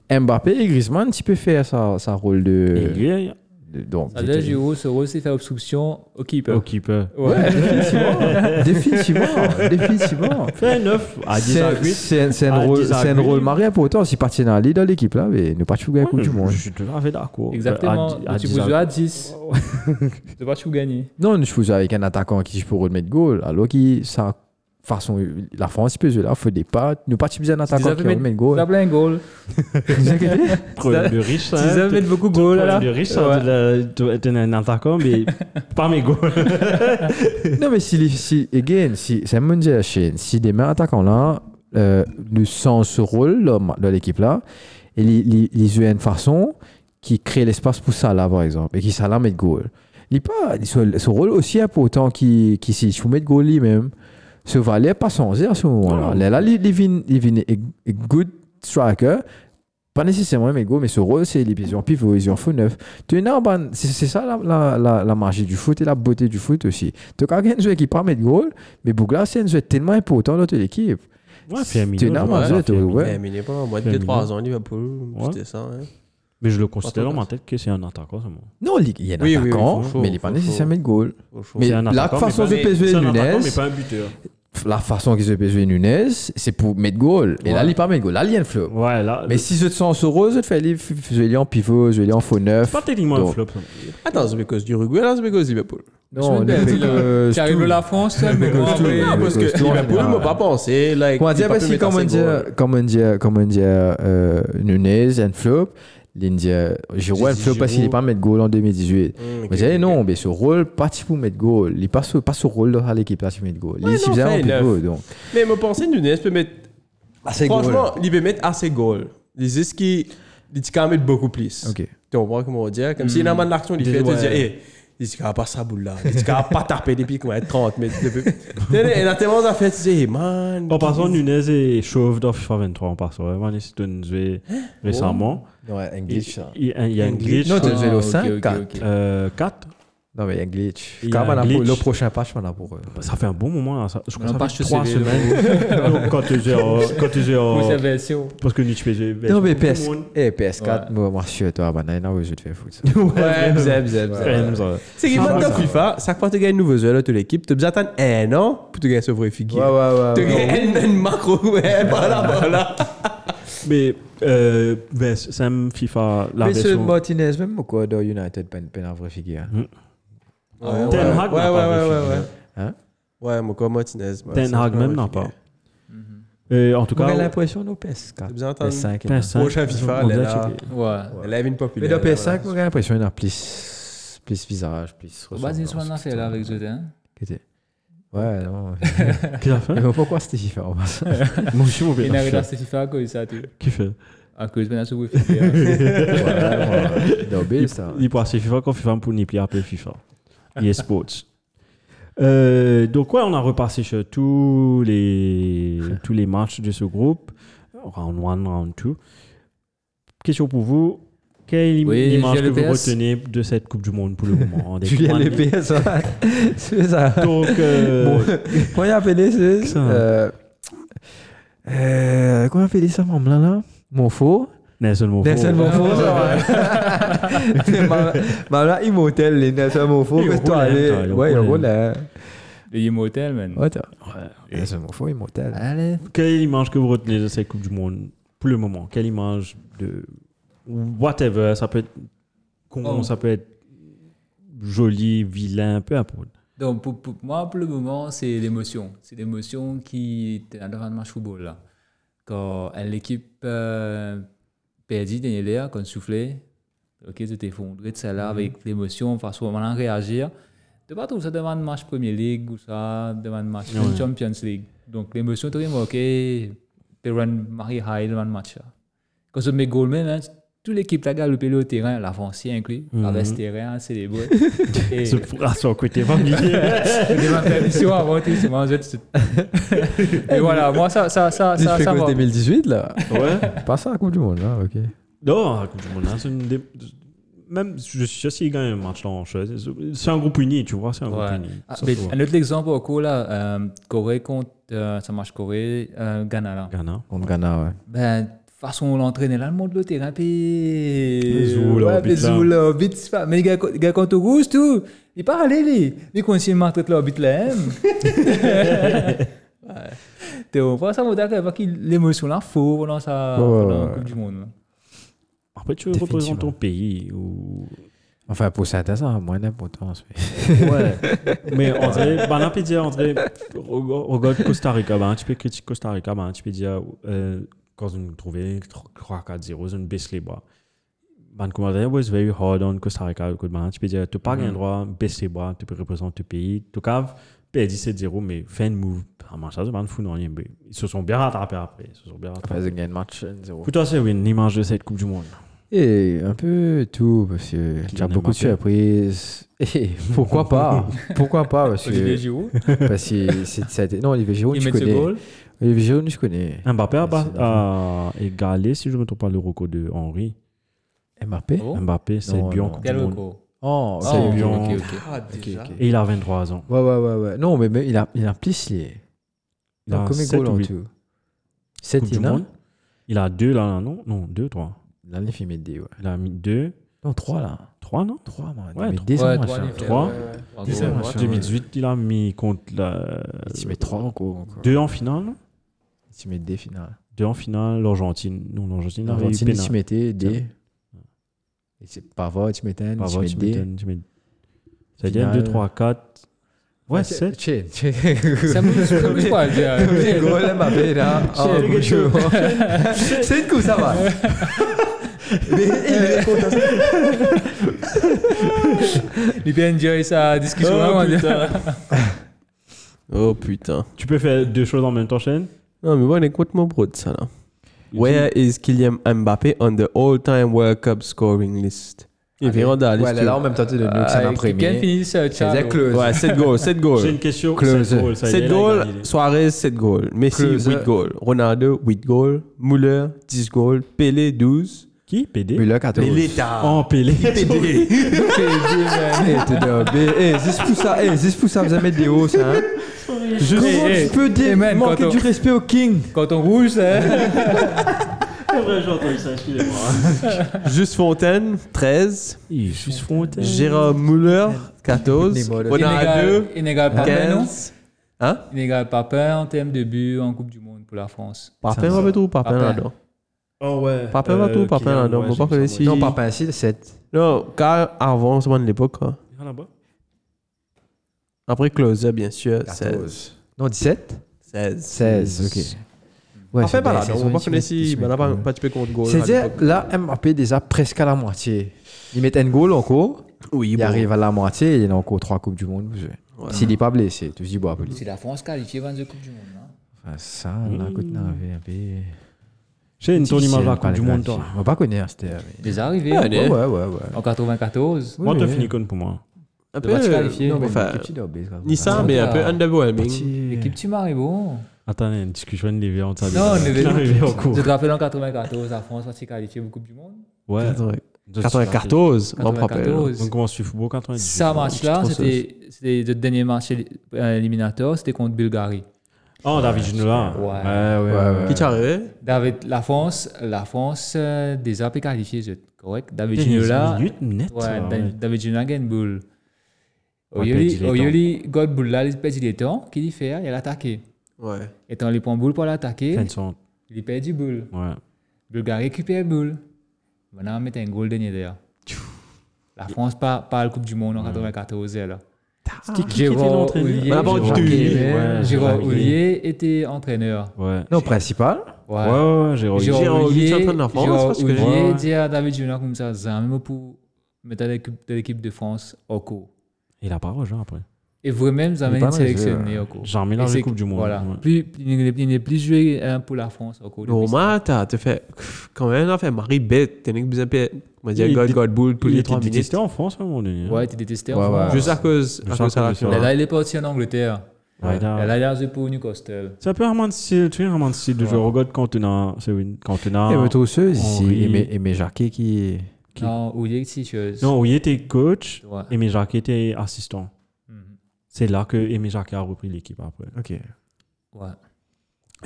[SPEAKER 2] Mbappé et Griezmann, tu peux faire ça, ça rôle
[SPEAKER 1] Et
[SPEAKER 2] de,
[SPEAKER 1] lui,
[SPEAKER 2] de- donc.
[SPEAKER 3] Ça veut dire, Giroud, ce rôle, c'est faire obstruction au keeper.
[SPEAKER 1] au keeper.
[SPEAKER 3] Ouais.
[SPEAKER 2] définitivement, définitivement, définitivement.
[SPEAKER 1] Fait ah, 9 à
[SPEAKER 2] C'est un-
[SPEAKER 1] 18.
[SPEAKER 2] c'est un- c'est un
[SPEAKER 1] Ah,
[SPEAKER 2] rôle,
[SPEAKER 1] disagree.
[SPEAKER 2] c'est un rôle marié pour autant. Si parti dans la lead dans l'équipe là, mais ne pas jouer à la Coupe du Monde.
[SPEAKER 1] Je suis tout à fait d'accord. Ah,
[SPEAKER 3] Exactement.
[SPEAKER 1] À- à
[SPEAKER 3] Tu
[SPEAKER 1] 10
[SPEAKER 3] vous
[SPEAKER 1] à-
[SPEAKER 3] joues à 10. Tu vas tu gagner.
[SPEAKER 2] Non, je faisais avec un attaquant qui peut remettre goal. Alors que sa façon, la France peut jouer là, faut des pas, ne pas utiliser un attaquant qui peut remettre
[SPEAKER 3] Ça
[SPEAKER 2] goal.
[SPEAKER 3] plein goal.
[SPEAKER 1] Problème de riche, ça.
[SPEAKER 3] Tu
[SPEAKER 1] hein.
[SPEAKER 3] vas mettre beaucoup goal
[SPEAKER 1] Problème
[SPEAKER 3] là.
[SPEAKER 1] de riche, ça.
[SPEAKER 3] Ouais.
[SPEAKER 1] de la- de- T'es un attaquant, mais pas mes goals.
[SPEAKER 2] non, mais si, les- si again, si c'est un mondial la Chine, si des mains attaquants là, euh, le sens ce rôle l'homme dans l'équipe là, et les les- les yeux à une façon qui crée l'espace pour Salah par exemple, et qui Salah met goal. Il est pas, ce, ce rôle aussi important qui qui si je vous mets goal lui-même, ce valet pas sans à ce moment-là.
[SPEAKER 1] Non.
[SPEAKER 2] Là, là, il il vient- il vient a- a good striker. Pas nécessairement mais go, mais ce rôle, c'est les visions pivot, les visions faux neuf. Tu es là, ben, C'est c'est ça la, la, la, la magie du foot et la beauté du foot aussi. Tu as un joueur qui prend mettre goal, mais Bougla, c'est un joueur tellement important dans ton équipe.
[SPEAKER 1] Ouais, Firmino,
[SPEAKER 2] Tu es
[SPEAKER 1] je
[SPEAKER 2] là, mon
[SPEAKER 1] vois
[SPEAKER 4] ouais,
[SPEAKER 2] Dieu,
[SPEAKER 1] ça,
[SPEAKER 2] tu-
[SPEAKER 1] Firmino.
[SPEAKER 2] ouais.
[SPEAKER 4] Ouais, mais il est pas en moins
[SPEAKER 1] Fait
[SPEAKER 4] de
[SPEAKER 1] un
[SPEAKER 4] 3
[SPEAKER 1] million.
[SPEAKER 4] ans, Liverpool.
[SPEAKER 1] Ouais.
[SPEAKER 4] C'était ça, hein.
[SPEAKER 1] Mais je le considère dans
[SPEAKER 4] Pas
[SPEAKER 1] ma tête que c'est un attaquant seulement.
[SPEAKER 2] Non, il il y a un
[SPEAKER 4] Oui, oui,
[SPEAKER 2] attaquant,
[SPEAKER 4] oui, faut-
[SPEAKER 2] mais il
[SPEAKER 4] faut-
[SPEAKER 2] n'est pas
[SPEAKER 4] faut-
[SPEAKER 2] nécessairement mettre goal.
[SPEAKER 4] Au chaud.
[SPEAKER 2] Mais
[SPEAKER 1] C'est un
[SPEAKER 2] la
[SPEAKER 1] attaquant,
[SPEAKER 2] façon de
[SPEAKER 1] mais pas-
[SPEAKER 2] PSV
[SPEAKER 1] C'est un attaquant,
[SPEAKER 2] Nunez,
[SPEAKER 1] mais pas un buteur.
[SPEAKER 2] la façon qu'ils ont PSV Nunez, c'est pour mettre goal. Et là, il n'est pas mettre goal. Là, il y a un flop.
[SPEAKER 1] Ouais, là.
[SPEAKER 2] Mais si je te sens heureux, je te fais aller je vais en pivot, je vais en faux
[SPEAKER 1] c'est
[SPEAKER 2] neuf.
[SPEAKER 1] pas techniquement un
[SPEAKER 2] Donc,
[SPEAKER 1] flop. ça.
[SPEAKER 4] Attends, c'est because du Uruguay, là, c'est because Liverpool.
[SPEAKER 2] Non,
[SPEAKER 3] Tu
[SPEAKER 2] ne fait que-
[SPEAKER 3] Tu arrives de la France, tu mais
[SPEAKER 2] Because tout.
[SPEAKER 4] Non, parce que
[SPEAKER 2] Because tout en
[SPEAKER 4] Liverpool,
[SPEAKER 2] général.
[SPEAKER 4] on m'a pas pensé. like,
[SPEAKER 2] ah. Comment
[SPEAKER 4] il
[SPEAKER 2] dire,
[SPEAKER 4] pas
[SPEAKER 2] parce
[SPEAKER 4] pu
[SPEAKER 2] que
[SPEAKER 4] mettre
[SPEAKER 2] comment
[SPEAKER 4] assez de
[SPEAKER 2] dire,
[SPEAKER 4] goals.
[SPEAKER 2] comment dire, comment dire, euh, Nunez, un flop, l'India, Giroud, un
[SPEAKER 1] Jésus
[SPEAKER 2] flop parce qu'il n'est
[SPEAKER 1] Giroud.
[SPEAKER 2] pas mettre goal en 2018.
[SPEAKER 4] Hmm, ok,
[SPEAKER 2] Vous savez,
[SPEAKER 4] ok,
[SPEAKER 2] non, mais ce rôle, parti pour mettre goal. Il passe pas ce rôle dans l'équipe, parti pour mettre goal. Il
[SPEAKER 4] Ouais,
[SPEAKER 2] est
[SPEAKER 4] non,
[SPEAKER 2] suffisamment
[SPEAKER 4] fair enough.
[SPEAKER 2] pivot, donc.
[SPEAKER 4] ok. Mais me penser, Nunez peut mettre. Franchement, il peut mettre assez goals. Les disent qu'il il dit qu'il mettre beaucoup plus.
[SPEAKER 2] Ok.
[SPEAKER 4] Tu comprends comment on dire Comme
[SPEAKER 2] Hmm.
[SPEAKER 4] s'il y a un l'action, il fait te
[SPEAKER 3] Ouais.
[SPEAKER 4] dire, hé, il dit qu'il n'a pas sa boule là. Il dit qu'il n'a pas tapé depuis qu'on va être 30 mètres. Il a tellement d'affaires, tu dis, hey, man.
[SPEAKER 1] En passant, Nunez est chauve dans FIFA 23 en passant. Vraiment, il s'est donné récemment.
[SPEAKER 2] Ouais, un glitch, hein. ça.
[SPEAKER 1] Il, il y a un
[SPEAKER 4] Un
[SPEAKER 1] glitch.
[SPEAKER 4] glitch.
[SPEAKER 2] Non, tu
[SPEAKER 3] Ah,
[SPEAKER 2] le fais au
[SPEAKER 3] ok,
[SPEAKER 2] 5,
[SPEAKER 3] ok,
[SPEAKER 2] 4.
[SPEAKER 3] ok.
[SPEAKER 1] Euh, 4.
[SPEAKER 2] Non, mais il y a un glitch.
[SPEAKER 1] Il y a
[SPEAKER 2] Quand
[SPEAKER 1] un
[SPEAKER 2] on a pour-
[SPEAKER 1] glitch.
[SPEAKER 2] Le prochain patch, on a pour euh. eux.
[SPEAKER 1] Ça fait un bon moment. là, ça- Je crois que ça
[SPEAKER 3] Non, pas
[SPEAKER 1] fait
[SPEAKER 3] chez
[SPEAKER 1] 3
[SPEAKER 3] CV,
[SPEAKER 1] semaines. Donc, quand tu es en- quand tu es en-
[SPEAKER 3] Pour sa version.
[SPEAKER 1] Parce que Nietzsche faisait.
[SPEAKER 2] Non, mais
[SPEAKER 1] tout le
[SPEAKER 2] PS,
[SPEAKER 1] monde.
[SPEAKER 2] eh, PS4,
[SPEAKER 3] Ouais.
[SPEAKER 2] moi, moi, je suis toi, bah, non, non, je te fais foutre. ça.
[SPEAKER 4] Ouais, bizarre,
[SPEAKER 1] C'est
[SPEAKER 4] bizarre, bizarre.
[SPEAKER 1] quand même ça.
[SPEAKER 4] C'est qu'il
[SPEAKER 1] Ça va,
[SPEAKER 4] manque dans
[SPEAKER 1] ça
[SPEAKER 4] FIFA, chaque fois que tu gagnes un nouveau joueur de toute l'équipe, tu as besoin d'attendre un an pour te gagner ce vrai
[SPEAKER 2] Ouais,
[SPEAKER 4] figure.
[SPEAKER 2] ouais,
[SPEAKER 4] Tu
[SPEAKER 2] ouais, ouais.
[SPEAKER 4] gagnes un macro, ouais, voilà, voilà.
[SPEAKER 1] Mais euh, ben, Sam, FIFA, la
[SPEAKER 2] Mais ce
[SPEAKER 1] version.
[SPEAKER 2] Martinez, même au quoi, dans United, pas une peine à vrai figure.
[SPEAKER 4] Ouais,
[SPEAKER 1] Ten
[SPEAKER 4] euh, ouais.
[SPEAKER 1] Hag
[SPEAKER 4] ouais, ouais,
[SPEAKER 1] n'a pas
[SPEAKER 4] ouais,
[SPEAKER 1] refusé.
[SPEAKER 4] ouais, ouais.
[SPEAKER 2] Hein
[SPEAKER 4] Ouais, mon corps Martinez. moi,
[SPEAKER 1] Ten
[SPEAKER 4] ça,
[SPEAKER 1] Hag
[SPEAKER 4] je
[SPEAKER 1] même
[SPEAKER 4] crois,
[SPEAKER 1] n'a
[SPEAKER 4] ouais.
[SPEAKER 1] pas. Et en tout
[SPEAKER 2] Moi,
[SPEAKER 1] cas,
[SPEAKER 2] j'ai l'impression nos PS4.
[SPEAKER 4] T'as besoin d'entendre
[SPEAKER 2] PS5.
[SPEAKER 1] PS5,
[SPEAKER 4] Prochain FIFA,
[SPEAKER 1] on
[SPEAKER 4] là,
[SPEAKER 1] doit
[SPEAKER 4] là.
[SPEAKER 1] checker.
[SPEAKER 3] Ouais.
[SPEAKER 4] Elle avait une
[SPEAKER 2] Mais
[SPEAKER 4] populaire.
[SPEAKER 2] dans
[SPEAKER 4] là,
[SPEAKER 2] PS5, moi,
[SPEAKER 4] voilà.
[SPEAKER 2] j'ai l'impression qu'il y en a plus, plus visage, plus
[SPEAKER 3] Basé sur
[SPEAKER 2] ressemblance,
[SPEAKER 3] un affaire là avec Zodin.
[SPEAKER 2] etc. Ouais, non.
[SPEAKER 1] Qu'est-ce qu'il a fait
[SPEAKER 2] Mais pourquoi c'était différent
[SPEAKER 1] Mon chien, mon
[SPEAKER 3] Il
[SPEAKER 1] bébé.
[SPEAKER 3] arrive dans cette FIFA à cause de ça, tu.
[SPEAKER 1] Qui fait
[SPEAKER 3] À cause de la soupe FIFA.
[SPEAKER 2] Ouais, ouais. Dans B, ça.
[SPEAKER 1] Il passe FIFA quand FIFA pour nier un peu FIFA. EA Sports. Euh, donc, ouais, on a repassé sur tous les, tous les matchs de ce groupe. Round 1, round 2. Question pour vous. Quelle
[SPEAKER 3] Oui,
[SPEAKER 1] image que
[SPEAKER 3] JLPS.
[SPEAKER 1] vous retenez de cette Coupe du Monde pour le moment Des
[SPEAKER 2] Julien
[SPEAKER 1] grandes-
[SPEAKER 2] LPS, ouais. c'est ça.
[SPEAKER 1] Donc, euh,
[SPEAKER 2] Bon, comment il a appelé ce
[SPEAKER 1] Ça.
[SPEAKER 2] euh, euh, Comment il a appelé ça, mon blanc là Mon faux
[SPEAKER 1] Nelson Moreau.
[SPEAKER 2] Nelson Mofo, ça va. Ma là, il m'hôtel, les Nelson Mofo,
[SPEAKER 1] Il
[SPEAKER 2] que toi,
[SPEAKER 1] roule, hein, toi,
[SPEAKER 2] allez.
[SPEAKER 1] il
[SPEAKER 2] Ouais, il
[SPEAKER 1] roule,
[SPEAKER 2] roule, hein.
[SPEAKER 3] Le Yimo Hotel, man.
[SPEAKER 2] Ouais, toi. Nelson Mofo, il m'hôtel.
[SPEAKER 3] Allez.
[SPEAKER 1] Quelle image que vous retenez de cette Coupe du Monde pour le moment Quelle image de whatever Ça peut être con,
[SPEAKER 3] Oh.
[SPEAKER 1] ça peut être joli, vilain, peu importe.
[SPEAKER 3] Donc, pour, pour moi, pour le moment, c'est l'émotion. C'est l'émotion qui est dans le match football. Là. Quand euh, l'équipe euh, perdit, dernier l'air, quand soufflé, ok, c'était effondré de ça là,
[SPEAKER 1] Mhm.
[SPEAKER 3] avec l'émotion, façon à vraiment réagir. De pas trouver ça devant le match Premier League ou ça, devant le match
[SPEAKER 1] Ouais.
[SPEAKER 3] Champions League. Donc, l'émotion, tu vois, ok, Perron Marie High devant le match. Là. Quand on met goal, même, hein, toute l'équipe là, galopé le terrain, la foncière inclus,
[SPEAKER 1] Mhm.
[SPEAKER 3] avec ce terrain, c'est les boys. Et-
[SPEAKER 1] Ce à son côté familier.
[SPEAKER 3] C'était ma permission avant tout, c'est moi, je te- Et voilà, moi, ça, ça, ça,
[SPEAKER 2] Tu
[SPEAKER 3] ça,
[SPEAKER 2] fais
[SPEAKER 3] ça
[SPEAKER 2] quoi
[SPEAKER 3] va.
[SPEAKER 2] 2018 là
[SPEAKER 1] ouais.
[SPEAKER 2] Pas ça, la Coupe du Monde là, ok.
[SPEAKER 1] Non, la Coupe du Monde, hein, c'est une des- Même, je suis sûr s'il gagne un match là en Suède, c'est un groupe uni, tu vois, c'est un groupe
[SPEAKER 3] Ouais.
[SPEAKER 1] uni.
[SPEAKER 3] Ah,
[SPEAKER 1] Ça
[SPEAKER 3] mais
[SPEAKER 1] se
[SPEAKER 2] hein.
[SPEAKER 1] voit.
[SPEAKER 3] un autre exemple au cours, là, euh, Corée contre, euh, ça marche Corée, euh, Ghana, là.
[SPEAKER 1] Ghana.
[SPEAKER 2] Contre Ghana, ouais.
[SPEAKER 3] Ben, façon l'entraîner là, le monde le terrain, puis.
[SPEAKER 1] Zou, là, au
[SPEAKER 3] Ouais, puis
[SPEAKER 1] but, là.
[SPEAKER 3] Zou, là, au but, c'est pas- Mais les gars, les gars, contre rouge, tout, il pas allé, lui. Il continue de marquer là, au but, là, hein. Ouais. T'es au point, ça, mon gars, parce que l'émotion là, faux, pendant sa,
[SPEAKER 2] Ouais, ouais,
[SPEAKER 3] pendant la
[SPEAKER 2] ouais.
[SPEAKER 3] Coupe du Monde, là.
[SPEAKER 1] Après, tu représentes ton pays ou.
[SPEAKER 2] Enfin, pour certains, ça a moins d'importance. mais-
[SPEAKER 1] Ouais. Mais on dirait, ben, là, on peut dire, on dirait, rego- regarde Costa Rica, ben, tu peux critiquer Costa Rica, ben, tu peux dire, euh, quand on trouvait 3-4-0, on baisse les bras. Ben, comment dire, was very hard on Costa Rica, écoute, ben, tu peux dire, tu n'as
[SPEAKER 2] Mm-hmm.
[SPEAKER 1] pas le droit, baisse les bras, tu peux représenter ton pays, tu caves, perdu 7-0, mais fin de move, ça marche, ça, ben, fou, non, rien, mais ils se sont bien rattrapés après, ils se sont bien rattrapés.
[SPEAKER 2] Enfin, ils ont gagné le match euh, 1-0.
[SPEAKER 1] Pour toi, c'est une image de cette Coupe du Monde.
[SPEAKER 2] Et un peu tout, parce que
[SPEAKER 1] Kylian
[SPEAKER 2] tu as beaucoup de
[SPEAKER 1] Mbappé.
[SPEAKER 2] surprises. Et pourquoi pas Pourquoi pas Parce
[SPEAKER 3] Olivier
[SPEAKER 2] que,
[SPEAKER 3] Giroud,
[SPEAKER 2] parce que c'est- Bah, ça a été- Non, Olivier Giroud,
[SPEAKER 3] il
[SPEAKER 2] je
[SPEAKER 3] met ce
[SPEAKER 2] connais.
[SPEAKER 3] goal.
[SPEAKER 2] Olivier Giroud, je connais.
[SPEAKER 1] Mbappé a,
[SPEAKER 2] Merci,
[SPEAKER 1] bas- a égalé, si je ne me trompe pas, le record de Henry.
[SPEAKER 2] Mbappé
[SPEAKER 3] Oh.
[SPEAKER 1] Mbappé, c'est
[SPEAKER 2] Non,
[SPEAKER 1] bien
[SPEAKER 2] non.
[SPEAKER 1] en Coupe du
[SPEAKER 3] Quel
[SPEAKER 1] Monde.
[SPEAKER 3] record
[SPEAKER 2] Oh,
[SPEAKER 1] C'est
[SPEAKER 2] ok.
[SPEAKER 1] bien.
[SPEAKER 3] ok, ok.
[SPEAKER 4] Ah,
[SPEAKER 2] déjà.
[SPEAKER 1] Et il a 23 ans.
[SPEAKER 2] Ouais, ouais, ouais, ouais. Non, mais même, il a, il a plus les. Il a
[SPEAKER 1] Ah,
[SPEAKER 2] combien de
[SPEAKER 1] sept
[SPEAKER 2] goals
[SPEAKER 1] ou
[SPEAKER 2] en
[SPEAKER 1] huit.
[SPEAKER 2] tout 7
[SPEAKER 1] Coupe du Monde. Il a 2 là, là, non Non, 2, 3.
[SPEAKER 2] Là, il fait mes dés, ouais.
[SPEAKER 1] Il a mis 2,
[SPEAKER 2] Non, 3 là.
[SPEAKER 1] 3, non
[SPEAKER 2] 3, moi.
[SPEAKER 1] Ouais,
[SPEAKER 2] mais
[SPEAKER 1] trois.
[SPEAKER 2] dés,
[SPEAKER 3] Ouais,
[SPEAKER 2] ça, moi,
[SPEAKER 3] trois,
[SPEAKER 2] ça.
[SPEAKER 3] les frères.
[SPEAKER 1] Trois.
[SPEAKER 3] Trois
[SPEAKER 2] Dix
[SPEAKER 3] goals.
[SPEAKER 2] ans, machin.
[SPEAKER 1] 2018, il a mis contre la.
[SPEAKER 2] Il s'y euh, met 3 encore. encore.
[SPEAKER 1] 2 en finale
[SPEAKER 2] Il s'y met des finales.
[SPEAKER 1] 2 en finale, l'Argentine. Non, l'Argentine avait eu
[SPEAKER 2] L'Argentine, il
[SPEAKER 1] pénal.
[SPEAKER 2] s'y mettait des. Et c'est Pavard, il s'y mettait un, il s'y
[SPEAKER 1] Pavard,
[SPEAKER 2] met des.
[SPEAKER 1] Timiten, Timiten. C'est-à-dire
[SPEAKER 2] Finale.
[SPEAKER 1] 2, 3, 4.
[SPEAKER 2] Ah,
[SPEAKER 1] Ouais, 7.
[SPEAKER 2] Tchè,
[SPEAKER 3] Ça me ça me- quoi, je dirais.
[SPEAKER 4] Ah, Oh,
[SPEAKER 1] Tchè, quelque chose.
[SPEAKER 2] C'est une coup, ça va. Mais il est content.
[SPEAKER 3] Il vient de dire sa discussion là, on
[SPEAKER 4] Oh
[SPEAKER 3] dit-
[SPEAKER 4] putain. oh putain.
[SPEAKER 1] Tu peux faire deux choses en même temps, chaîne
[SPEAKER 4] Non, mais bon, écoute-moi, bro, de ça là. Where is Kylian Mbappé on the all-time World Cup scoring list? Il vient dans la
[SPEAKER 2] Ouais,
[SPEAKER 4] liste.
[SPEAKER 2] là, là, on même tenté de nous que ça
[SPEAKER 3] Euh,
[SPEAKER 2] m'a
[SPEAKER 3] qui vient de
[SPEAKER 2] premier.
[SPEAKER 3] finir ce chat,
[SPEAKER 2] C'est
[SPEAKER 3] là.
[SPEAKER 2] close.
[SPEAKER 4] Ouais, 7 goals, 7
[SPEAKER 1] J'ai
[SPEAKER 4] goals.
[SPEAKER 1] une question.
[SPEAKER 2] Close.
[SPEAKER 1] 7 Oh, goals, ça y est,
[SPEAKER 4] 7
[SPEAKER 1] là, il a
[SPEAKER 4] goals,
[SPEAKER 1] gagné.
[SPEAKER 4] Suarez 7 goals, Messi
[SPEAKER 2] Klose.
[SPEAKER 4] 8 goals, Ronaldo 8 goals, Müller 10 goals, Pelé 12.
[SPEAKER 1] Qui PD
[SPEAKER 2] Müller, 14.
[SPEAKER 1] Oh, Pelé.
[SPEAKER 2] Eh, t'es de- mais, eh, juste pour ça, eh, juste pour ça, vous allez mettre des hausses, hein.
[SPEAKER 3] Juste-
[SPEAKER 2] Comment
[SPEAKER 3] Eh, eh,
[SPEAKER 2] tu peux
[SPEAKER 3] eh,
[SPEAKER 2] dire
[SPEAKER 3] man,
[SPEAKER 2] manquer
[SPEAKER 3] quand on-
[SPEAKER 2] du respect au King
[SPEAKER 3] Quand on roule, ça.
[SPEAKER 1] C'est vrai, j'ai entendu ça, excusez-moi.
[SPEAKER 4] Juste Fontaine 13,
[SPEAKER 1] Il suis fronté.
[SPEAKER 4] Gérard Müller 14,
[SPEAKER 2] Les modèles.
[SPEAKER 4] Ronaldo
[SPEAKER 3] Il n'égale pas peur, non
[SPEAKER 4] 15. Hein?
[SPEAKER 3] Il n'égale pas peur en termes de buts en Coupe du Monde pour la France.
[SPEAKER 4] Papin va mettre ou Papin
[SPEAKER 3] Papin.
[SPEAKER 4] là-dedans
[SPEAKER 1] Oh, ouais.
[SPEAKER 4] Papin va tout, Papin là-dedans. Bon, pas que les si.
[SPEAKER 2] Non, pas ainsi, 7.
[SPEAKER 4] Non, car avant, c'est de l'époque. hein.
[SPEAKER 1] là-bas.
[SPEAKER 4] Après, close bien sûr. 16.
[SPEAKER 2] Non, 17
[SPEAKER 4] 16.
[SPEAKER 2] 16, ok. Ouais,
[SPEAKER 4] Parfait,
[SPEAKER 2] c'est
[SPEAKER 4] pas
[SPEAKER 2] bien,
[SPEAKER 4] là.
[SPEAKER 2] c'est
[SPEAKER 4] On va
[SPEAKER 2] bien,
[SPEAKER 4] pas connaître
[SPEAKER 2] c'est bien,
[SPEAKER 4] si.
[SPEAKER 2] c'est
[SPEAKER 4] Ben là,
[SPEAKER 2] bien.
[SPEAKER 4] pas pas tu peux contre goal.
[SPEAKER 2] C'est-à-dire, là, Mbappé déjà presque à la moitié. Il met un goal encore,
[SPEAKER 4] Oui,
[SPEAKER 2] il
[SPEAKER 4] bon.
[SPEAKER 2] arrive à la moitié, il a encore trois Coupes du Monde. monsieur. S'il n'est pas blessé, tu dis, bon,
[SPEAKER 4] Mm.
[SPEAKER 2] après,
[SPEAKER 3] C'est la France qualifiée avant la Coupe du Monde. hein.
[SPEAKER 2] Ah, ça, là, écoute, non, mais, mais-
[SPEAKER 1] J'ai une ton
[SPEAKER 2] difficile,
[SPEAKER 1] image à la
[SPEAKER 2] pas
[SPEAKER 1] Coupe du
[SPEAKER 2] les
[SPEAKER 1] Monde,
[SPEAKER 2] graphies.
[SPEAKER 1] toi.
[SPEAKER 2] On va pas connaître, hein, c'était. euh, mais-
[SPEAKER 3] Déjà arrivé.
[SPEAKER 4] Allez.
[SPEAKER 2] Ouais, ouais, ouais. ouais.
[SPEAKER 3] En 94.
[SPEAKER 1] Moi,
[SPEAKER 2] Oui,
[SPEAKER 1] t'as
[SPEAKER 2] oui.
[SPEAKER 1] fini con pour moi.
[SPEAKER 4] un peu. euh,
[SPEAKER 3] Devrait se qualifier.
[SPEAKER 4] non, mais enfin, ni ça,
[SPEAKER 3] Ah,
[SPEAKER 4] mais un peu
[SPEAKER 3] ah.
[SPEAKER 4] underwhelming.
[SPEAKER 3] L'équipe tu m'arrives bon.
[SPEAKER 1] Attends, il y a une discussion de l'hiver, on s'est
[SPEAKER 3] Non, on est
[SPEAKER 1] on est au cours.
[SPEAKER 3] Je te rappelle en 94, la France va se qualifier pour Coupe du Monde.
[SPEAKER 1] Ouais.
[SPEAKER 4] 94, on prend pas.
[SPEAKER 3] 94.
[SPEAKER 1] Donc, on suit football 98.
[SPEAKER 3] Ça match-là,
[SPEAKER 4] trop
[SPEAKER 3] c'était c'était le dernier match éli- euh, éliminatoire, c'était contre Bulgarie.
[SPEAKER 1] Oh, David Ginola.
[SPEAKER 3] Ouais.
[SPEAKER 1] Ouais,
[SPEAKER 2] Ah, Ouais,
[SPEAKER 1] ouais,
[SPEAKER 2] ouais.
[SPEAKER 1] ouais.
[SPEAKER 4] Qui t'est arrivé
[SPEAKER 3] David, la France, la France euh, déjà peut qualifier, je- correct. David
[SPEAKER 1] Dernière
[SPEAKER 3] Ginola,
[SPEAKER 1] minute net.
[SPEAKER 3] ouais,
[SPEAKER 1] ça,
[SPEAKER 3] Da-
[SPEAKER 1] ouais. ben,
[SPEAKER 3] David Ginola gagne boule.
[SPEAKER 1] Ouais, perdit les temps.
[SPEAKER 3] Oyoli, God boule là, il perd les temps, qu'il y fait, hein, il a attaqué.
[SPEAKER 4] Ouais.
[SPEAKER 3] Et quand il prend boule pour l'attaquer,
[SPEAKER 1] Fin de son-
[SPEAKER 3] il perd du boule.
[SPEAKER 1] Ouais.
[SPEAKER 3] Bulgarie récupère boule. Maintenant, on met un goal dernier derrière. La France pas, pas à la Coupe du Monde en 94 là.
[SPEAKER 1] C'était qui qui était
[SPEAKER 3] Gérard
[SPEAKER 1] l'entraîneur
[SPEAKER 3] Houllier.
[SPEAKER 4] D'abord,
[SPEAKER 1] Gérard
[SPEAKER 4] tu-
[SPEAKER 1] Houllier, ouais,
[SPEAKER 3] Gérard
[SPEAKER 1] Houllier.
[SPEAKER 3] Houllier était entraîneur.
[SPEAKER 1] Ouais.
[SPEAKER 2] Non, principal.
[SPEAKER 1] Ouais, ouais, ouais, Gérard Houllier.
[SPEAKER 4] Gérard Houllier, tu es entraîneur de la France, parce que-
[SPEAKER 1] Ouais.
[SPEAKER 3] Houllier dit à David Junior comme ça, jamais pour mettre l'équipe de l'équipe de France au cours.
[SPEAKER 1] Il a pas rejoint après.
[SPEAKER 3] Et vraiment,
[SPEAKER 2] est
[SPEAKER 3] jamais
[SPEAKER 2] pas mal,
[SPEAKER 3] sélectionné au cours.
[SPEAKER 1] Jean
[SPEAKER 3] Et
[SPEAKER 1] Mélard,
[SPEAKER 3] c'est-
[SPEAKER 1] Coupe du Monde.
[SPEAKER 3] Voilà.
[SPEAKER 1] Ouais.
[SPEAKER 3] Plus, il n'est- il n'est plus joué hein, pour la France au cours. depuis ça.
[SPEAKER 4] Normal, t'as t'as fait quand même, t'as fait Marie Bête, t'as besoin de comment
[SPEAKER 1] Il
[SPEAKER 4] dire, God,
[SPEAKER 1] était-
[SPEAKER 4] God, Bull, pour
[SPEAKER 1] Il
[SPEAKER 4] les
[SPEAKER 1] était
[SPEAKER 4] 3 minutes.
[SPEAKER 1] détesté en France à un moment donné. hein.
[SPEAKER 3] Ouais, il était détesté
[SPEAKER 2] Ouais,
[SPEAKER 3] en
[SPEAKER 2] ouais.
[SPEAKER 3] France.
[SPEAKER 4] Juste à cause, à
[SPEAKER 1] Juste
[SPEAKER 4] cause de
[SPEAKER 1] à
[SPEAKER 4] la
[SPEAKER 1] cause de
[SPEAKER 4] finale.
[SPEAKER 1] ça.
[SPEAKER 3] Et là, il est parti en Angleterre.
[SPEAKER 1] Ouais, il a-
[SPEAKER 3] Et là, il a joué pour Newcastle.
[SPEAKER 1] C'est un peu Armand Style, tu sais, Armand Style de
[SPEAKER 3] Ouais.
[SPEAKER 1] je regarde Cantona, c'est une Cantona.
[SPEAKER 2] Et votre osseuse ici.
[SPEAKER 1] Henri.
[SPEAKER 2] Et mes- Et mes Jacquet qui.
[SPEAKER 1] Qui-
[SPEAKER 3] Non, Houllier, si je
[SPEAKER 1] Non, oui, il était coach
[SPEAKER 3] Ouais.
[SPEAKER 1] et Jacques était assistant.
[SPEAKER 3] Mhm.
[SPEAKER 1] C'est là que Aimé Jacques a repris l'équipe après.
[SPEAKER 2] Ok.
[SPEAKER 3] Ouais.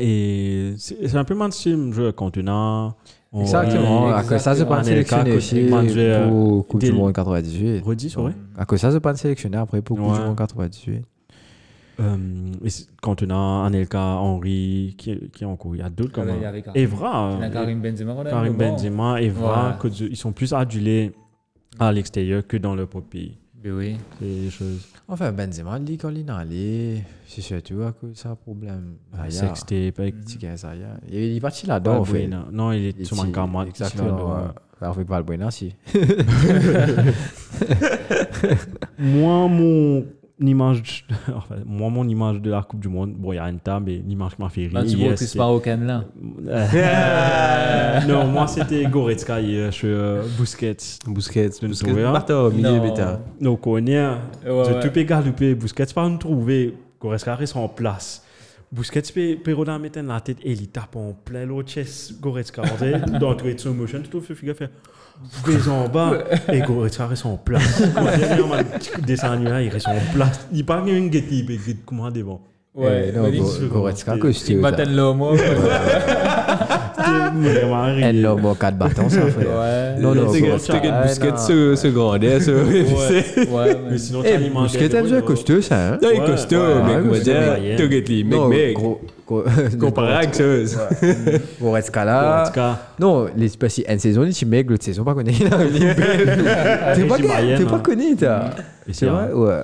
[SPEAKER 1] Et c'est c'est un peu Man Style, je Cantona. on-
[SPEAKER 2] Exactement.
[SPEAKER 3] Ouais,
[SPEAKER 2] À cause ça, c'est
[SPEAKER 3] exactement.
[SPEAKER 2] pas sélectionné euh,
[SPEAKER 1] Anelka,
[SPEAKER 2] aussi
[SPEAKER 1] Mandzukic,
[SPEAKER 2] pour Coupe du
[SPEAKER 1] Del-
[SPEAKER 2] Monde 98.
[SPEAKER 1] Redis, c'est vrai.
[SPEAKER 2] À cause ça, c'est pas sélectionné après pour Coupe du
[SPEAKER 1] Ouais.
[SPEAKER 2] Monde 98.
[SPEAKER 1] Euh, et c'est Cantona, Anelka, Henry, qui, qui est encore. Il y a d'autres comme
[SPEAKER 3] Il y
[SPEAKER 1] ça.
[SPEAKER 3] avait Karim-
[SPEAKER 1] Evra.
[SPEAKER 3] il y a
[SPEAKER 1] euh,
[SPEAKER 3] Karim Benzema. voilà,
[SPEAKER 1] Karim
[SPEAKER 3] bon.
[SPEAKER 1] Benzema, Evra,
[SPEAKER 3] Ouais.
[SPEAKER 1] Kozu, ils sont plus adulés à l'extérieur que dans leur propre pays.
[SPEAKER 3] Ben oui.
[SPEAKER 1] C'est des choses.
[SPEAKER 2] Enfin, Benzema, lui, quand il est allé, c'est surtout à cause de ça, problème. Ah, yeah.
[SPEAKER 1] Sextape. avec-
[SPEAKER 2] Petit gars, ça, yeah. Il il est parti là-dedans,
[SPEAKER 1] Non,
[SPEAKER 2] en fait.
[SPEAKER 1] Bah non, il est
[SPEAKER 2] Il
[SPEAKER 1] sur
[SPEAKER 2] est-
[SPEAKER 1] un gamin.
[SPEAKER 2] Exactement.
[SPEAKER 1] euh,
[SPEAKER 2] ouais. Alors, avec Balbuena, si.
[SPEAKER 1] Moi, mon image, enfin, moi, mon image de la Coupe du Monde, bon, il y a une table, mais l'image qui m'a fait rire.
[SPEAKER 3] Là, tu vois
[SPEAKER 1] hier,
[SPEAKER 3] Chris
[SPEAKER 1] c'était-
[SPEAKER 3] Marocain là.
[SPEAKER 1] Euh, non, moi, c'était Goretzka hier, je suis euh, Busquets.
[SPEAKER 4] Busquets,
[SPEAKER 1] une
[SPEAKER 4] Busquets,
[SPEAKER 1] trouée, hein.
[SPEAKER 4] Barthes, au milieu,
[SPEAKER 3] Non.
[SPEAKER 4] mais t'as-
[SPEAKER 1] Donc, on est, hein,
[SPEAKER 3] Ouais, ouais.
[SPEAKER 1] je te peux galoper, Busquets, pas nous trouver, Goretzka reste en place. Busquets, peut- peut Roda mettre la tête et il tape en plein l'autre chest, Goretzka, on dirait, dans le slow motion, tout le figure fait. Vais en bas et Goretzka reste en place. Quand il y a un petit coup de dessin animé, il reste en place. Il parle une guette, il guette comment devant.
[SPEAKER 3] Ouais,
[SPEAKER 2] Eh, non,
[SPEAKER 3] il-
[SPEAKER 2] Go-
[SPEAKER 1] il-
[SPEAKER 2] Goretzka,
[SPEAKER 1] il-
[SPEAKER 3] il
[SPEAKER 2] costume.
[SPEAKER 3] bat un l'homme. Ouais. Ah.
[SPEAKER 1] C'était vraiment
[SPEAKER 2] Un
[SPEAKER 1] ridicule.
[SPEAKER 2] l'homme aux quatre bâtons, ça, frère. Non, non,
[SPEAKER 4] C'était-
[SPEAKER 2] Goretzka,
[SPEAKER 4] c'était que
[SPEAKER 2] ouais,
[SPEAKER 4] Euh, Busquets
[SPEAKER 2] non.
[SPEAKER 4] se se grandait, se révissait.
[SPEAKER 3] Ouais, mais-
[SPEAKER 1] Mais sinon,
[SPEAKER 2] Eh,
[SPEAKER 1] t'as les manches
[SPEAKER 2] Busquets,
[SPEAKER 1] des
[SPEAKER 2] elle joue
[SPEAKER 1] deux,
[SPEAKER 2] un costume, ça, hein?
[SPEAKER 4] Non, il est
[SPEAKER 1] Ouais,
[SPEAKER 4] costaud,
[SPEAKER 1] ouais,
[SPEAKER 4] mais
[SPEAKER 2] ouais,
[SPEAKER 4] comment
[SPEAKER 2] mais
[SPEAKER 4] dire,
[SPEAKER 1] c'est
[SPEAKER 4] t'as guette les
[SPEAKER 2] Non,
[SPEAKER 4] mecs, mecs,
[SPEAKER 2] gros- gros-
[SPEAKER 4] comparé à quelque chose.
[SPEAKER 2] Goretzka, là.
[SPEAKER 1] Goretzka.
[SPEAKER 2] hein. Non, les parce qu'une saison, les petits mecs, l'autre saison, pas connu. Il a un libéré. T'es pas
[SPEAKER 1] Régime
[SPEAKER 2] connu,
[SPEAKER 1] Mayenne,
[SPEAKER 2] t'es pas
[SPEAKER 1] hein.
[SPEAKER 2] connu, t'as.
[SPEAKER 1] Et
[SPEAKER 2] C'est vrai, ouais.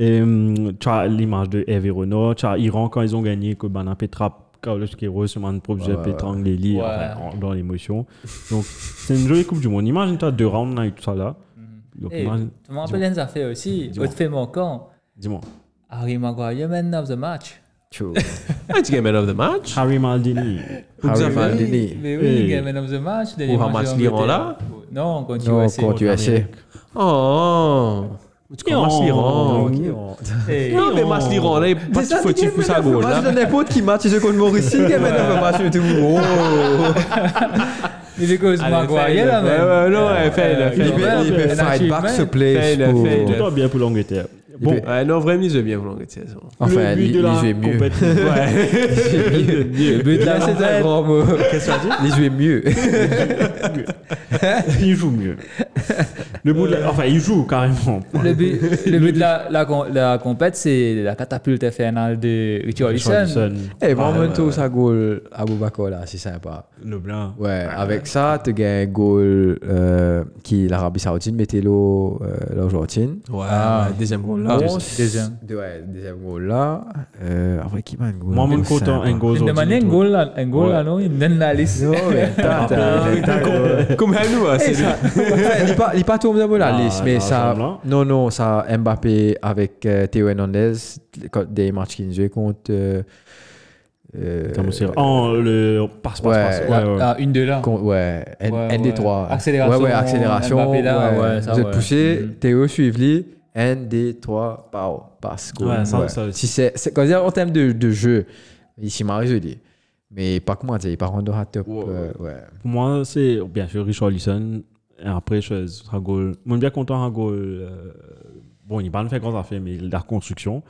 [SPEAKER 1] Et hum, tu as l'image de Eve et Renault, tu as Iran quand ils ont gagné, que Bana Petrap, Carlos Queiroz, Seman Propje,
[SPEAKER 2] Ouais, ouais,
[SPEAKER 1] Petrang, Lely,
[SPEAKER 3] Ouais.
[SPEAKER 1] enfin, en- dans l'émotion. Donc, c'est une jolie Coupe du Monde. Imagine, tu as deux rounds là et tout ça là. Donc,
[SPEAKER 3] Eh,
[SPEAKER 1] imagine-
[SPEAKER 3] Tu me rappelles une affaire aussi.
[SPEAKER 1] Dis-moi.
[SPEAKER 3] Autre fait manquant.
[SPEAKER 1] dis-moi.
[SPEAKER 3] Harry Maguire, man of the match.
[SPEAKER 2] True.
[SPEAKER 4] Ah, tu gagnes man of the match.
[SPEAKER 1] Harry Maldini.
[SPEAKER 2] Harry
[SPEAKER 4] Xavier.
[SPEAKER 2] Maldini.
[SPEAKER 3] Mais oui,
[SPEAKER 1] Eh.
[SPEAKER 3] il est man of the match. dernier
[SPEAKER 4] Pour un
[SPEAKER 3] match
[SPEAKER 4] match
[SPEAKER 3] en
[SPEAKER 4] l'Iran,
[SPEAKER 3] Angleterre.
[SPEAKER 4] là
[SPEAKER 3] Non, contre
[SPEAKER 2] Non,
[SPEAKER 3] USA.
[SPEAKER 2] contre USA.
[SPEAKER 4] Oh, tu commences l'Iran.
[SPEAKER 3] Eh,
[SPEAKER 4] Non, mais match l'Iran, là, il est pas si fautif pour sa goal, là.
[SPEAKER 2] n'importe qui match, c'est contre Mauricie, qui mène un match, tout
[SPEAKER 1] Oh,
[SPEAKER 3] Il est cause
[SPEAKER 4] Allez, fais-le.
[SPEAKER 3] Maguire là,
[SPEAKER 4] Ouais,
[SPEAKER 3] man.
[SPEAKER 4] ouais, non, ouais, fais-le,
[SPEAKER 3] Euh,
[SPEAKER 4] fais-le.
[SPEAKER 3] il est-
[SPEAKER 2] Il
[SPEAKER 3] il
[SPEAKER 2] peut
[SPEAKER 3] est
[SPEAKER 2] fight back
[SPEAKER 3] achievement.
[SPEAKER 2] ce place
[SPEAKER 4] Fais-le,
[SPEAKER 2] pour...
[SPEAKER 4] fais-le.
[SPEAKER 1] Tout va bien pour l'Angleterre. Bon,
[SPEAKER 2] peut-
[SPEAKER 4] Ouais, non, vraiment, ils ont bien voulu l'Angleterre. ça.
[SPEAKER 2] Enfin,
[SPEAKER 1] le but
[SPEAKER 2] il
[SPEAKER 1] de
[SPEAKER 2] il
[SPEAKER 1] la
[SPEAKER 2] jouait mieux.
[SPEAKER 1] compétition.
[SPEAKER 2] Le but là, c'est un grand mot.
[SPEAKER 1] Qu'est-ce que ça dit Ah,
[SPEAKER 2] Il jouait mieux.
[SPEAKER 1] Il joue mieux. Le bout de
[SPEAKER 2] Euh,
[SPEAKER 1] la- Enfin, il joue carrément.
[SPEAKER 3] Le but, le but de la, la, com- la compète, c'est la catapulte finale de Richarlison.
[SPEAKER 1] Richarlison,
[SPEAKER 2] Eh, bon, en même temps, ça goal à Boubacar, là, c'est sympa.
[SPEAKER 1] le blanc.
[SPEAKER 2] Ouais, avec ça, tu gagnes un goal euh, qui l'Arabie Saoudite mettait l'eau euh, l'Argentine.
[SPEAKER 4] Ouais, ouais, deuxième goal, là.
[SPEAKER 2] Bon,
[SPEAKER 3] deuxième.
[SPEAKER 2] c'est- Ouais, deuxième goal là. Euh, après, qui m'a un goal
[SPEAKER 1] Moi, mon
[SPEAKER 2] C'est
[SPEAKER 1] content,
[SPEAKER 2] sympa.
[SPEAKER 1] un goal.
[SPEAKER 3] Une demande un goal là, un goal là, non Il donne la liste.
[SPEAKER 2] Non, mais t'as- t'as-
[SPEAKER 4] Ah,
[SPEAKER 2] t'as- t'as-
[SPEAKER 4] comme- Comme à nous, hein, c'est
[SPEAKER 2] Eh, ça- Ouais, Il pas- il pas tourné dans la
[SPEAKER 1] Non,
[SPEAKER 2] liste, mais
[SPEAKER 1] non,
[SPEAKER 2] ça.
[SPEAKER 1] Jean Blanc.
[SPEAKER 2] Non, non, ça. Mbappé avec euh, Théo Hernandez, quand- des matchs qu'il jouait contre. euh, euh,
[SPEAKER 1] Comme c'est- Oh, le passe, passe,
[SPEAKER 2] Ouais.
[SPEAKER 1] passe. Ouais,
[SPEAKER 3] Ah,
[SPEAKER 1] ouais.
[SPEAKER 3] ah, une de là.
[SPEAKER 2] Con- ouais, un,
[SPEAKER 3] Ouais,
[SPEAKER 2] un des
[SPEAKER 3] ouais.
[SPEAKER 2] trois.
[SPEAKER 3] Accélération,
[SPEAKER 2] Ouais, ouais, accélération.
[SPEAKER 3] Mbappé là,
[SPEAKER 2] ouais.
[SPEAKER 3] ouais, ça,
[SPEAKER 2] Vous êtes
[SPEAKER 3] ouais.
[SPEAKER 2] poussé,
[SPEAKER 3] Mhm.
[SPEAKER 2] Théo, suivez-lui. Un, deux, trois, pow, passe, go.
[SPEAKER 1] Ouais, ça, ça aussi.
[SPEAKER 2] Si c'est, c'est, quand je dis en termes de, de jeu, ici, m'a résolu. Mais pas comment dire, par contre, à top.
[SPEAKER 4] Ouais,
[SPEAKER 2] euh, ouais.
[SPEAKER 1] Pour moi, c'est bien sûr Richard Lisson. Et après, je suis goal. Moi, je suis bien content à goal. euh, Bon, il n'a pas fait grand affaire, mais la reconstruction.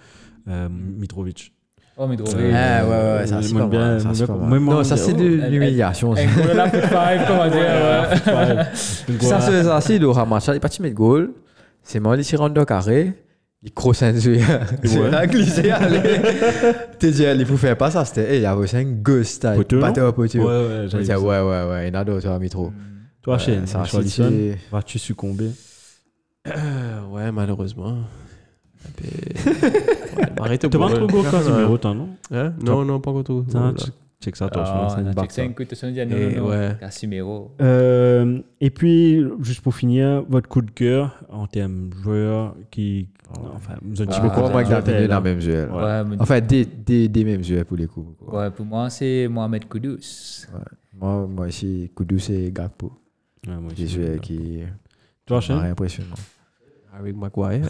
[SPEAKER 1] Euh, Mitrovic.
[SPEAKER 3] Oh, mais drôle.
[SPEAKER 1] Euh,
[SPEAKER 2] Ah, ouais, ouais, ouais, ça,
[SPEAKER 1] moi,
[SPEAKER 2] c'est
[SPEAKER 1] j'aime
[SPEAKER 2] pas
[SPEAKER 1] bien-
[SPEAKER 2] mal, ça,
[SPEAKER 1] moi,
[SPEAKER 2] c'est
[SPEAKER 1] bien-
[SPEAKER 2] pas mal.
[SPEAKER 1] moi, moi,
[SPEAKER 2] Non, ça,
[SPEAKER 1] moi,
[SPEAKER 2] c'est de
[SPEAKER 3] oh.
[SPEAKER 2] l'humiliation. ça.
[SPEAKER 3] Un goal à plus de five, comment dire. ouais.
[SPEAKER 2] Ça, c'est ça, c'est le ramasse. Il est parti mettre goal. C'est moi, il s'est rendu au carré. Il cross un jeu. C'est là, glissé, allez. T'es dit, allez, vous faites pas ça. C'était, eh, il y avait aussi un ghost style.
[SPEAKER 1] Poteux,
[SPEAKER 2] Pas
[SPEAKER 1] non
[SPEAKER 2] de poteux.
[SPEAKER 1] Ouais, ouais,
[SPEAKER 2] Il
[SPEAKER 1] j'allais
[SPEAKER 2] disait,
[SPEAKER 1] dire
[SPEAKER 2] ouais,
[SPEAKER 1] ça.
[SPEAKER 2] ouais, ouais, il y en a d'autres, toi, Mitro.
[SPEAKER 1] Toi,
[SPEAKER 2] Ouais,
[SPEAKER 1] Shane,
[SPEAKER 2] Euh, ça,
[SPEAKER 1] Richard
[SPEAKER 2] c'est-
[SPEAKER 1] Lisson, vas-tu succomber
[SPEAKER 4] Euh, ouais, malheureusement. bah, Arrêtez
[SPEAKER 1] T'as pas trop gros quand numéro, t'as non
[SPEAKER 4] Hein Non, non, pas trop.
[SPEAKER 1] Tiens, check- Check ça, toi, je pense que
[SPEAKER 3] Ah,
[SPEAKER 1] c'est une
[SPEAKER 3] on a
[SPEAKER 1] barre, ça.
[SPEAKER 3] checké un coup de son, il dit, ah, oh. non,
[SPEAKER 4] Et
[SPEAKER 3] non, non,
[SPEAKER 4] ouais.
[SPEAKER 3] Casimiro.
[SPEAKER 1] Euh, et puis, juste pour finir, votre coup de cœur en termes joueurs qui. Enfin, vous avez
[SPEAKER 2] Je
[SPEAKER 1] dit
[SPEAKER 2] me
[SPEAKER 1] beaucoup
[SPEAKER 2] crois, moi,
[SPEAKER 1] de
[SPEAKER 2] que
[SPEAKER 1] joueurs,
[SPEAKER 2] dans
[SPEAKER 1] là.
[SPEAKER 2] la même jeu. là.
[SPEAKER 3] Ouais, mais-
[SPEAKER 2] Enfin, des, des, des mêmes jeux pour les coups. quoi.
[SPEAKER 3] ouais, pour moi, c'est Mohamed Koudous.
[SPEAKER 2] Moi, moi ici, Koudou, c'est Gakpo.
[SPEAKER 1] Ouais, moi
[SPEAKER 2] Des
[SPEAKER 1] aussi.
[SPEAKER 2] jeux qui
[SPEAKER 1] Toi,
[SPEAKER 2] sont
[SPEAKER 1] Shane
[SPEAKER 2] impressionnants.
[SPEAKER 4] Harry Maguire.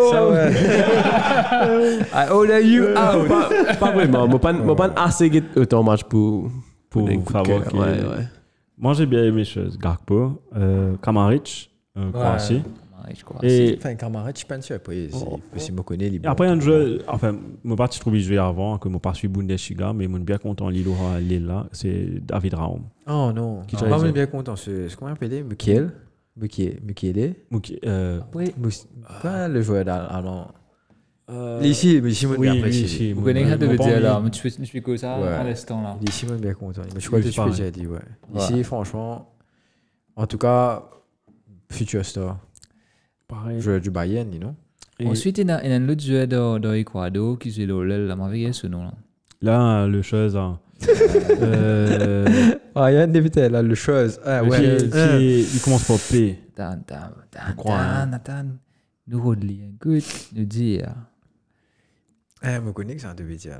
[SPEAKER 1] Oh.
[SPEAKER 2] Ça, ouais.
[SPEAKER 4] I order you out. pas, pas vraiment. Moi, pas, moi, pas assez guet autant match pour
[SPEAKER 1] Pour
[SPEAKER 4] des coups de
[SPEAKER 1] savoir
[SPEAKER 4] cœur.
[SPEAKER 1] qui-
[SPEAKER 4] Ouais, ouais.
[SPEAKER 1] Moi, j'ai bien aimé choses. Garpo, euh, Kamaric, euh, Croatie.
[SPEAKER 3] Ah, Ouais, je crois.
[SPEAKER 1] Et,
[SPEAKER 2] Enfin, camarade, je pense que après,
[SPEAKER 1] Oh.
[SPEAKER 2] si- si me connais,
[SPEAKER 1] et après, un jeu. Enfin, mon parti, je trouvais jouer avant, que mon parti Bundesliga, mais mon bien content, Lilo à Lille, là, c'est David Raum.
[SPEAKER 2] Oh non, je
[SPEAKER 1] t'a
[SPEAKER 2] suis pas hein,
[SPEAKER 1] raison.
[SPEAKER 2] bien content. Ce, ce qu'on appelait Mukiel. Mukiel. Mukiele.
[SPEAKER 1] Donc, euh,
[SPEAKER 3] Oui.
[SPEAKER 2] Mous- Pas le joueur d'Allemand.
[SPEAKER 1] euh,
[SPEAKER 2] Ici, mais ici, moi,
[SPEAKER 1] oui,
[SPEAKER 2] bien
[SPEAKER 1] oui,
[SPEAKER 2] apprécié.
[SPEAKER 1] si,
[SPEAKER 3] Vous
[SPEAKER 1] mon-
[SPEAKER 3] connaissez
[SPEAKER 1] mon
[SPEAKER 3] de
[SPEAKER 1] bon
[SPEAKER 3] dire
[SPEAKER 1] ami.
[SPEAKER 3] là, mais tu fais, tu fais que ça
[SPEAKER 2] Ouais.
[SPEAKER 3] à l'instant là.
[SPEAKER 2] Ici, moi, bien content. Mais je crois
[SPEAKER 1] Oui,
[SPEAKER 2] que je peux
[SPEAKER 1] pareil.
[SPEAKER 2] déjà dit, ouais.
[SPEAKER 3] Ouais.
[SPEAKER 2] Ici, franchement, en tout cas, future star.
[SPEAKER 1] Pareil.
[SPEAKER 2] Joueur du Bayern, dis non
[SPEAKER 1] Et
[SPEAKER 3] Ensuite, il y a, il y a un autre joueur dans, dans l'Équador qui joue dans l'aile, là, mais avec ce nom là.
[SPEAKER 1] Là, le chose. hein. euh,
[SPEAKER 2] Bayern, évitez, là, le chose. Ah,
[SPEAKER 1] qui,
[SPEAKER 2] ouais.
[SPEAKER 1] qui-
[SPEAKER 2] Euh,
[SPEAKER 1] il commence par P.
[SPEAKER 3] Tan, tan, tan,
[SPEAKER 1] Je crois, hein.
[SPEAKER 3] tan, tan. Nous rodler un coup, nous dire.
[SPEAKER 2] Ah, me connais que c'est un devait dire.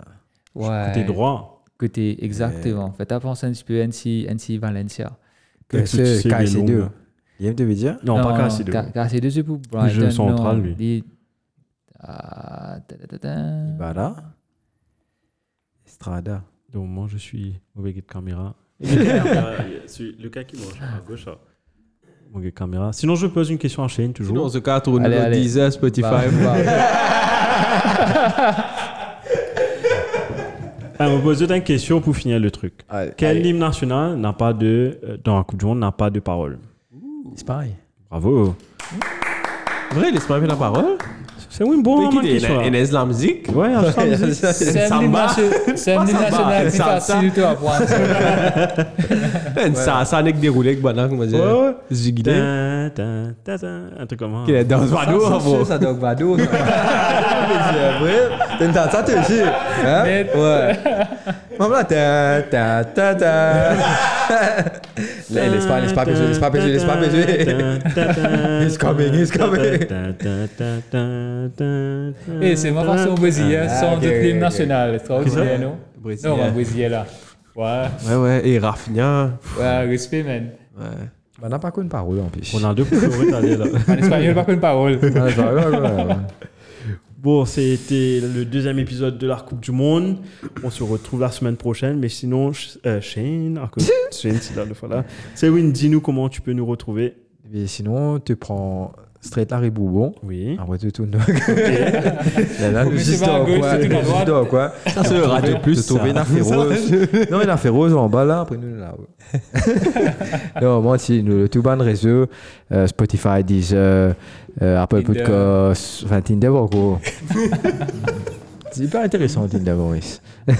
[SPEAKER 3] Ouais.
[SPEAKER 1] Côté droit.
[SPEAKER 3] Côté, exactement. Faites attention un petit peu à NC, NC Valencia.
[SPEAKER 1] Comme si tu sais,
[SPEAKER 2] C'est
[SPEAKER 1] il est long,
[SPEAKER 2] KC2.
[SPEAKER 1] là.
[SPEAKER 2] Il aime devait dire
[SPEAKER 1] Non, pas Cassie de
[SPEAKER 3] Ca- Caicedo, c'est pour Brighton.
[SPEAKER 1] jeu central,
[SPEAKER 3] non.
[SPEAKER 1] lui.
[SPEAKER 3] Il- Ah, ta, ta, ta, ta.
[SPEAKER 2] Bah là. Estrada.
[SPEAKER 1] Donc, moi, je suis mauvais guide caméra. le cas qui mange à gauche. Mauvais caméra. Sinon, je pose une question à Shane,
[SPEAKER 4] Sinon, on
[SPEAKER 1] toujours.
[SPEAKER 4] se carte au
[SPEAKER 3] Allez,
[SPEAKER 4] numéro
[SPEAKER 3] allez.
[SPEAKER 4] 10
[SPEAKER 3] Bah,
[SPEAKER 4] Spotify.
[SPEAKER 3] bah,
[SPEAKER 1] Ah, on pose une question pour finir le truc.
[SPEAKER 2] Allez.
[SPEAKER 1] Quel hymne national n'a pas de. euh, Dans la Coupe du Monde, n'a pas de parole
[SPEAKER 2] C'est pareil.
[SPEAKER 1] Bravo.
[SPEAKER 4] Vrai, laisse pas la parole.
[SPEAKER 1] C'est oui, bon,
[SPEAKER 4] Qui
[SPEAKER 1] man,
[SPEAKER 4] dit,
[SPEAKER 1] qui soit.
[SPEAKER 4] en- en Islam Zik.
[SPEAKER 1] Ouais, en
[SPEAKER 2] Ouais,
[SPEAKER 1] Islam Zik.
[SPEAKER 2] ça, c'est-
[SPEAKER 3] C'est un
[SPEAKER 4] Samba.
[SPEAKER 3] hymne nation- c'est un
[SPEAKER 4] Pas
[SPEAKER 3] hymne
[SPEAKER 4] samba,
[SPEAKER 3] national plus
[SPEAKER 4] c'est
[SPEAKER 3] facile
[SPEAKER 4] salsa.
[SPEAKER 3] du tout à prendre.
[SPEAKER 4] En Ça, ça n'est que déroulé avec Banan, comment
[SPEAKER 1] Ouais,
[SPEAKER 4] dire.
[SPEAKER 1] ouais.
[SPEAKER 4] Zigidé.
[SPEAKER 1] Tin, tin, tin, tin. Un truc comme
[SPEAKER 4] Qui est dans le vado,
[SPEAKER 2] Ça,
[SPEAKER 4] hein,
[SPEAKER 2] c'est
[SPEAKER 4] bro.
[SPEAKER 2] sûr, ça doit Vado. C'est vrai. T'as une tata, t'es aussi. Hein?
[SPEAKER 3] Mais-
[SPEAKER 2] Ouais. Maman, là, ta ta ta ta. Là, il laisse pas, laisse pas péter, laisse pas péter, laisse pas péter. He's coming, he's coming.
[SPEAKER 3] Et Eh, c'est ma version brésilienne,
[SPEAKER 2] Ah,
[SPEAKER 3] sans
[SPEAKER 2] ok,
[SPEAKER 3] doute
[SPEAKER 2] ok,
[SPEAKER 3] l'hymne
[SPEAKER 2] ok.
[SPEAKER 3] national. Extraordinaire, non
[SPEAKER 4] Brésilien.
[SPEAKER 3] Non, ma brésilienne là. Ouais,
[SPEAKER 4] Ouais, ouais, et Rafinha.
[SPEAKER 3] ouais, respect, man.
[SPEAKER 4] Ouais.
[SPEAKER 2] On Bah, n'a pas qu'une parole en plus.
[SPEAKER 1] On a deux favoris à dire, là.
[SPEAKER 3] En espagnol, pas qu'une parole.
[SPEAKER 2] Ah, ça, ouais, ouais, ouais.
[SPEAKER 1] Bon, c'était le deuxième épisode de la Coupe du Monde. On se retrouve la semaine prochaine. Mais sinon, Sh- euh, Shane, ah, que- Shane, c'est là le fois là. C'est Win, dis-nous comment tu peux nous retrouver.
[SPEAKER 2] Mais sinon, tu prends straight là et Boubon.
[SPEAKER 1] Oui.
[SPEAKER 2] Après, tu tournes. Là, là, le
[SPEAKER 3] Mais c'est
[SPEAKER 2] juste
[SPEAKER 3] pas à
[SPEAKER 2] en
[SPEAKER 3] gauche,
[SPEAKER 2] quoi.
[SPEAKER 3] c'est tout à
[SPEAKER 2] le juste en
[SPEAKER 3] droite.
[SPEAKER 2] quoi.
[SPEAKER 4] Ça, c'est Radio Plus.
[SPEAKER 2] Plus trouver une
[SPEAKER 4] ça.
[SPEAKER 2] affaire rose. Non, une affaire rose en bas là, après nous là. ouais. non, moi, si, nous, le tout ban réseau, euh, Spotify, Deezer, euh, Apple
[SPEAKER 3] Tinder.
[SPEAKER 2] Podcasts, enfin Tinder, bon, quoi. C'est hyper intéressant, Tinder, Maurice.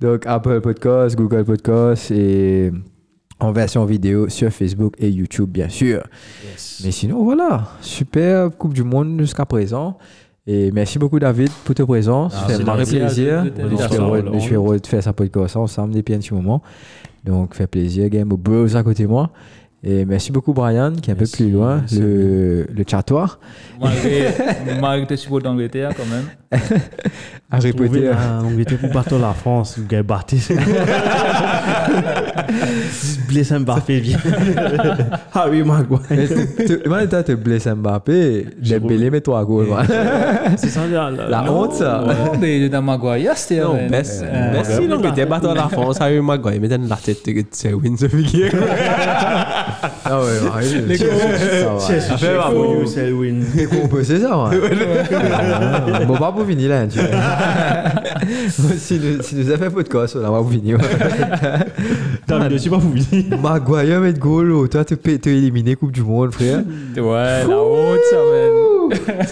[SPEAKER 2] Donc, Apple Podcasts, Google Podcasts et en version vidéo sur Facebook et YouTube, bien sûr. Mais sinon, voilà, super Coupe du Monde jusqu'à présent. Et merci beaucoup, David, pour ta présence.
[SPEAKER 3] Ah,
[SPEAKER 2] Ça fait
[SPEAKER 1] c'est
[SPEAKER 2] marre
[SPEAKER 1] normal.
[SPEAKER 2] plaisir.
[SPEAKER 3] De- de- de-
[SPEAKER 1] de-
[SPEAKER 2] J'espère
[SPEAKER 1] de-
[SPEAKER 2] heureux-
[SPEAKER 1] de- de-
[SPEAKER 2] je suis heureux de faire ça podcast ensemble depuis un petit moment. Donc, fait plaisir. Game au Bros à côté de moi. Et merci beaucoup, Brian, qui est un
[SPEAKER 1] Merci,
[SPEAKER 2] peu plus loin,
[SPEAKER 1] merci.
[SPEAKER 2] le, le chatoir.
[SPEAKER 3] Malgré, malgré tes supports d'Angleterre, quand même.
[SPEAKER 2] Harry Potter.
[SPEAKER 1] Trouver la- l'Angleterre pour battre la France. Vous avez battu. Blessé Mbappé, viens. Harry Maguire.
[SPEAKER 2] Mais tu- tu- Imagine, toi, tu blesses Mbappé, Dembélé met toi à gauche.
[SPEAKER 1] C'est ça, la,
[SPEAKER 2] La honte, ça.
[SPEAKER 3] Ah, Non, mais dans Maguire, c'était.
[SPEAKER 4] Non,
[SPEAKER 3] euh,
[SPEAKER 4] Messi,
[SPEAKER 3] euh,
[SPEAKER 4] Messi, non, mais t'es battu en France, Harry Maguire, mais t'as la tête de Win, ce figure.
[SPEAKER 2] Ah ouais, ouais,
[SPEAKER 3] Les gars,
[SPEAKER 2] ça va.
[SPEAKER 1] C'est ça,
[SPEAKER 4] Fou.
[SPEAKER 1] c'est win.
[SPEAKER 2] Et qu'on peut, c'est ça, ouais. Ah, Bon, pas pour finir là, tu vois. Si nous, si nous avons podcast, on va pour finir.
[SPEAKER 1] T'as vu, je sais pas vous dire.
[SPEAKER 2] Maguire met goal, oh, toi, tu peux t'es éliminé Coupe du Monde, frère.
[SPEAKER 3] Ouais, la honte, ça, man.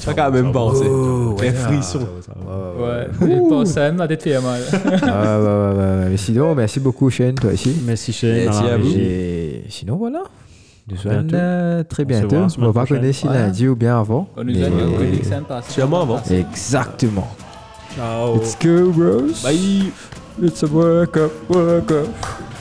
[SPEAKER 4] Tu vas quand même penser.
[SPEAKER 2] Oh,
[SPEAKER 4] T'es
[SPEAKER 2] ouais,
[SPEAKER 4] frisson.
[SPEAKER 2] ça va, ouais.
[SPEAKER 3] Ouais, j'ai pensé à ma tête fait mal.
[SPEAKER 2] Ah, ouais, ouais, ouais, ouais. Mais sinon, merci beaucoup, Shane, toi aussi.
[SPEAKER 1] Merci, Shane.
[SPEAKER 4] Merci à
[SPEAKER 1] Alors,
[SPEAKER 4] vous.
[SPEAKER 1] j'ai-
[SPEAKER 2] Et sinon, voilà. Nous
[SPEAKER 1] À bientôt.
[SPEAKER 2] sommes euh, très
[SPEAKER 1] On se voit
[SPEAKER 2] bientôt.
[SPEAKER 1] la
[SPEAKER 2] On
[SPEAKER 1] semaine
[SPEAKER 2] va pas
[SPEAKER 1] prochaine.
[SPEAKER 2] connaître si
[SPEAKER 3] Ouais.
[SPEAKER 2] lundi ou bien avant.
[SPEAKER 3] On nous
[SPEAKER 2] Mais-
[SPEAKER 3] a dit au public, ça me passe.
[SPEAKER 4] Sûrement avant.
[SPEAKER 2] Exactement.
[SPEAKER 1] Ciao.
[SPEAKER 2] Let's go, bros.
[SPEAKER 4] Bye.
[SPEAKER 2] It's a World Cup, World Cup.